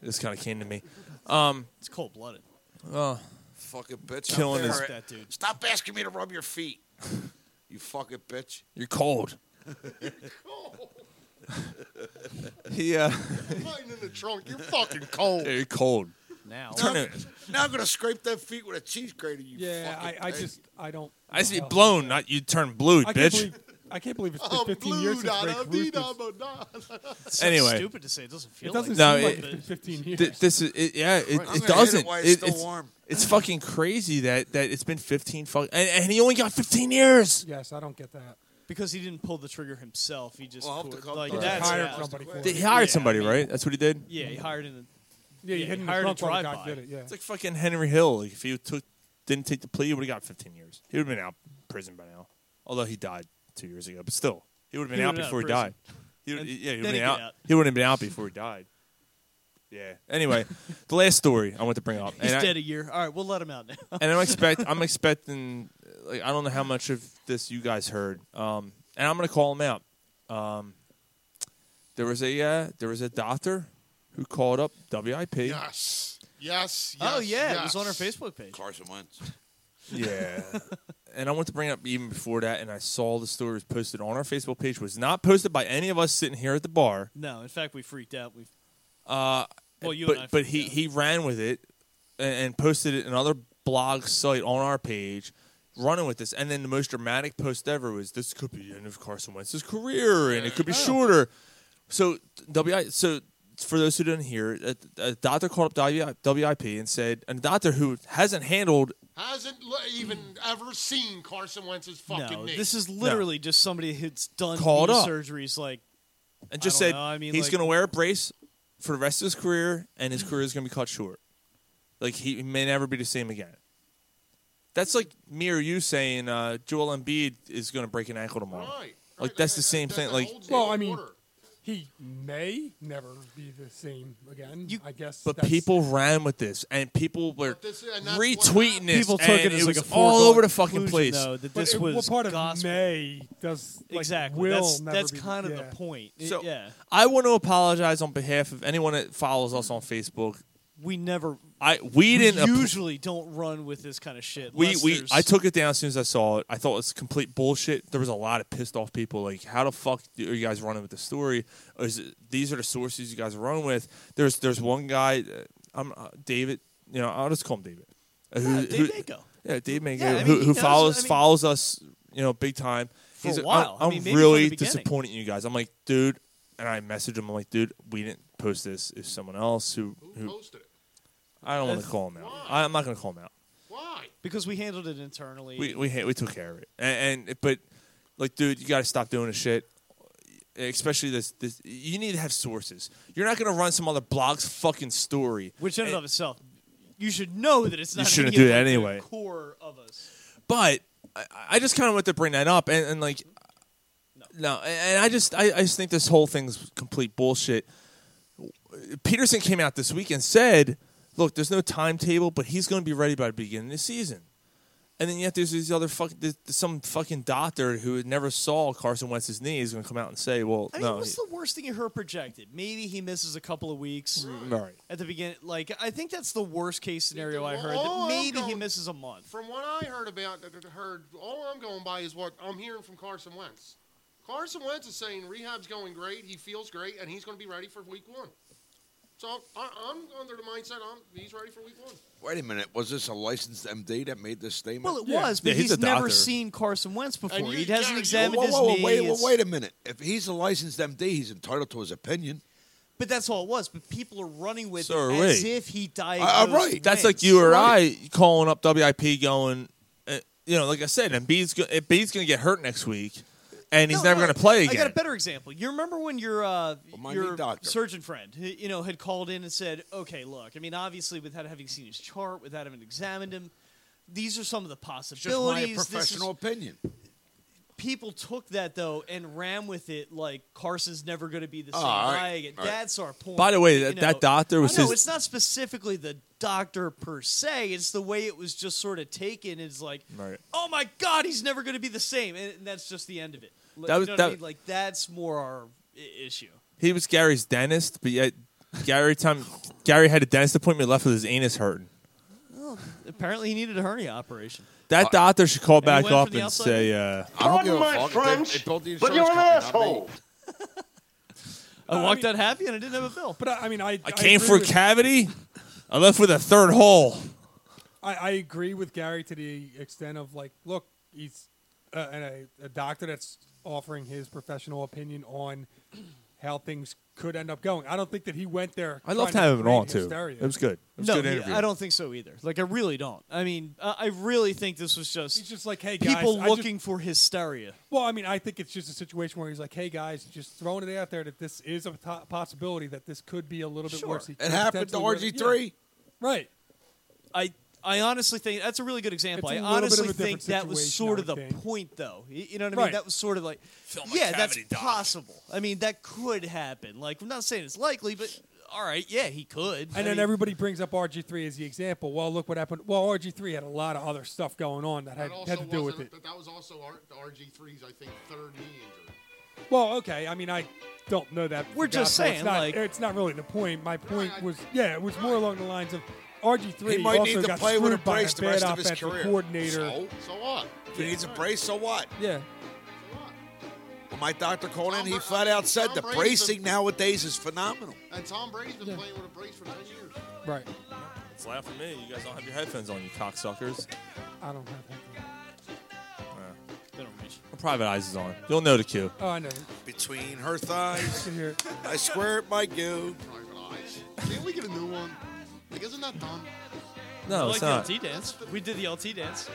this kind of came to me. Um,
It's cold blooded.
oh,
Fucking bitch. out
Killing
there.
his-
That dude.
Stop asking me to rub your feet. You fucking bitch.
you're cold. He uh,
Mine in the trunk. You're fucking cold.
you're cold.
Now.
Turn it.
Now I'm gonna scrape that feet with a cheese grater. You
Yeah,
fucking
I, I
bitch.
just I don't.
I just
know.
get blown, not you turn blue,
I can't
bitch.
believe, I can't believe it's been
I'm
15
blue,
years since
da,
Ray
da, dee,
Caruth
da,
was-
ba, da.
It's
Anyway.
stupid to say. It doesn't feel
It doesn't
like
No,
that,
it-
but-
been 15 years.
Th- this is it, yeah. It,
I'm gonna
it
hit
doesn't.
it while it's still
it's,
warm.
it's fucking crazy that that it's been 15 fuck and, and he only got 15 years.
yes, I don't get that.
because he didn't pull the trigger himself. He just
Well, I'll have
pulled-
to come
like
to
He
that's
hired
yeah.
somebody for
He
it.
hired
Yeah,
somebody,
I mean-
right? That's what he did.
Yeah, he hired in. yeah,
Yeah, you hit him in the
hired a
trunk while the guy
drive-by.
did it. Yeah.
It's like fucking Henry Hill. Like if he took didn't take the plea, he would have got 15 years. He would have been out of prison by now. Although he died two years ago, but still, he would have been
He
out
would've been
before he
out
died.
of
He would,
And
yeah, he
then
would
he'd
been
get
out.
out.
He wouldn't have been out before he died. Yeah. Anyway, the last story I want to bring up.
He's
and I-
dead a year. All right, we'll let him out now.
and I'm expect I'm expecting like I don't know how much of this you guys heard. Um, and I'm gonna call him out. Um, there was a uh, there was a doctor who called up WIP.
Yes. Yes. yes
oh yeah,
yes.
it was on our Facebook page.
Carson Wentz.
Yeah. and I want to bring up even before that, and I saw the story was posted on our Facebook page. Was not posted by any of us sitting here at the bar.
No, in fact, we freaked out. We
Uh,
Well, you
but
and I
but
freaked
he
out.
he ran with it and, and posted it in another blog site on our page, running with this. And then the most dramatic post ever was this could be the end of Carson Wentz's career, and it could be
Oh.
shorter. So WI so. For those who didn't hear, a, a doctor called up WIP and said, and a doctor who hasn't handled
Hasn't l- even ever seen Carson Wentz's fucking
no,
knee.
this is literally just somebody who's done
Called
knee
up.
surgeries. Like
and just
don't
said
know. I mean,
he's
like-
going to wear a brace for the rest of his career, and his career is going to be cut short. Like he may never be the same again. That's like me or you saying uh, Joel Embiid is going to break an ankle tomorrow.
Right.
Like that's the same thing. Like,
Well, I mean,
Order.
he may never be the same again. I guess.
but
that's-
people ran with this, and people were
this- and that's what
retweeting
happened.
this.
people took
and
it as like
was
a
all
foregone
over the fucking
conclusion,
place.
Though, that
But
this
it-
was
what part of
gospel.
May does like,
exactly.
Will
that's
never
that's
be-
kind of
yeah.
the point. It-
So
yeah,
I want to apologize on behalf of anyone that follows us on Facebook.
we never.
I we
We
didn't appro-
usually don't run with this kind of shit.
we
unless
we
there's-
I took it down as soon as I saw it. I thought it was complete bullshit. There was a lot of pissed off people. Like, how the fuck do- are you guys running with the story? Or is it, these are the sources you guys are running with? There's there's one guy, uh, I'm uh, David. You know, I'll just call him David. Uh, who-
Yeah,
who-
Dave Danko.
Yeah, Dave Mango,
Yeah, I mean,
who,
he
who
knows-
follows
I mean-
follows us. You know, big time.
For
He's
a
like,
while. I
I'm,
mean,
I'm
maybe from the
really
beginning.
disappointed in you guys. I'm like, dude, and I messaged him. I'm like, dude, we didn't post this. It's someone else who
Who
who
posted it?
I don't want to
That's-
call him out. I, I'm not gonna call him out.
Why?
because we handled it internally.
We we ha- we took care of it, and, and but like, dude, you got to stop doing this shit. especially this, this you need to have sources. You're not going to run some other blog's fucking story.
Which in and of itself, you should know that it's
You
not.
shouldn't
gonna
do
get,
that
like, the
anyway.
Core of us.
But I, I just kind of wanted to bring that up, and, and like, no, and I just I, I just think this whole thing's complete bullshit. Peterson came out this week and said, "Look, there's no timetable, but he's going to be ready by the beginning of the season." And then yet there's these other fucking there's some fucking doctor who never saw Carson Wentz's knee is going to come out and say, "Well,
I mean,
no,
what's
he-
the worst thing you heard projected? Maybe he misses a couple of weeks.
Right.
At the beginning, like I think that's the worst case scenario I heard.
all
That
I'm
maybe he
going-
misses a month.
From what I heard about, that- that heard all I'm going by is what I'm hearing from Carson Wentz. Carson Wentz is saying rehab's going great, he feels great, and he's going to be ready for Week One. So I, I'm under the mindset I'm, he's ready for Week One.
Wait a minute. Was this a licensed MD that made this statement?
Well, it was, but he's, never seen Carson Wentz before. He hasn't examined
whoa, whoa, whoa,
his knee.
Wait, whoa,
It's-
wait a minute. If he's a licensed MD, he's entitled to his opinion.
But that's all it was. But people are running with
So are
it as
we.
if he
Uh,
diagnosed.
right.
That's like you or I calling up WIP going, uh, you know, like I said, Embiid's go- Embiid's going to get hurt next week, and he's
No,
never
no,
going to play
I got
again.
a better example. You remember when your uh,
my
your
knee doctor.
surgeon friend, who, you know, had called in and said, "Okay, look. I mean, obviously, without having seen his chart, without having examined him, these are some of the
It's just my
possibilities. This is-
professional opinion.
people took that though and ran with it like Carson's never going to be the
Oh,
same
all right.
guy again.
All right.
That's our point.
By the way,
You
that- that doctor was
I know,
his-
it's not specifically the doctor per se. It's the way it was just sort of taken. It's like,
Right.
oh my god, he's never going to be the same, and, and that's just the end of it. Like,
That
you
was-
know what I
that-
mean? like that's more our I- issue.
He was Gary's dentist, but yet Gary time Gary had a dentist appointment left with his anus hurting.
Well, apparently, he needed a hernia operation.
That doctor should call
And he
back
went from
up
the
and
outside
say,
in.
uh,
Pardon my French, but you're an asshole.
I walked out happy and I didn't have a bill.
But I, I mean, I
"I came
agree
for a
with-
cavity. I left with a third hole."
I, I agree with Gary to the extent of like, look, he's uh, and a, a doctor that's offering his professional opinion on how things could end up going. I don't think that he went there.
I loved
trying to
having him on
create
too.
hysteria.
It was good. It was
no,
a good
yeah,
interview.
I don't think so either. Like I really don't. I mean, I I really think this was just
He's just like, hey guys,
people
I just-
looking for hysteria.
well, I mean, I think it's just a situation where he's like, hey guys, just throwing it out there that this is a to- possibility that this could be a little bit
Sure.
worse. He
It
could
happened to
potentially really-
RG3.
yeah. Right.
I I honestly think that's a really good example.
It's a
I
little bit of a
honestly
different
think that was
situation,
sort
I
of the
would think.
point, though. Y- You know what I mean?
Right.
That was sort of like,
my
yeah, that's
cavity, doc.
possible. I mean, that could happen. Like, I'm not saying it's likely, but all right, yeah, he could. I
And then
mean,
everybody brings up RG3 as the example. Well, look what happened. Well, RG3 had a lot of other stuff going on that had,
That also
had to do with
wasn't-
it.
But that was also R- the RG3's, I think, third knee injury.
Well, okay. I mean, I don't know that. for
We're just
gospel.
saying,
it's not,
like-
it's not really the point. My point was, yeah, it was more along the lines of RG three
He might
also
need to
got
play with
screwed
a
by
brace the
bad
rest of his
offensive
career.
coordinator.
So,
Oh. So what?
if he needs a brace, so what?
Yeah.
When my doctor called in, he flat out said the
Brady's
bracing
a-
nowadays is phenomenal.
And Tom Brady's been playing with a brace for 10 years.
Right.
It's loud for me. You guys don't have your headphones on, you cocksuckers.
I don't have that.
My private eyes is on. You'll know the cue.
Oh, I know.
Between her thighs,
I, can hear it.
I swear at my goo.
Can't we get a new one? Like, isn't that dumb?
No,
I
it's
like
not.
the LT dance. We did the LT dance.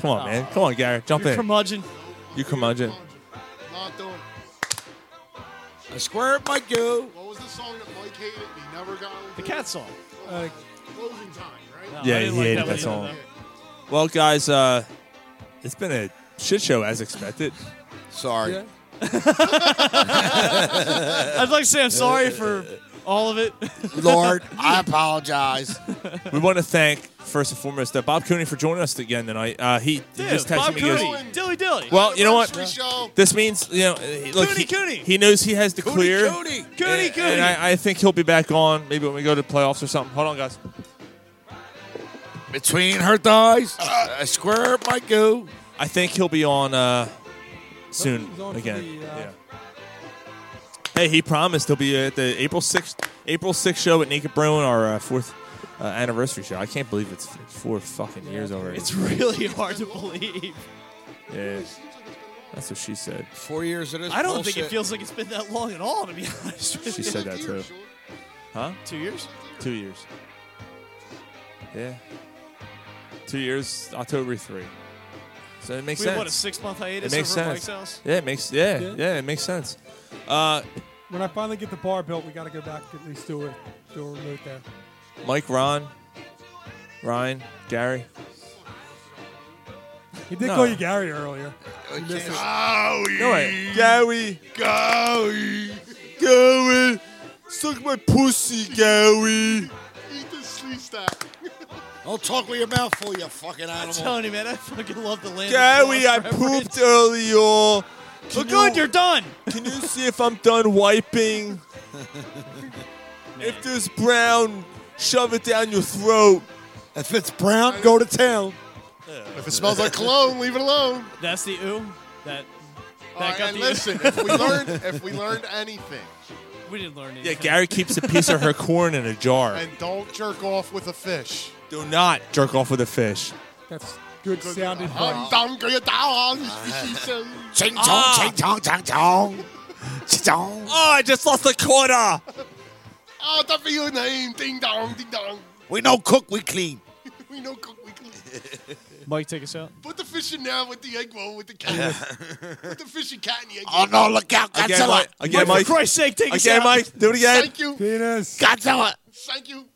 Come on, man. Come on, Gary. Jump
You're
in.
curmudgeon.
You curmudgeon.
Not doing.
I swear at my goo.
What was the song that Mike hated and he never got over?
The cat song. Oh,
Uh,
Closing time, right?
yeah, he hated that, song. Well, guys, uh, it's been a shit show as expected.
Sorry.
I'd like to say I'm sorry for
Uh,
all of it.
Lord, I apologize.
we want to thank first and foremost uh, Bob Cooney for joining us again tonight. Uh, he, he
Dude,
just texted
Bob
me. he goes,
Cooney, Dilly Dilly.
well, you know what?
Anniversary show.
This means you know, uh, look,
Cooney,
he,
Cooney.
he knows he has the clear. Eh,
Cooney. Cooney,
and,
Cooney.
and I, I think he'll be back on maybe when we go to playoffs or something. Hold on, guys.
Between her thighs, I square at my goo.
I think he'll be on uh, soon
He's on for
again.
the, uh,
yeah. Hey, he promised he'll be at the April sixth April sixth show at Naked Bruin, our uh, fourth uh, anniversary show. I can't believe it's four fucking years already.
It's really hard to believe.
yeah. That's what she said.
Four years of this.
I don't think
bullshit.
it feels like it's been that long at all, to be honest. with
She
you.
said that too. Huh?
Two years?
Two years. Yeah. Two years, October three. So it makes
We
sense.
had, what, a six-month hiatus
It makes
over at
sense.
Mike's house?
Yeah, it makes yeah,
Yeah.
yeah, it makes sense. Uh,
When I finally get the bar built, we got to go back at least do a do a remote there.
Mike, Ron, Ryan, Gary.
He did
No.
call you Gary earlier. You missed it.
No way. Gary. Gary. Gary. Suck my pussy, Gary.
Eat this sleeve stack.
Don't talk with your mouth full, you fucking
I'm
animal.
telling you, man, I fucking love the land.
Gary, I pooped earlier. Well,
good, you're done.
Can you see if I'm done wiping? if there's brown, shove it down your throat.
If it's brown, go to town.
If it smells like cologne, leave it alone.
That's the ooh. That. that
All right,
got
and
the
listen,
ooh.
if we learned, if we learned anything,
we didn't learn anything.
Yeah, Gary keeps a piece of her corn in a jar.
and don't jerk off with a fish.
Do not jerk off with a fish.
That's good sounding.
I'm down, go down.
Ching chong,
Ah.
ching chong, chong chong. Ching chong.
Oh, I just lost a quarter.
Out of your name, ding dong, ding dong.
We no cook, we clean.
We know cook, we clean.
Mike, take us out.
Put the fish in now with the egg roll with the cat. Put the fish and cat in the
Oh,
egg. roll.
Again, Mike. Again, Mike.
For Christ's sake, take us
Again,
out.
Mike. Do it again.
Thank you.
Penis.
Godzilla.
Thank you.